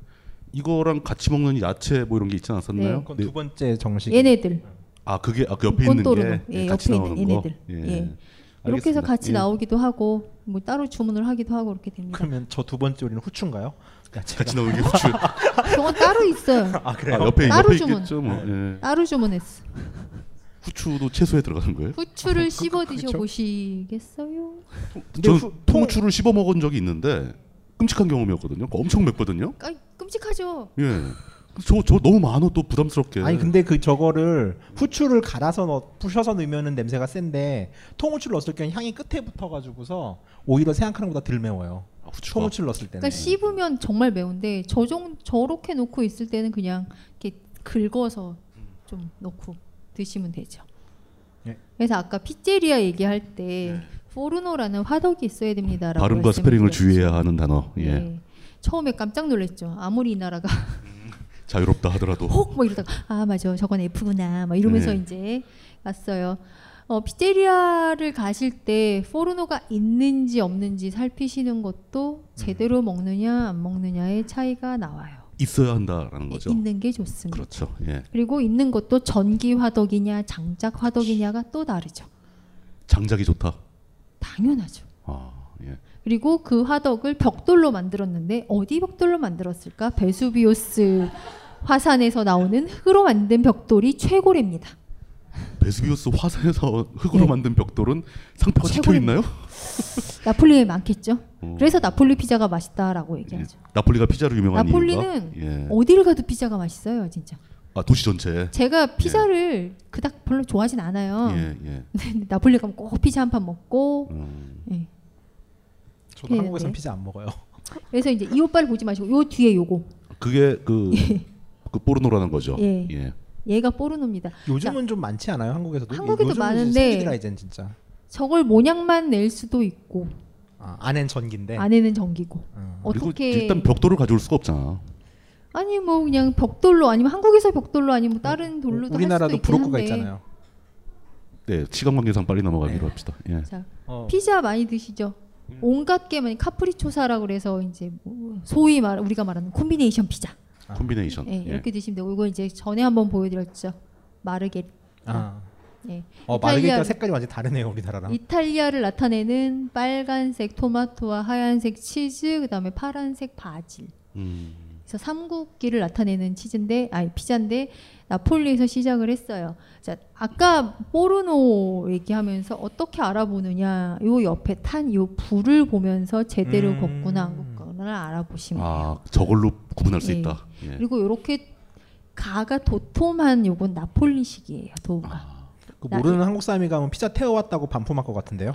Speaker 9: 이거랑 같이 먹는 야채 뭐 이런 게 있지 않았었나요?
Speaker 8: 네.
Speaker 10: 그건 두 번째 정식.
Speaker 8: 얘네들
Speaker 9: 아 그게 아그 옆에 있는
Speaker 8: 본토르노
Speaker 9: 게
Speaker 8: 예,
Speaker 9: 같이
Speaker 8: 옆에
Speaker 9: 나오는
Speaker 8: 있는 얘네들
Speaker 9: 거.
Speaker 8: 예. 이렇게 해서
Speaker 10: 알겠습니다.
Speaker 8: 같이
Speaker 10: 예.
Speaker 8: 나오기도 하고 뭐 따로 주문을 하기도 하고 이렇게 됩니다.
Speaker 10: 그러면 저 두 번째 요리는 후추인가요?
Speaker 9: 같이 나오는 게 *laughs* 후추.
Speaker 8: 그건 따로 있어요.
Speaker 10: 아 그래요?
Speaker 9: 아, 옆에
Speaker 8: 따로
Speaker 9: 옆에
Speaker 8: 주문. 네.
Speaker 9: 있겠죠. 뭐. 예.
Speaker 8: 따로 주문했어.
Speaker 9: 후추도 채소에 들어가는 거예요?
Speaker 8: 후추를
Speaker 9: 아, 그,
Speaker 8: 씹어
Speaker 9: 그렇죠.
Speaker 8: 드셔 보시겠어요?
Speaker 9: 저는 통후추를 씹어 먹은 적이 있는데 끔찍한 경험이었거든요. 그거 엄청 맵거든요.
Speaker 8: 아, 끔찍하죠.
Speaker 9: 예. 저저 너무 많아 또 부담스럽게.
Speaker 10: 아니 근데 그 저거를 후추를 갈아서 넣 부셔서 넣으면은 냄새가 센데 통후추를 넣었을 경우 향이 끝에 붙어가지고서 오히려 생각하는 것보다 덜 매워요.
Speaker 9: 아,
Speaker 10: 통후추를 넣었을 때는.
Speaker 8: 그러니까 씹으면 정말 매운데 저종 저렇게 놓고 있을 때는 그냥 이렇게 긁어서 좀 넣고 드시면 되죠.
Speaker 10: 예.
Speaker 8: 그래서 아까 피제리아 얘기할 때 포르노라는 화덕이 있어야 됩니다라고
Speaker 9: 예. 발음과
Speaker 8: 말씀을
Speaker 9: 스페링을
Speaker 8: 드렸어요.
Speaker 9: 주의해야 하는 단어. 예.
Speaker 8: 네. 처음에 깜짝 놀랐죠. 아무리 이 나라가
Speaker 9: 자유롭다 하더라도
Speaker 8: 혹 뭐 이러다가 아 맞아 저건 F구나 막 이러면서
Speaker 9: 네.
Speaker 8: 이제 갔어요. 어, 피테리아를 가실 때 포르노가 있는지 없는지 살피시는
Speaker 9: 음,
Speaker 8: 것도 제대로 먹느냐 안 먹느냐의 차이가 나와요.
Speaker 9: 있어야 한다라는 거죠.
Speaker 8: 있는 게 좋습니다.
Speaker 9: 그렇죠. 예.
Speaker 8: 그리고 있는 것도 전기 화덕이냐 장작 화덕이냐가 또 다르죠.
Speaker 9: 장작이 좋다.
Speaker 8: 당연하죠.
Speaker 9: 아, 예.
Speaker 8: 그리고 그 화덕을 벽돌로 만들었는데 어디 벽돌로 만들었을까? 베수비우스 화산에서 나오는 흙으로 만든 벽돌이 최고랍니다.
Speaker 9: 베스비우스 화산에서 흙으로 만든 벽돌은 상표가 찍혀 있나요?
Speaker 8: 나폴리에 많겠죠.
Speaker 9: 오.
Speaker 8: 그래서 나폴리 피자가 맛있다라고 얘기하죠.
Speaker 9: 예. 나폴리가 피자로 유명한
Speaker 8: 나폴리는
Speaker 9: 이유가 예.
Speaker 8: 어디를 가도 피자가 맛있어요, 진짜.
Speaker 9: 아, 도시 전체에
Speaker 8: 제가 피자를 그닥 별로 좋아하진 않아요.
Speaker 9: 예, 예. 어.
Speaker 8: 근데 나폴리 가면 꼭 피자 한 판 먹고. 예.
Speaker 10: 저도
Speaker 8: 예,
Speaker 10: 한국에서
Speaker 8: 예.
Speaker 10: 피자 안 먹어요.
Speaker 8: *laughs* 그래서 이제 이 오빠를 보지 마시고 요 뒤에 요거.
Speaker 9: 그게 그 그 포르노라는 거죠.
Speaker 8: 예.
Speaker 9: 예.
Speaker 8: 얘가 포르노입니다.
Speaker 10: 요즘은 좀 많지 않아요 한국에서도?
Speaker 8: 한국에도
Speaker 10: 요즘은
Speaker 8: 많은데
Speaker 10: 생기더라 이젠 진짜.
Speaker 8: 저걸 모양만 낼 수도 있고
Speaker 10: 아, 안엔 전기인데.
Speaker 8: 안에는 전기고
Speaker 9: 그리고
Speaker 8: 어떻게
Speaker 9: 일단 벽돌을 가져올 수가 없잖아.
Speaker 8: 아니 뭐 그냥 벽돌로 아니면 한국에서 벽돌로 아니면 뭐 다른 돌로
Speaker 10: 어, 우리나라도 브로커가 있잖아요.
Speaker 9: 네, 시간 관계상 빨리
Speaker 8: 네.
Speaker 9: 넘어가기로 합시다. 예.
Speaker 8: 자
Speaker 10: 어.
Speaker 8: 피자 많이 드시죠.
Speaker 10: 음.
Speaker 8: 온갖 게 많이 카프리초사라고 그래서 이제 뭐 소위 말 우리가 말하는 콤비네이션 피자
Speaker 9: 콤비네이션.
Speaker 8: 예,
Speaker 9: 예.
Speaker 8: 이렇게 드시면 되고 이거 이제 전에 한번 보여드렸죠. 마르게
Speaker 10: 아.
Speaker 8: 예.
Speaker 10: 어 마르게리타
Speaker 8: 이탈리아-
Speaker 10: 색깔이 완전 히 다르네요 우리나라랑.
Speaker 8: 이탈리아를 나타내는 빨간색 토마토와 하얀색 치즈 그다음에 파란색 바질.
Speaker 9: 음.
Speaker 8: 그래서 삼국기를 나타내는 치즈인데 아니 피자인데 나폴리에서 시작을 했어요. 자, 아까 포르노 얘기하면서 어떻게 알아보느냐. 요 옆에 탄 요 불을 보면서
Speaker 9: 음.
Speaker 8: 제대로
Speaker 10: 음.
Speaker 8: 걷구나 안 걷구나를 알아보시면
Speaker 9: 아, 저걸로 구분할 수
Speaker 8: 예.
Speaker 9: 있다. 예.
Speaker 8: 그리고 요렇게 가가 도톰한 요건 나폴리식이에요. 도가.
Speaker 10: 그 모르는 한국 사람이 가면 피자 태워왔다고 반품할 것 같은데요.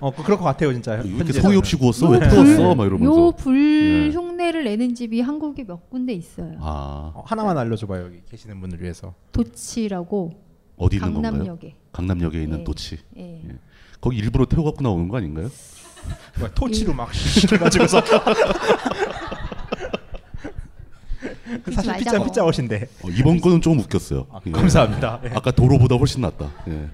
Speaker 10: 어 그- 그럴 것 같아요 진짜. 왜
Speaker 9: 이렇게 소위 없이 구웠어? 왜 태웠어? 막 이러면서.
Speaker 8: 뭐
Speaker 9: 네.
Speaker 8: 요불 흉내를 내는 집이 한국에 몇 군데 있어요.
Speaker 9: 아.
Speaker 10: 어, 하나만
Speaker 8: 네.
Speaker 10: 알려줘봐요 여기 계시는 분을 위해서.
Speaker 8: 도치라고
Speaker 9: 어디 있는
Speaker 8: 강남역에.
Speaker 9: 건가요? 강남역에 있는
Speaker 8: 예.
Speaker 9: 도치.
Speaker 8: 예.
Speaker 9: 거기 일부러 태워갖고 나오는 거 아닌가요? 어,
Speaker 8: 음.
Speaker 10: 뭐야, 토치로 막
Speaker 8: *laughs*
Speaker 10: 해가지고서. 사실
Speaker 8: 말자고.
Speaker 10: 피자 피자 옷인데.
Speaker 9: 어, 이번 거는 조금 웃겼어요. 예.
Speaker 10: 아, 감사합니다. 예.
Speaker 9: 아까 도로보다 훨씬 낫다. 예.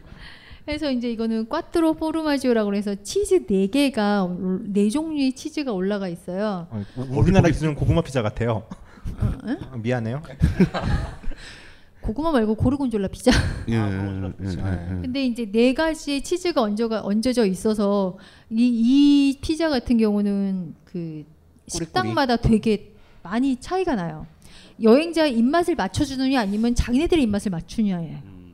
Speaker 8: 그래서 이제 이거는 꽈트로 포르마지오라고 해서 치즈 네 개가 올- 네 종류의 치즈가 올라가 있어요.
Speaker 10: 어, 우- 우리나라 기준 고구마 피자
Speaker 8: 어,
Speaker 10: 같아요. 아, 미안해요.
Speaker 8: 고구마 말고 고르곤졸라 피자.
Speaker 9: 예. 예.
Speaker 10: 음.
Speaker 9: 예.
Speaker 8: 근데 이제 네 가지의 치즈가 얹어가 얹어져 있어서 이, 이 피자 같은 경우는 그 식당마다 되게 많이 차이가 나요. 여행자의 입맛을 맞춰주느냐 아니면 자기네들의 입맛을 맞추느냐예요.
Speaker 10: 음.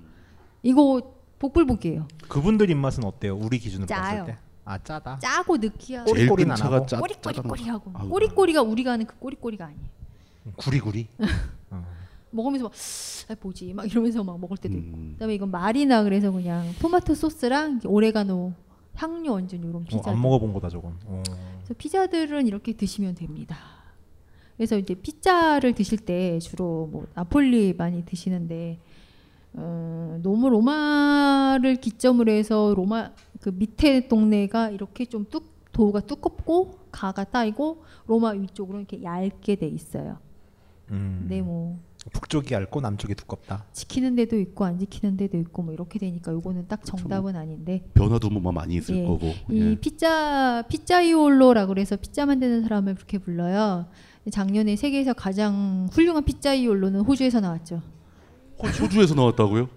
Speaker 8: 이거 복불복이에요.
Speaker 10: 아. 그분들 입맛은 어때요? 우리 기준으로
Speaker 8: 짜요.
Speaker 10: 봤을 때. 아 짜다.
Speaker 8: 짜고 느끼하고
Speaker 10: 제일 꼬리꼬리는 안 큰 차가 하고? 짜-
Speaker 8: 꼬리꼬리꼬리하고
Speaker 10: 짜잖아. 아우.
Speaker 8: 꼬리꼬리가 우리가 아는 그 꼬리꼬리가 아니에요.
Speaker 10: 구리구리.
Speaker 8: 먹으면서 막 아, 뭐지 막 이러면서 막 먹을 때도 있고 그다음에 이건 말이나 그래서 그냥 토마토 소스랑 이렇게 오레가노 향료 얹은 이런
Speaker 10: 어,
Speaker 8: 피자
Speaker 10: 안 먹어본 거다 저건. 어.
Speaker 8: 그래서 피자들은 이렇게 드시면 됩니다. 그래서 이제 피자를 드실 때 주로 뭐 나폴리 많이 드시는데 어, 너무 로마를 기점으로 해서 로마 그 밑에 동네가 이렇게 좀 뚝 도우가 두껍고 가가 따이고 로마 위쪽으로 이렇게 얇게 돼 있어요.
Speaker 10: 음.
Speaker 8: 근데 뭐
Speaker 10: 북쪽이 얇고 남쪽이 두껍다.
Speaker 8: 지키는 데도 있고 안 지키는 데도 있고 뭐 이렇게 되니까 요거는 딱 정답은 아닌데
Speaker 9: 변화도 뭐 많이 있을
Speaker 8: 예.
Speaker 9: 거고.
Speaker 8: 이 피자 피자이올로라고 그래서 피자 만드는 사람을 그렇게 불러요. 작년에 세계에서 가장 훌륭한 피자이올로는 호주에서 나왔죠.
Speaker 9: 호주에서 나왔다고요?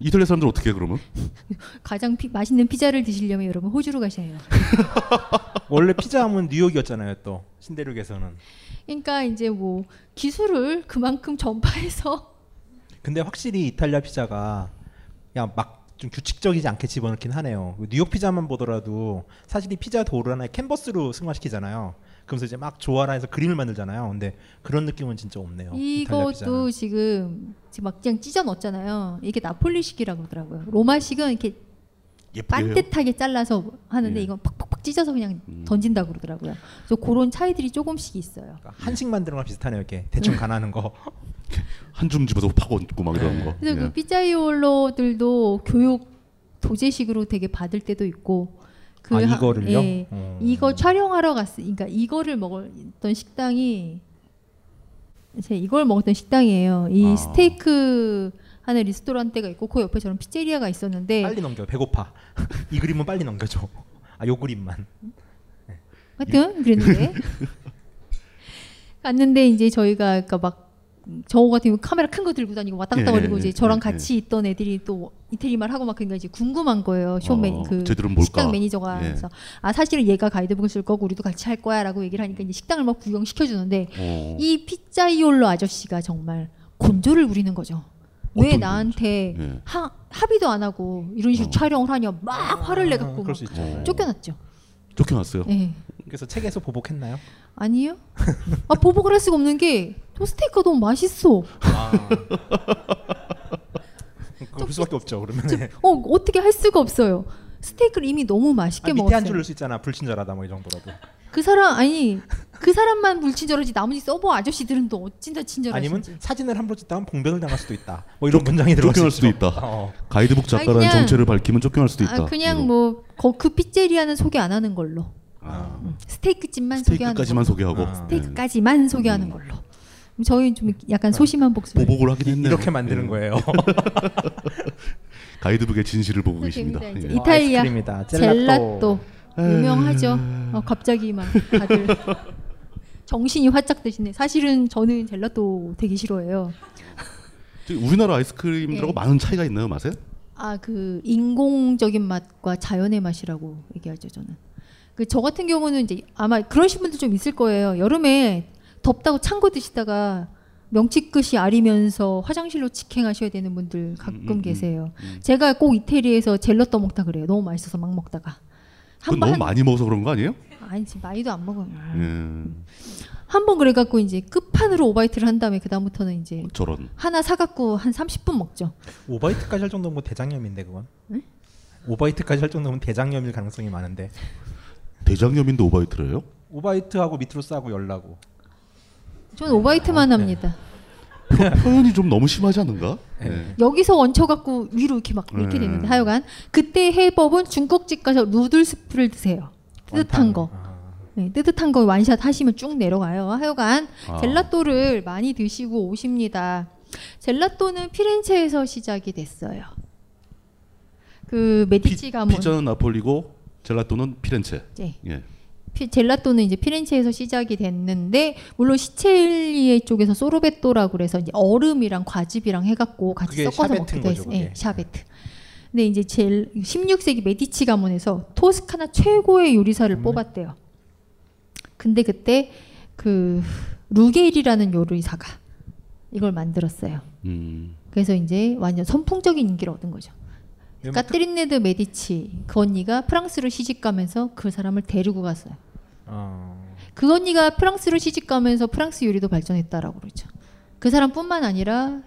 Speaker 9: 이탈리아 사람들 어떻게 해 그러면?
Speaker 8: 가장 피- 맛있는 피자를 드시려면 여러분 호주로 가셔야 해요.
Speaker 10: 원래 피자 하면 뉴욕이었잖아요 또 신대륙에서는.
Speaker 8: 그러니까 이제 뭐 기술을 그만큼 전파해서
Speaker 10: 근데 확실히 이탈리아 피자가 그냥 막 좀 규칙적이지 않게 집어넣긴 하네요. 뉴욕 피자만 보더라도 사실 이 피자 도를 하나의 캔버스로 승화시키잖아요. 그러면서 이제 막 조화라 해서 그림을 만들잖아요. 근데 그런 느낌은 진짜
Speaker 9: 어,
Speaker 10: 없네요. 이탈리아 피자는.
Speaker 8: 이것도 지금 지금 막 그냥 찢어 넣었잖아요. 이게 나폴리식이라고 그러더라고요. 로마식은 이렇게
Speaker 9: 예,
Speaker 8: 반듯하게 잘라서 하는데 이건 팍팍팍 찢어서 그냥
Speaker 9: 음.
Speaker 8: 던진다고 그러더라고요. 그래서 그런 차이들이 조금씩 있어요.
Speaker 10: 그러니까 한식 만드는 거랑 비슷하네요. 이렇게 대충 가나는
Speaker 8: *laughs*
Speaker 10: 거.
Speaker 9: 한 줌 집어서 파고 얹고 막 이런 거.
Speaker 8: 그래서
Speaker 9: 예.
Speaker 8: 그 피자이올로들도 교육 도제식으로 되게 받을 때도 있고
Speaker 9: 아,
Speaker 8: 하-
Speaker 9: 이거를요?
Speaker 8: 예,
Speaker 9: 음.
Speaker 8: 이거 촬영하러 갔어. 그러니까 이거를 먹었던 식당이 제 이걸 먹었던 식당이에요. 이
Speaker 10: 아.
Speaker 8: 스테이크 하는 리스토랑대가 있고 그 옆에 저런 피체리아가 있었는데
Speaker 10: 빨리 넘겨. 요 배고파. *laughs* 이 그림은 빨리 넘겨줘. 아, 요 그림만.
Speaker 8: 하여튼 그랬는데 *laughs* 갔는데 이제 저희가 그러니까 막 음, 저거 같은 경우 카메라 큰 거 들고 다니고 왔다 갔다
Speaker 9: 예,
Speaker 8: 거리고
Speaker 9: 예,
Speaker 8: 이제 저랑
Speaker 9: 예,
Speaker 8: 같이 있던 애들이 또 이태리 말 하고 막 그러니까 이제 궁금한 거예요. 쇼맨
Speaker 9: 어,
Speaker 8: 그
Speaker 9: 쟤들은 뭘까?
Speaker 8: 식당 매니저가
Speaker 9: 예.
Speaker 8: 그래서 아 사실은 얘가 가이드북을 쓸 거고 우리도 같이 할 거야라고 얘기를 하니까 이제 식당을 막 구경 시켜 주는데
Speaker 9: 어.
Speaker 8: 이 피자이올로 아저씨가 정말 곤조를 부리는 거죠. 왜 나한테
Speaker 9: 예.
Speaker 8: 하, 합의도 안 하고 이런
Speaker 9: 어.
Speaker 8: 식으로 촬영을 하냐 막 화를 내 갖고
Speaker 10: 아, 그럴 수 있죠.
Speaker 8: 쫓겨났죠.
Speaker 9: 쫓겨났어요.
Speaker 8: 예.
Speaker 10: 그래서 책에서 보복했나요?
Speaker 8: 아니요. 아 보복을 할 수가 없는 게 토스테이크가 너무 맛있어.
Speaker 10: 아. 그럴 수밖에 없죠. 그러면
Speaker 8: 어 어떻게 할 수가 없어요. 스테이크를 이미 너무 맛있게
Speaker 10: 아, 밑에
Speaker 8: 먹었어요.
Speaker 10: 한 줄 넣을 수 있잖아. 불친절하다 뭐 이 정도라도.
Speaker 8: 그 사람 아니 그 사람만 불친절하지 나머지 서버 아저씨들은 또 어찌나 친절하지?
Speaker 10: 아니면 사진을 함부로 찍다 하면 봉변을 당할 수도 있다. 뭐 이런 문장이 들어갈
Speaker 9: 쫓겨날 수도 있다.
Speaker 10: 아.
Speaker 9: 가이드북 작가라는
Speaker 8: 아니, 그냥-
Speaker 9: 정체를 밝히면 쫓겨날 수도 있다.
Speaker 8: 아, 그냥 뭐그 피제리아는 소개 안 하는 걸로.
Speaker 9: 아.
Speaker 8: 음, 스테이크 집만 소개하는
Speaker 9: 스테이크까지만 음.
Speaker 8: 걸로.
Speaker 9: 소개하고
Speaker 10: 아,
Speaker 8: 스테이크까지만 소개하는 걸로. 그럼 저희는 좀
Speaker 9: 아.
Speaker 8: 약간 소심한 복습.
Speaker 9: 보복을 하긴 했네.
Speaker 10: 이렇게 만드는 거예요.
Speaker 9: 가이드북의 진실을 보고 계십니다.
Speaker 8: 네,
Speaker 9: 예.
Speaker 10: *laughs*
Speaker 8: 재밌다, 이제. 이탈리아
Speaker 10: 아이스크림이다.
Speaker 9: 뭐,
Speaker 8: 젤라또,
Speaker 10: 젤라또.
Speaker 9: 음.
Speaker 8: 유명하죠. 어, 갑자기 막
Speaker 9: *laughs*
Speaker 8: 다들 정신이 활짝 드시네. 사실은 저는 젤라또 되게 싫어해요.
Speaker 9: 저기 우리나라 아이스크림들하고
Speaker 8: 네.
Speaker 9: 많은 차이가 있나요, 맛에?
Speaker 8: 아 그 인공적인 맛과 자연의 맛이라고 얘기하죠 저는. 그 저 같은 경우는 이제 아마 그러신 분들 좀 있을 거예요. 여름에 덥다고 찬 거 드시다가 명치끝이 아리면서 화장실로 직행하셔야 되는
Speaker 9: 음,
Speaker 8: 분들 가끔 계세요. 제가 꼭 이태리에서 젤라또 먹다 그래요. 너무 맛있어서 막 먹다가
Speaker 9: 그건 너무 많이 먹어서 그런 거 아니에요?
Speaker 8: 아니 지금 나이도 안 먹어요. 네.
Speaker 9: 음,
Speaker 8: 한 번 그래갖고 이제 끝판으로 오바이트를 한 다음에 그 다음부터는 이제
Speaker 9: 저런.
Speaker 8: 하나 사갖고 한 30분 먹죠.
Speaker 10: 오바이트까지 할 정도면 대장염인데 그건.
Speaker 8: 네?
Speaker 10: 오바이트까지 할 정도면 대장염일 가능성이 많은데.
Speaker 9: 대장염인데 오바이트를 해요?
Speaker 10: 오바이트하고 밑으로 싸고 열나고. 어, 네.
Speaker 8: 저는 오바이트만 합니다.
Speaker 9: 표- 표현이 좀 너무 심하지 않은가? 네.
Speaker 8: 여기서 얹혀 갖고 위로 이렇게 막 이렇게
Speaker 9: 네.
Speaker 8: 되는데 하여간 그때 해법은 중국집 가서 누들 스프를 드세요. 뜨뜻한 거.
Speaker 10: 아.
Speaker 8: 네, 뜨뜻한 거 완샷 하시면 쭉 내려가요. 하여간
Speaker 14: 아.
Speaker 8: 젤라또를 많이 드시고 오십니다. 젤라또는 피렌체에서 시작이 됐어요. 그 메디치 가문
Speaker 9: 피자는 나폴리고 젤라또는 피렌체.
Speaker 8: 네.
Speaker 9: 예.
Speaker 8: 피- 젤라또는 이제 피렌체에서 시작이 됐는데 물론 시체일리에 쪽에서 소르베토라고 그래서 이제 얼음이랑 과즙이랑 해갖고 같이
Speaker 10: 그게
Speaker 8: 섞어서
Speaker 10: 샤베트인 뭐.
Speaker 8: 먹기도
Speaker 10: 거죠,
Speaker 8: 했어요. 예,
Speaker 10: 그게.
Speaker 8: 샤베트. 근데 이제 젤 16세기 메디치 가문에서 토스카나 최고의 요리사를 뽑았대요. 근데 그때 그 루겔이라는 요리사가 이걸 만들었어요.
Speaker 9: 음.
Speaker 8: 그래서 이제 완전 선풍적인 인기를 얻은 거죠.
Speaker 10: 웬만큼-
Speaker 8: 까트린네드 메디치 그 언니가 프랑스로 시집가면서 그 사람을 데리고 갔어요.
Speaker 10: 어.
Speaker 8: 그 언니가 프랑스로 시집가면서 프랑스 요리도 발전했다라고 그러죠. 그 사람뿐만 아니라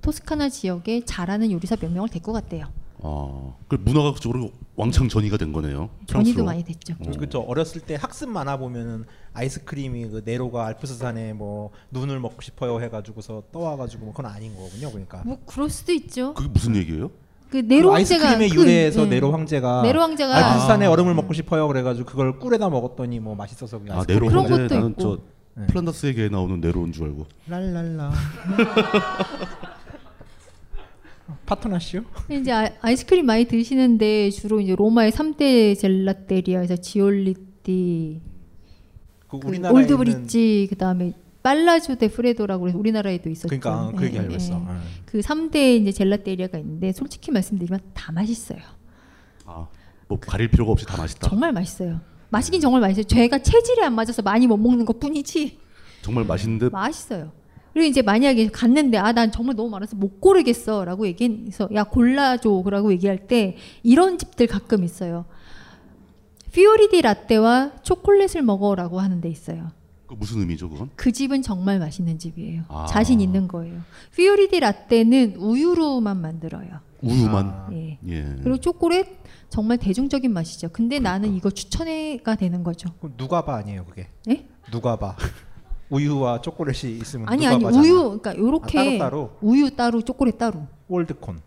Speaker 8: 토스카나 지역에 잘하는 요리사 몇 명을 데리고 갔대요.
Speaker 9: 아, 그 문화가 그쪽으로 왕창 전이가 된 거네요. 프랑스로. 어.
Speaker 10: 그렇죠. 어렸을 때 학습 만화 보면은 아이스크림이 그 네로가 알프스산에 뭐 눈을 먹고 싶어요 해가지고서 떠와가지고 뭐 그건 아닌 거군요. 그러니까.
Speaker 8: 뭐 그럴 수도 있죠.
Speaker 9: 그게 무슨 얘기예요?
Speaker 8: 그 네로
Speaker 10: 그
Speaker 8: 황제가
Speaker 10: 아이스크림의
Speaker 8: 그-
Speaker 10: 유래에서
Speaker 8: 예.
Speaker 10: 네로 황제가
Speaker 8: 네로 황제가-
Speaker 10: 알프스산의
Speaker 8: 아.
Speaker 10: 얼음을 먹고 싶어요 그래가지고 그걸 꿀에다 먹었더니 뭐 맛있어서 그냥
Speaker 9: 아,
Speaker 10: 아이스크림. 네.
Speaker 9: 네로 황제 나는 저 플란다스에게 나오는 네로인 줄 알고.
Speaker 10: 랄랄라 *laughs* 파토나시오?
Speaker 8: 이제 아, 아이스크림 많이 드시는데 주로 이제 로마의 3대 젤라테리아에서 지올리띠,
Speaker 10: 그
Speaker 8: 그
Speaker 10: 우리나라에
Speaker 8: 올드브릿지 그다음에 빨라조 데 프레도라고 그래서 우리나라에도 있었죠.
Speaker 10: 그러니까, 아, 그
Speaker 8: 예,
Speaker 10: 얘기 알고
Speaker 8: 예.
Speaker 10: 있어. 아.
Speaker 8: 그 3대 이제 젤라테리아가 있는데 솔직히 말씀드리면 다 맛있어요.
Speaker 9: 아, 뭐
Speaker 8: 그
Speaker 9: 가릴 필요가 없이 다 맛있다.
Speaker 8: 정말 맛있어요. 맛있긴 정말 맛있어요. 제가 체질이 안 맞아서 많이 못 먹는 것 뿐이지
Speaker 9: 정말 맛있는데
Speaker 8: 맛있어요. 그리고 이제 만약에 갔는데 아 난 정말 너무 많아서 못 고르겠어라고 얘기해서 야 골라줘라고 얘기할 때 이런 집들 가끔 있어요. 피오리디 라떼와 초콜릿을 먹어라고 하는 데 있어요.
Speaker 9: 그 무슨 의미죠, 그건?
Speaker 8: 그 집은 정말 맛있는 집이에요.
Speaker 9: 아.
Speaker 8: 자신 있는 거예요. 피오리디 라떼는 우유로만 만들어요.
Speaker 10: 음.
Speaker 9: 우유만.
Speaker 10: 아.
Speaker 8: 예.
Speaker 9: 예.
Speaker 8: 그리고 초콜릿 정말 대중적인 맛이죠. 근데
Speaker 10: 그러니까.
Speaker 8: 나는 이거 추천해가 되는 거죠.
Speaker 10: 그럼 누가 봐 아니에요 그게?
Speaker 8: 예?
Speaker 10: 누가
Speaker 8: *laughs*
Speaker 10: 봐 우유와 초콜릿이 있으면
Speaker 8: 아니
Speaker 10: 누가
Speaker 8: 아니
Speaker 10: 봐잖아.
Speaker 8: 우유 그러니까 요렇게
Speaker 10: 아, 따로, 따로?
Speaker 8: 우유 따로 초콜릿 따로.
Speaker 10: 올드콘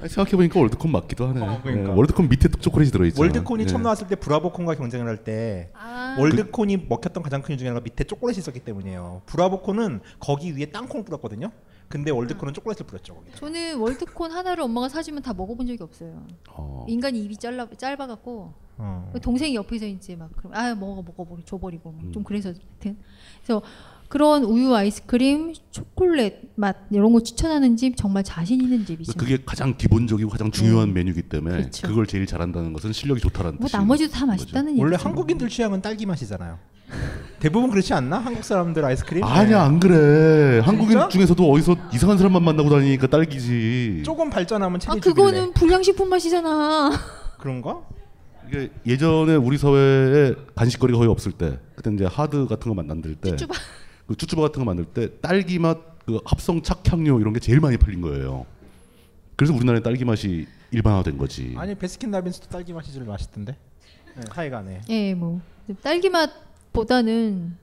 Speaker 9: 아니, 생각해보니까 월드컵 맞기도 하네.
Speaker 10: 어, 그러니까.
Speaker 9: 예, 월드컵 밑에 초콜릿이 들어있잖아.
Speaker 10: 월드콘이
Speaker 9: 예.
Speaker 10: 처음 나왔을 때 브라보콘과 경쟁을 할 때
Speaker 8: 아.
Speaker 10: 월드콘이 먹혔던 가장 큰 이유 중에 하나가 밑에 초콜릿이 있었기 때문이에요. 브라보콘은 거기 위에 땅콩 뿌렸거든요. 근데
Speaker 8: 아.
Speaker 10: 월드콘은 초콜릿을 뿌렸죠. 거기.
Speaker 8: 저는 그 월드콘 하나를 엄마가 사주면 다 먹어본 적이 없어요.
Speaker 9: 아,
Speaker 8: 인간이 입이 짧아 짧아갖고 그
Speaker 10: 어.
Speaker 8: 동생이 옆에서 이제 막 그럼 아 먹어 먹어버리 줘버리고 막좀
Speaker 10: 음.
Speaker 8: 그래서 하여튼 그래서 그런 우유 아이스크림 초콜릿 맛 이런 거 추천하는 집 정말 자신 있는 집이죠.
Speaker 9: 그게 가장 기본적이고 가장 중요한 메뉴이기 때문에
Speaker 8: 그렇죠.
Speaker 9: 그걸 제일 잘한다는 것은 실력이 좋다라는
Speaker 8: 뭐
Speaker 9: 뜻이에요.
Speaker 8: 음, 나머지도 다 맛있다는 얘기죠. 아,
Speaker 10: 원래 한국인들 취향은 딸기 맛이잖아요. 대부분 그렇지 않나? 한국 사람들 아이스크림?
Speaker 9: 아니야
Speaker 10: 네.
Speaker 9: 안 그래. 한국인 중에서도 어디서 이상한 사람만 만나고 다니니까 딸기지.
Speaker 10: 조금 발전하면
Speaker 8: 아
Speaker 10: 체리 주길래.
Speaker 8: 그거는 불량식품 맛이잖아. *laughs*
Speaker 10: 그런가?
Speaker 9: 이게 예전에 우리 사회에 간식거리가 거의 없을 때, 그때 이제 하드 같은 거 만- 만들 때,
Speaker 8: 쭈쭈바.
Speaker 9: 그 쭈쭈바 같은 거 만들 때 딸기 맛, 그 합성 착향료 이런 게 제일 많이 팔린 거예요. 그래서 우리나라에 딸기 맛이 일반화된 거지.
Speaker 10: 아니 베스킨라빈스도 딸기 맛이 제일 맛있던데. 네, 하여간에.
Speaker 8: 예, 뭐 딸기 맛보다는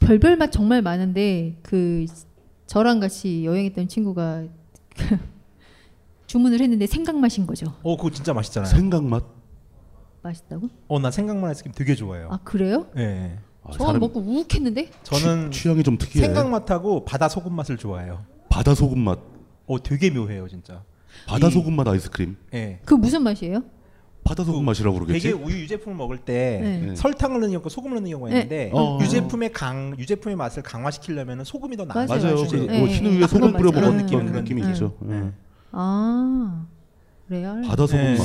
Speaker 8: 별별 맛 정말 많은데 그 저랑 같이 여행했던 친구가 *laughs* 주문을 했는데 생강 맛인 거죠.
Speaker 10: 어 그거 진짜 맛있잖아요.
Speaker 9: 생강 맛?
Speaker 8: 맛있다고?
Speaker 10: 어나 생강맛 아이스크림 되게 좋아해요.
Speaker 8: 아 그래요?
Speaker 10: 예. 네.
Speaker 8: 저는 먹고 우욱했는데.
Speaker 10: 저는
Speaker 9: 아, 취향이 좀 특이해.
Speaker 10: 생강맛하고 바다 소금 맛을 좋아해요.
Speaker 9: 바다 소금 맛.
Speaker 10: 어 되게 묘해요 진짜.
Speaker 9: 바다
Speaker 10: 이-
Speaker 9: 소금 맛 아이스크림.
Speaker 10: 예.
Speaker 8: 그 무슨 맛이에요?
Speaker 9: 바다 소금 맛이라고 그러겠지.
Speaker 10: 되게 우유 유제품을 먹을 때
Speaker 9: 네.
Speaker 10: 설탕을 넣는 경우 소금을 넣는 경우가
Speaker 8: 네.
Speaker 10: 있는데
Speaker 9: 어.
Speaker 10: 유제품의 강 유제품의 맛을 강화시키려면 소금이 더 나아요.
Speaker 9: 맞아요. 맞아요. 그- 뭐 흰 우유에 소금 뿌려 먹었던 그런 느낌이 있죠. 예.
Speaker 8: 아 레알.
Speaker 10: 네.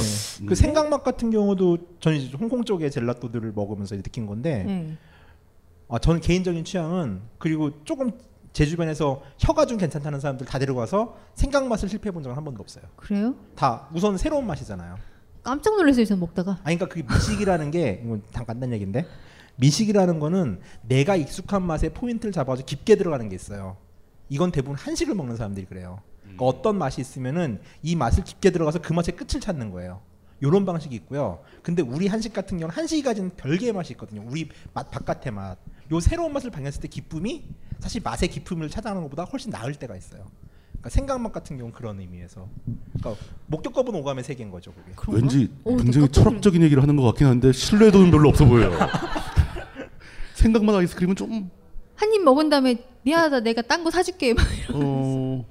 Speaker 10: 그 생강맛 같은 경우도 저는 이제 홍콩 쪽의 젤라또들을 먹으면서 이제 느낀 건데
Speaker 8: 네.
Speaker 10: 아, 저는 개인적인 취향은 그리고 조금 제 주변에서 혀가 좀 괜찮다는 사람들 다 데려가서 생강맛을 실패해 본 적은 한 번도 없어요.
Speaker 8: 그래요?
Speaker 10: 다 우선 새로운 맛이잖아요.
Speaker 8: 깜짝 놀랐어요, 저는 먹다가.
Speaker 10: 아니 그러니까 그게 미식이라는 게 이건 잠깐단 얘기인데 미식이라는 거는 내가 익숙한 맛에 포인트를 잡아서 깊게 들어가는 게 있어요. 이건 대부분 한식을 먹는 사람들이 그래요. 그러니까 어떤 맛이 있으면은 이 맛을 깊게 들어가서 그 맛의 끝을 찾는 거예요. 요런 방식이 있고요. 근데 우리 한식 같은 경우는 한식이 가진 별개의 맛이 있거든요. 우리 맛 바깥의 맛. 요 새로운 맛을 발견했을 때 기쁨이 사실 맛의 기쁨을 찾아가는 것보다 훨씬 나을 때가 있어요. 그러니까 생각맛 같은 경우는 그런 의미에서. 그러니까 못 겪어본 오감의 세계인 거죠, 그게.
Speaker 9: 왠지
Speaker 8: 어,
Speaker 9: 굉장히 철학적인 얘기를 하는 것 같긴 한데 신뢰도는 별로 없어 보여요. 생각만 아이스크림은 좀
Speaker 8: 한 입 먹은 다음에 미안하다, 내가 딴 거 사줄게. 막 이러고.
Speaker 9: 어,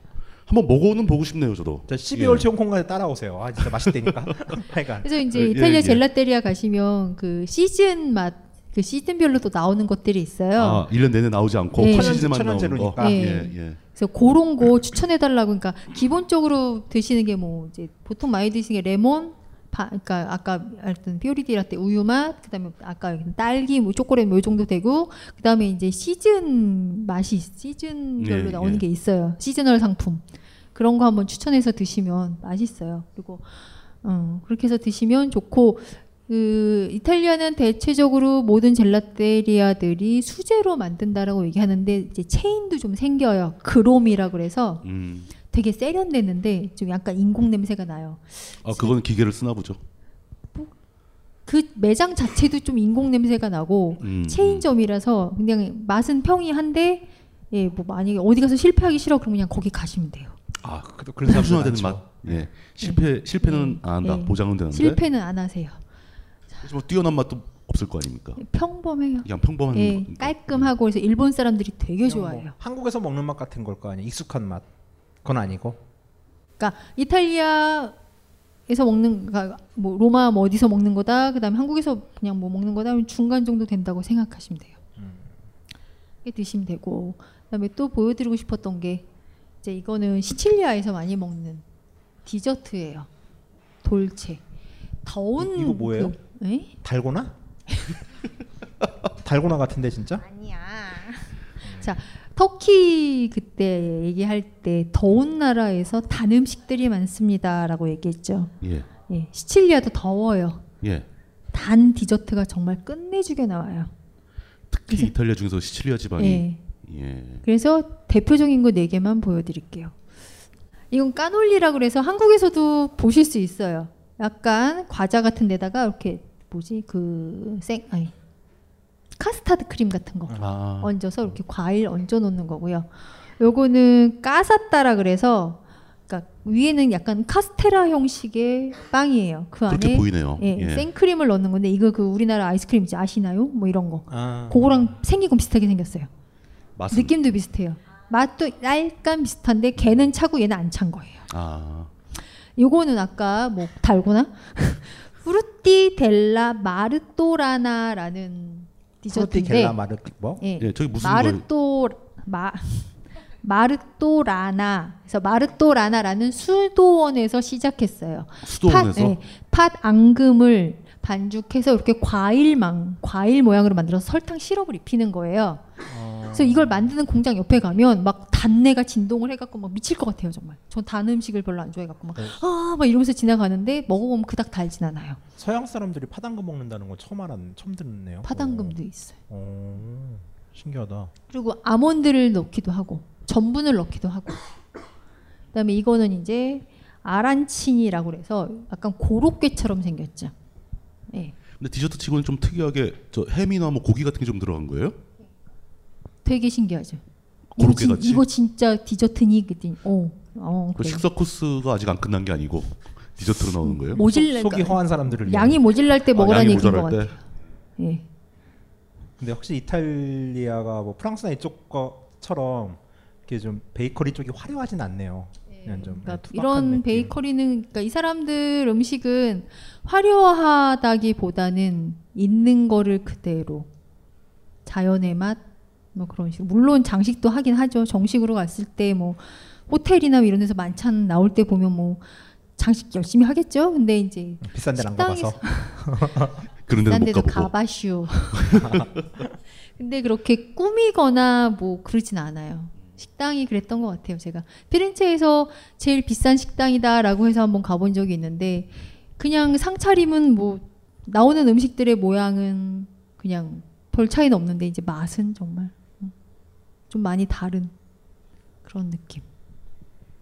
Speaker 9: 한번 먹어는 보고 싶네요, 저도.
Speaker 10: 저
Speaker 9: 예.
Speaker 10: 12월 초 홍콩가에 따라오세요. 아 진짜 맛있다니까. *laughs* 하여간.
Speaker 8: 그래서
Speaker 9: 예,
Speaker 8: 이제 이탈리아 젤라테리아 가시면 그 시즌 맛, 그 시즌별로 또 나오는 것들이 있어요.
Speaker 9: 아, 1년 내내 나오지 않고
Speaker 8: 예.
Speaker 9: 시즌만
Speaker 8: 천연-
Speaker 9: 나오는 거.
Speaker 8: 천연재료니까.
Speaker 9: 예, 예.
Speaker 8: 그래서 그런 거 추천해달라고 그러니까 기본적으로 드시는 게 뭐 이제 보통 많이 드시는 게 레몬, 바, 그러니까 아까 알던 피오리디 라떼 우유 맛, 그다음에 아까 딸기 뭐 초콜릿 뭐이 정도 되고 그다음에 이제 시즌 맛이 있- 시즌별로
Speaker 14: 예,
Speaker 8: 나오는
Speaker 14: 예.
Speaker 8: 게 있어요 시즌얼 상품 그런 거 한번 추천해서 드시면 맛있어요. 그리고 어, 그렇게 해서 드시면 좋고 그 이탈리아는 대체적으로 모든 젤라테리아들이 수제로 만든다라고 얘기하는데 이제 체인도 좀 생겨요. 그롬이라 그래서
Speaker 9: 음.
Speaker 8: 되게 세련됐는데 좀 약간 인공 냄새가 나요.
Speaker 9: 아, 그건 기계를 쓰나 보죠.
Speaker 8: 그 매장 자체도 좀 인공 냄새가 나고
Speaker 9: 음,
Speaker 8: 체인점이라서 그냥 맛은 평이한데 예, 뭐 만약에 어디 가서 실패하기 싫어 그러면 그냥 거기 가시면 돼요.
Speaker 9: 아, 그
Speaker 10: 그런 사람들
Speaker 9: 되는 맛. 예. 실패 실패는 안 한다.
Speaker 8: 예.
Speaker 9: 보장은 되는데.
Speaker 8: 실패는 안 하세요.
Speaker 9: 혹시 뭐 뛰어난 맛도 없을 거 아닙니까?
Speaker 8: 평범해요.
Speaker 9: 그냥 평범한
Speaker 8: 예, 깔끔하고 그래서 일본 *laughs* 사람들이
Speaker 10: 음.
Speaker 8: 되게 좋아해요.
Speaker 10: 뭐 한국에서 먹는 맛 같은 걸 거 아니에요. 익숙한 맛. 그건 아니고.
Speaker 8: 그러니까 이탈리아에서 먹는 그러니까 뭐 로마 뭐 어디서 먹는 거다 그다음에 한국에서 그냥 뭐 먹는 거다 하면 중간 정도 된다고 생각하시면 돼요.
Speaker 10: 음.
Speaker 8: 이렇게 드시면 되고 그다음에 또 보여드리고 싶었던 게 이제 이거는 시칠리아에서 많이 먹는 디저트예요. 돌체. 더운
Speaker 10: 이- 이거 뭐예요?
Speaker 8: 그, 에?
Speaker 10: 달고나?
Speaker 8: *laughs*
Speaker 10: 달고나 같은데 진짜?
Speaker 8: *laughs* 자 터키 그때 얘기할 때 더운 나라에서 단 음식들이 많습니다라고 얘기했죠.
Speaker 9: 예.
Speaker 8: 예, 시칠리아도 더워요.
Speaker 9: 예.
Speaker 8: 단 디저트가 정말 끝내주게 나와요.
Speaker 9: 특히 이탈리아 중에서 시칠리아 지방이
Speaker 8: 예.
Speaker 9: 예.
Speaker 8: 그래서 대표적인 거 네 개만 보여드릴게요. 이건 까놀리라 그래서 한국에서도 보실 수 있어요. 약간 과자 같은 데다가 이렇게 뭐지 그생 아니 카스타드 크림 같은 거
Speaker 9: 아.
Speaker 8: 얹어서 이렇게 과일 얹어 놓는 거고요. 요거는 까사따라 그래서 그러니까 위에는 약간 카스테라 형식의 빵이에요. 그
Speaker 9: 그렇게
Speaker 8: 안에
Speaker 9: 보이네요.
Speaker 8: 예,
Speaker 9: 예.
Speaker 8: 생크림을 넣는 건데 이거 그 우리나라 아이스크림 있지 아시나요? 뭐 이런 거.
Speaker 9: 아.
Speaker 8: 그거랑 생기고 비슷하게 생겼어요.
Speaker 9: 맛은?
Speaker 8: 느낌도 비슷해요. 맛도 약간 비슷한데 걔는 차고 얘는 안 찬 거예요.
Speaker 9: 아.
Speaker 8: 요거는 아까 뭐 달고나 *laughs* 프루티 델라 마르토라나라는 디저트인데
Speaker 10: 프로티겔라 마르 뭐?
Speaker 8: 예.
Speaker 9: 저기 무슨
Speaker 8: 마르토 마 마르토라나 그래서 마르토라나라는 수도원에서 시작했어요.
Speaker 9: 그 수도원에서?
Speaker 8: 팥, 예, 팥 앙금을 반죽해서 이렇게 과일망 과일 모양으로 만들어서 설탕 시럽을 입히는 거예요. 그래서 이걸 만드는 공장 옆에 가면 막 단내가 진동을 해갖고 막 미칠 것 같아요 정말. 전 단 음식을 별로 안 좋아해갖고
Speaker 9: 네.
Speaker 8: 막 아, 막 이러면서 지나가는데 먹어보면 그닥 달진 않아요.
Speaker 10: 서양 사람들이 파당금 먹는다는 건 처음 알았 처음 듣네요.
Speaker 8: 파당금도 있어요.
Speaker 10: 어, 신기하다.
Speaker 8: 그리고 아몬드를 넣기도 하고 전분을 넣기도 하고 그다음에 이거는 이제 아란치니라고 해서 약간 고로케처럼 생겼죠. 예.
Speaker 9: 근데 디저트 치고는 좀 특이하게 저 햄이나 뭐 고기 같은 게 좀 들어간 거예요?
Speaker 8: 되게 신기하죠. 이거,
Speaker 9: 고로케
Speaker 8: 진,
Speaker 9: 같이?
Speaker 8: 이거 진짜 디저트니 그랬더니 어, 어
Speaker 9: 그
Speaker 8: 그래요.
Speaker 9: 식사 코스가 아직 안 끝난 게 아니고 디저트로 나오는 거예요?
Speaker 8: 모질랄
Speaker 10: 속이 허한 사람들을 위해.
Speaker 8: 양이 모질랄 때
Speaker 9: 아,
Speaker 8: 음, 먹으라는
Speaker 9: 양이
Speaker 8: 얘기인 것
Speaker 9: 모자랄 때?
Speaker 8: 같아요. 예.
Speaker 10: 근데 혹시 이탈리아가 뭐 프랑스나 이쪽 거처럼 이렇게 좀 베이커리 쪽이 화려하진 않네요. 그냥 좀 예,
Speaker 8: 그러니까
Speaker 9: 아,
Speaker 10: 투박한
Speaker 8: 이런
Speaker 10: 느낌.
Speaker 8: 베이커리는 그러니까 이 사람들 음식은 화려하다기보다는 있는 거를 그대로 자연의 맛 뭐 그런 식으로 물론 장식도 하긴 하죠. 정식으로 갔을 때 뭐 호텔이나 이런 데서 만찬 나올 때 보면 뭐 장식 열심히 하겠죠. 근데 이제
Speaker 10: 음, 비싼 데는 안
Speaker 8: 식당에서-
Speaker 10: 가봐서.
Speaker 9: 그런 데는
Speaker 8: 비싼
Speaker 9: 못
Speaker 8: 데도
Speaker 9: 가보고.
Speaker 8: 가봐슈. *laughs* 근데 그렇게 꾸미거나 뭐 그러진 않아요. 식당이 그랬던 것 같아요. 제가 피렌체에서 제일 비싼 식당이다라고 해서 한번 가본 적이 있는데 그냥 상차림은 뭐 나오는 음식들의 뭐 모양은 그냥 별 차이는 없는데 이제 맛은 정말 음, 좀 많이 다른 그런 느낌.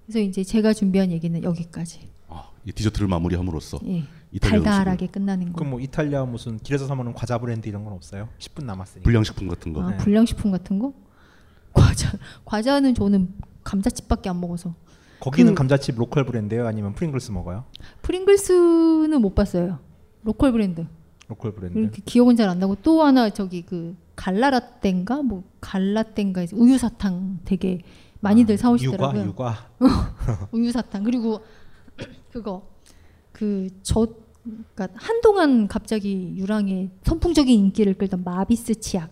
Speaker 8: 그래서 이제 제가 준비한 얘기는 여기까지.
Speaker 9: 아, 이 디저트를 마무리함으로써
Speaker 8: 예.
Speaker 9: 이탈리아 그 음식을
Speaker 8: 달달하게 끝나는 거.
Speaker 10: 그럼 뭐 이탈리아 무슨 길에서 사 먹는 과자 브랜드 이런 건 없어요? 10분 남았으니까.
Speaker 9: 불량식품 같은 거.
Speaker 8: 아, 불량식품 같은 거? *laughs* 과자 과자는 저는 감자칩밖에 안 먹어서
Speaker 10: 네. 거기는
Speaker 8: 그-
Speaker 10: 감자칩 로컬 브랜드예요? 아니면 프링글스 먹어요?
Speaker 8: 프링글스는 못 봤어요. 로컬 브랜드.
Speaker 10: 로컬 브랜드.
Speaker 8: 이렇게 기억은 잘 안 나고 또 하나 저기 그 갈라라땡가 뭐 갈라땡가 해서 우유 사탕 되게
Speaker 10: 아,
Speaker 8: 많이들 사오시더라고요.
Speaker 10: 유과, 유과.
Speaker 8: 우유 사탕 그리고 *clears throat* 그거 그저 그러니까 한동안 갑자기 유랑의 선풍적인 인기를 끌던 마비스 치약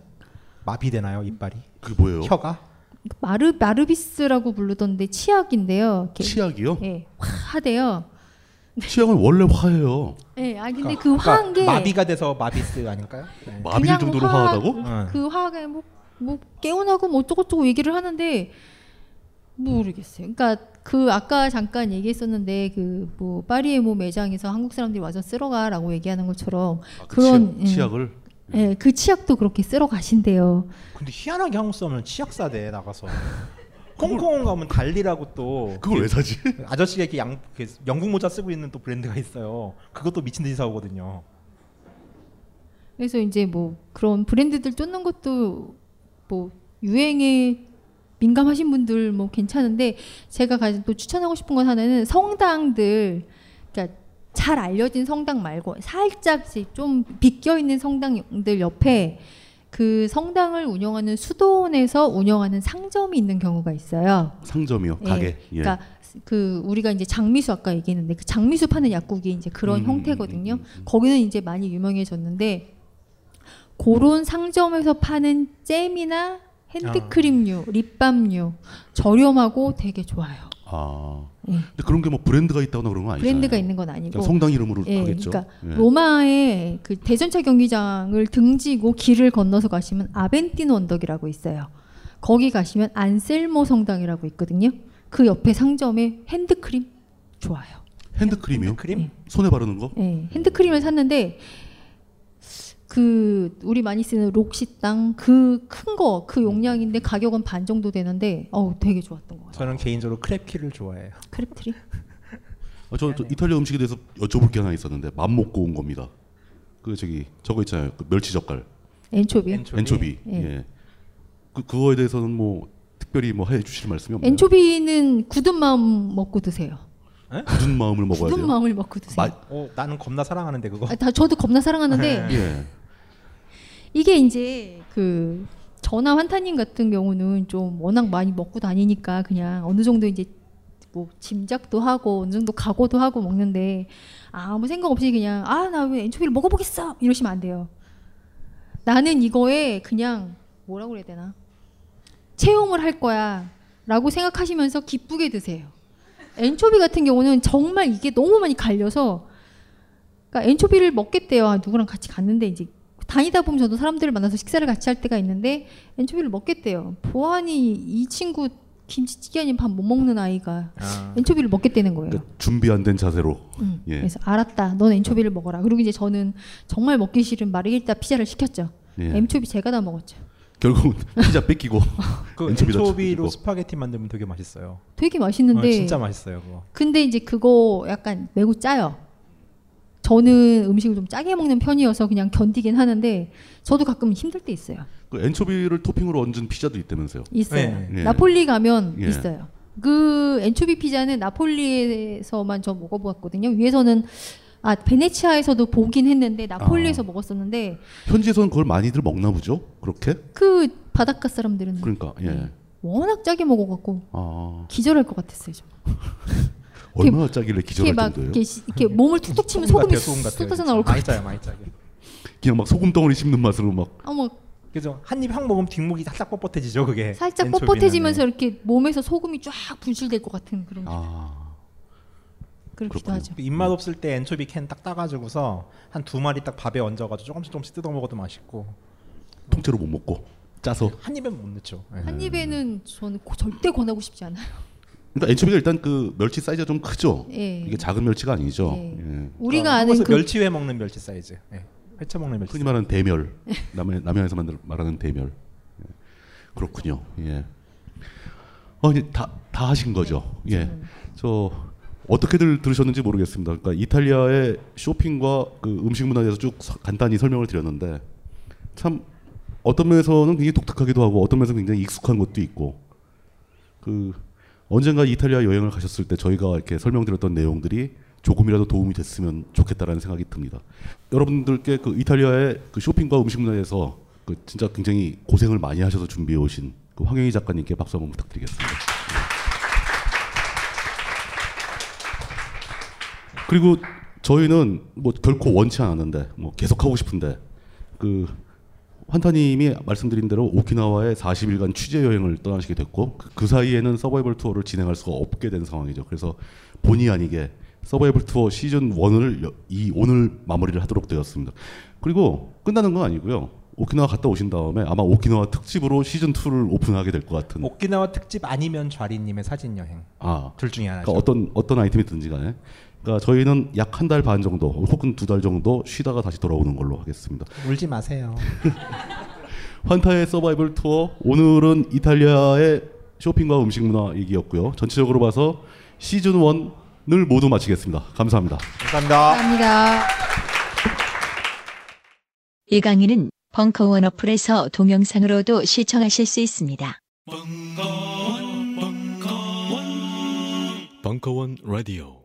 Speaker 10: 마비되나요 이빨이?
Speaker 9: 그게 뭐예요?
Speaker 10: 혀가?
Speaker 8: 아, 그러니까 마르 마르비스라고 부르던데 치약인데요. 이렇게
Speaker 9: 치약이요?
Speaker 8: 예, 화대요.
Speaker 9: 치약은 원래 화해요.
Speaker 8: 예, 아 근데
Speaker 10: 그러니까-
Speaker 8: 그 화한 게
Speaker 10: 그러니까 마비가 돼서 마비스
Speaker 9: *laughs*
Speaker 10: 아닐까요? 네.
Speaker 9: 마비
Speaker 8: 그냥
Speaker 9: 정도로
Speaker 8: 화학-
Speaker 9: 화하다고?
Speaker 8: 그 화학에 뭐, 뭐 깨운하고 뭐 어쩌고저쩌고 얘기를 하는데 모르겠어요. 그러니까 그 아까 잠깐 얘기했었는데 그 뭐 파리의 모 매장에서 한국 사람들이 와서 쓸어가라고 얘기하는 것처럼
Speaker 9: 그
Speaker 8: 그런
Speaker 9: 치약, 치약을
Speaker 8: 예, 예, 그 치약도 그렇게 쓸어 가신대요.
Speaker 10: 근데 희한하게 한국 사람은
Speaker 9: *laughs*
Speaker 10: 치약사대 나가서 홍콩 가면 달리라고 또
Speaker 8: 예.
Speaker 9: 그걸 왜 사지? *laughs*
Speaker 10: 아저씨가 이렇게 양 이렇게 영국 모자 쓰고 있는 또 브랜드가 있어요. 그것도 미친 듯이 사오거든요.
Speaker 8: 그래서 이제 뭐 그런 브랜드들 쫓는 것도 뭐 유행에 민감하신 분들 뭐 괜찮은데 제가 가진 또 추천하고 싶은 건 하나는 성당들 그러니까 잘 알려진 성당 말고 살짝씩 좀 비껴 있는 성당들 옆에 그 성당을 운영하는 수도원에서 운영하는 상점이 있는 경우가 있어요.
Speaker 9: 상점이요.
Speaker 8: 예,
Speaker 9: 가게. 예.
Speaker 8: 그러니까 그 우리가 이제 장미수 아까 얘기했는데 그 장미수 파는 약국이 이제 그런 형태거든요. 거기는 이제 많이 유명해졌는데 그런 상점에서 파는 잼이나 핸드크림류, 립밤류 저렴하고 되게 좋아요.
Speaker 9: 아. 근데 그런 게 뭐 브랜드가 있다거나 그런 건 아니잖아요.
Speaker 8: 예. 브랜드가 있는 건 아니고
Speaker 9: 그냥 성당 이름으로
Speaker 8: 예,
Speaker 9: 하겠죠.
Speaker 8: 그러니까
Speaker 9: 예.
Speaker 8: 로마의 그 대전차 경기장을 등지고 길을 건너서 가시면 아벤틴 언덕이라고 있어요. 거기 가시면 안셀모 성당이라고 있거든요. 그 옆에 상점에 핸드크림 좋아요.
Speaker 9: 핸드크림이요?
Speaker 8: 네.
Speaker 9: 손에 바르는 거?
Speaker 8: 예, 핸드크림을 샀는데 그 우리 많이 쓰는 록시땅 그 큰 거 그
Speaker 10: 음.
Speaker 8: 용량인데 가격은 반 정도 되는데 어우 되게 좋았던 거.
Speaker 10: 저는 개인적으로 크랩키를 좋아해요.
Speaker 8: 크랩트리?
Speaker 9: 아, 저,
Speaker 8: 네,
Speaker 9: 저 이탈리아 음식에 대해서 여쭤볼 게 하나 있었는데 맘 먹고 온 겁니다. 그 저기 저거 있잖아요. 그 멸치 젓갈.
Speaker 8: 엔초비.
Speaker 9: 엔초비. 예. 그 그거에 대해서는 뭐 특별히 뭐 해주실 말씀이 없나요?
Speaker 8: 엔초비는 굳은 마음 먹고 드세요.
Speaker 9: 굳은 마음을 먹어야
Speaker 8: 굳은
Speaker 9: 돼요.
Speaker 8: 마음을 먹고 드세요.
Speaker 9: 네. 마-
Speaker 10: 어, 나는 겁나 사랑하는데 그거. 네.
Speaker 8: 아, 다 저도
Speaker 10: *laughs*
Speaker 8: 겁나 사랑하는데
Speaker 9: 예.
Speaker 8: 이게 이제 그 저나 환타님 같은 경우는 좀 워낙 많이 먹고 다니니까 그냥 어느 정도 이제 뭐 짐작도 하고 어느 정도 각오도 하고 먹는데 아무 생각 없이 그냥 아 나 왜 엔초비를 먹어보겠어 이러시면 안 돼요. 나는 이거에 그냥 뭐라고 그래야 되나 채용을 할 거야라고 생각하시면서 기쁘게 드세요. 엔초비 같은 경우는 정말 이게 너무 많이 갈려서 그러니까 엔초비를 먹겠대요. 아, 누구랑 같이 갔는데 이제 다니다 보면 저도 사람들을 만나서 식사를 같이 할 때가 있는데 엔초비를 먹겠대요. 보안이 이 친구 김치찌개 아닌 밥 못 먹는 아이가
Speaker 9: 아.
Speaker 8: 엔초비를 먹겠다는 거예요.
Speaker 9: 그러니까 준비 안 된 자세로.
Speaker 8: 음,
Speaker 9: 예.
Speaker 8: 그래서 알았다. 넌 엔초비를 먹어라. 그리고 이제 저는 정말 먹기 싫은 마르게리타 피자를 시켰죠.
Speaker 9: 예.
Speaker 8: 엔초비 제가 다 먹었죠.
Speaker 9: 결국은 피자 뺏기고
Speaker 10: 그
Speaker 9: 엔초비도
Speaker 10: 엔초비로
Speaker 9: 뺏기고.
Speaker 10: 스파게티 만들면 되게 맛있어요.
Speaker 8: 되게 맛있는데
Speaker 10: 어, 진짜 맛있어요 그거.
Speaker 8: 근데 이제 그거 약간 매우 짜요. 저는 음식을 좀 짜게 먹는 편이어서 그냥 견디긴 하는데 저도 가끔 힘들 때 있어요.
Speaker 9: 그 엔초비를 토핑으로 얹은 피자도 있다면서요?
Speaker 10: 네.
Speaker 8: 있어요.
Speaker 9: 예.
Speaker 8: 나폴리 가면
Speaker 9: 예.
Speaker 8: 있어요. 그 엔초비 피자는 나폴리에서만 저 먹어보았거든요. 위에서는 아 베네치아에서도 보긴 했는데 나폴리에서 먹었었는데
Speaker 9: 현지에서는 그걸 많이들 먹나 보죠? 그렇게?
Speaker 8: 그 바닷가 사람들은
Speaker 9: 그러니까
Speaker 8: 네.
Speaker 9: 예.
Speaker 8: 워낙 짜게 먹어갖고
Speaker 9: 아
Speaker 8: 기절할 것 같았어요. 정말.
Speaker 9: 얼마나 짜길래
Speaker 8: 이렇게
Speaker 9: 기절할
Speaker 8: 막
Speaker 9: 정도예요?
Speaker 8: 이렇게, 시- 이렇게 몸을 툭툭 치면 음. 소금이 쏟아져 나올 것
Speaker 10: 많이
Speaker 8: 같아요.
Speaker 10: 짜요 많이 짜게.
Speaker 9: 그냥 막 소금 덩어리 씹는 맛으로 막
Speaker 8: 어머
Speaker 10: 그죠. 한입 향 먹으면 뒷목이 살짝 뻣뻣해지죠 그게.
Speaker 8: 살짝
Speaker 10: 엔초비는.
Speaker 8: 뻣뻣해지면서 이렇게 몸에서 소금이 쫙 분실될 것 같은 그런
Speaker 9: 아.
Speaker 8: 그렇기도 하죠.
Speaker 10: 그 입맛 없을 때 엔초비 캔 딱 따가지고서 한 두 마리 딱 밥에 얹어가지고 조금씩 조금씩 뜯어 먹어도 맛있고
Speaker 9: 통째로 못 먹고 짜서
Speaker 10: 한 입엔 못 넣죠. 예.
Speaker 8: 한 입에는 저는 고- 절대 권하고 싶지 않아요.
Speaker 9: 그러니까 엔초비가 일단 그 멸치 사이즈가 좀 크죠.
Speaker 8: 예.
Speaker 9: 이게 작은 멸치가 아니죠.
Speaker 8: 예.
Speaker 9: 예.
Speaker 8: 우리가
Speaker 10: 아,
Speaker 8: 아는
Speaker 10: 한국에서
Speaker 8: 그
Speaker 10: 멸치 회 먹는 멸치 사이즈. 예. 회차 먹는 멸치.
Speaker 9: 흔히 말하는 대멸. 남해, 남해안에서 만들, 말하는 대멸. 예. 그렇군요. 예. 어, 이제 다, 다 하신 거죠. 예. 저 어떻게들 들으셨는지 모르겠습니다. 그러니까 이탈리아의 쇼핑과 그 음식 문화에 대해서 쭉 서- 간단히 설명을 드렸는데 참 어떤 면에서는 굉장히 독특하기도 하고 어떤 면에서는 굉장히 익숙한 것도 있고 그 언젠가 이탈리아 여행을 가셨을 때 저희가 이렇게 설명드렸던 내용들이 조금이라도 도움이 됐으면 좋겠다라는 생각이 듭니다. 여러분들께 그 이탈리아의 그 쇼핑과 음식 문화에서 그 진짜 굉장히 고생을 많이 하셔서 준비해 오신 그 황영희 작가님께 박수 한번 부탁드리겠습니다. 그리고 저희는 뭐 결코 원치 않았는데 뭐 계속 하고 싶은데 그 환타님이 말씀드린 대로 오키나와에 40일간 취재 여행을 떠나시게 됐고 그, 그 사이에는 서바이벌 투어를 진행할 수가 없게 된 상황이죠. 그래서 본의 아니게 서바이벌 투어 시즌 1을 이 오늘 마무리를 하도록 되었습니다. 그리고 끝나는 건 아니고요. 오키나와 갔다 오신 다음에 아마 오키나와 특집으로 시즌 2를 오픈하게 될 것 같은
Speaker 10: 오키나와 특집 아니면 좌리님의 사진 여행.
Speaker 9: 아,
Speaker 10: 둘 중에 하나죠.
Speaker 9: 그러니까 어떤 어떤 아이템이든지 간에. 그러니까 저희는 약 한 달 반 정도 혹은 두 달 정도 쉬다가 다시 돌아오는 걸로 하겠습니다.
Speaker 10: 울지 마세요.
Speaker 9: 환타의 서바이벌 투어 오늘은 이탈리아의 쇼핑과 음식 문화 얘기였고요. 전체적으로 봐서 시즌 1을 모두 마치겠습니다. 감사합니다.
Speaker 5: 감사합니다.
Speaker 8: 감사합니다.
Speaker 11: 이 강의는 벙커원 어플에서 동영상으로도 시청하실 수 있습니다.
Speaker 14: 벙커원 라디오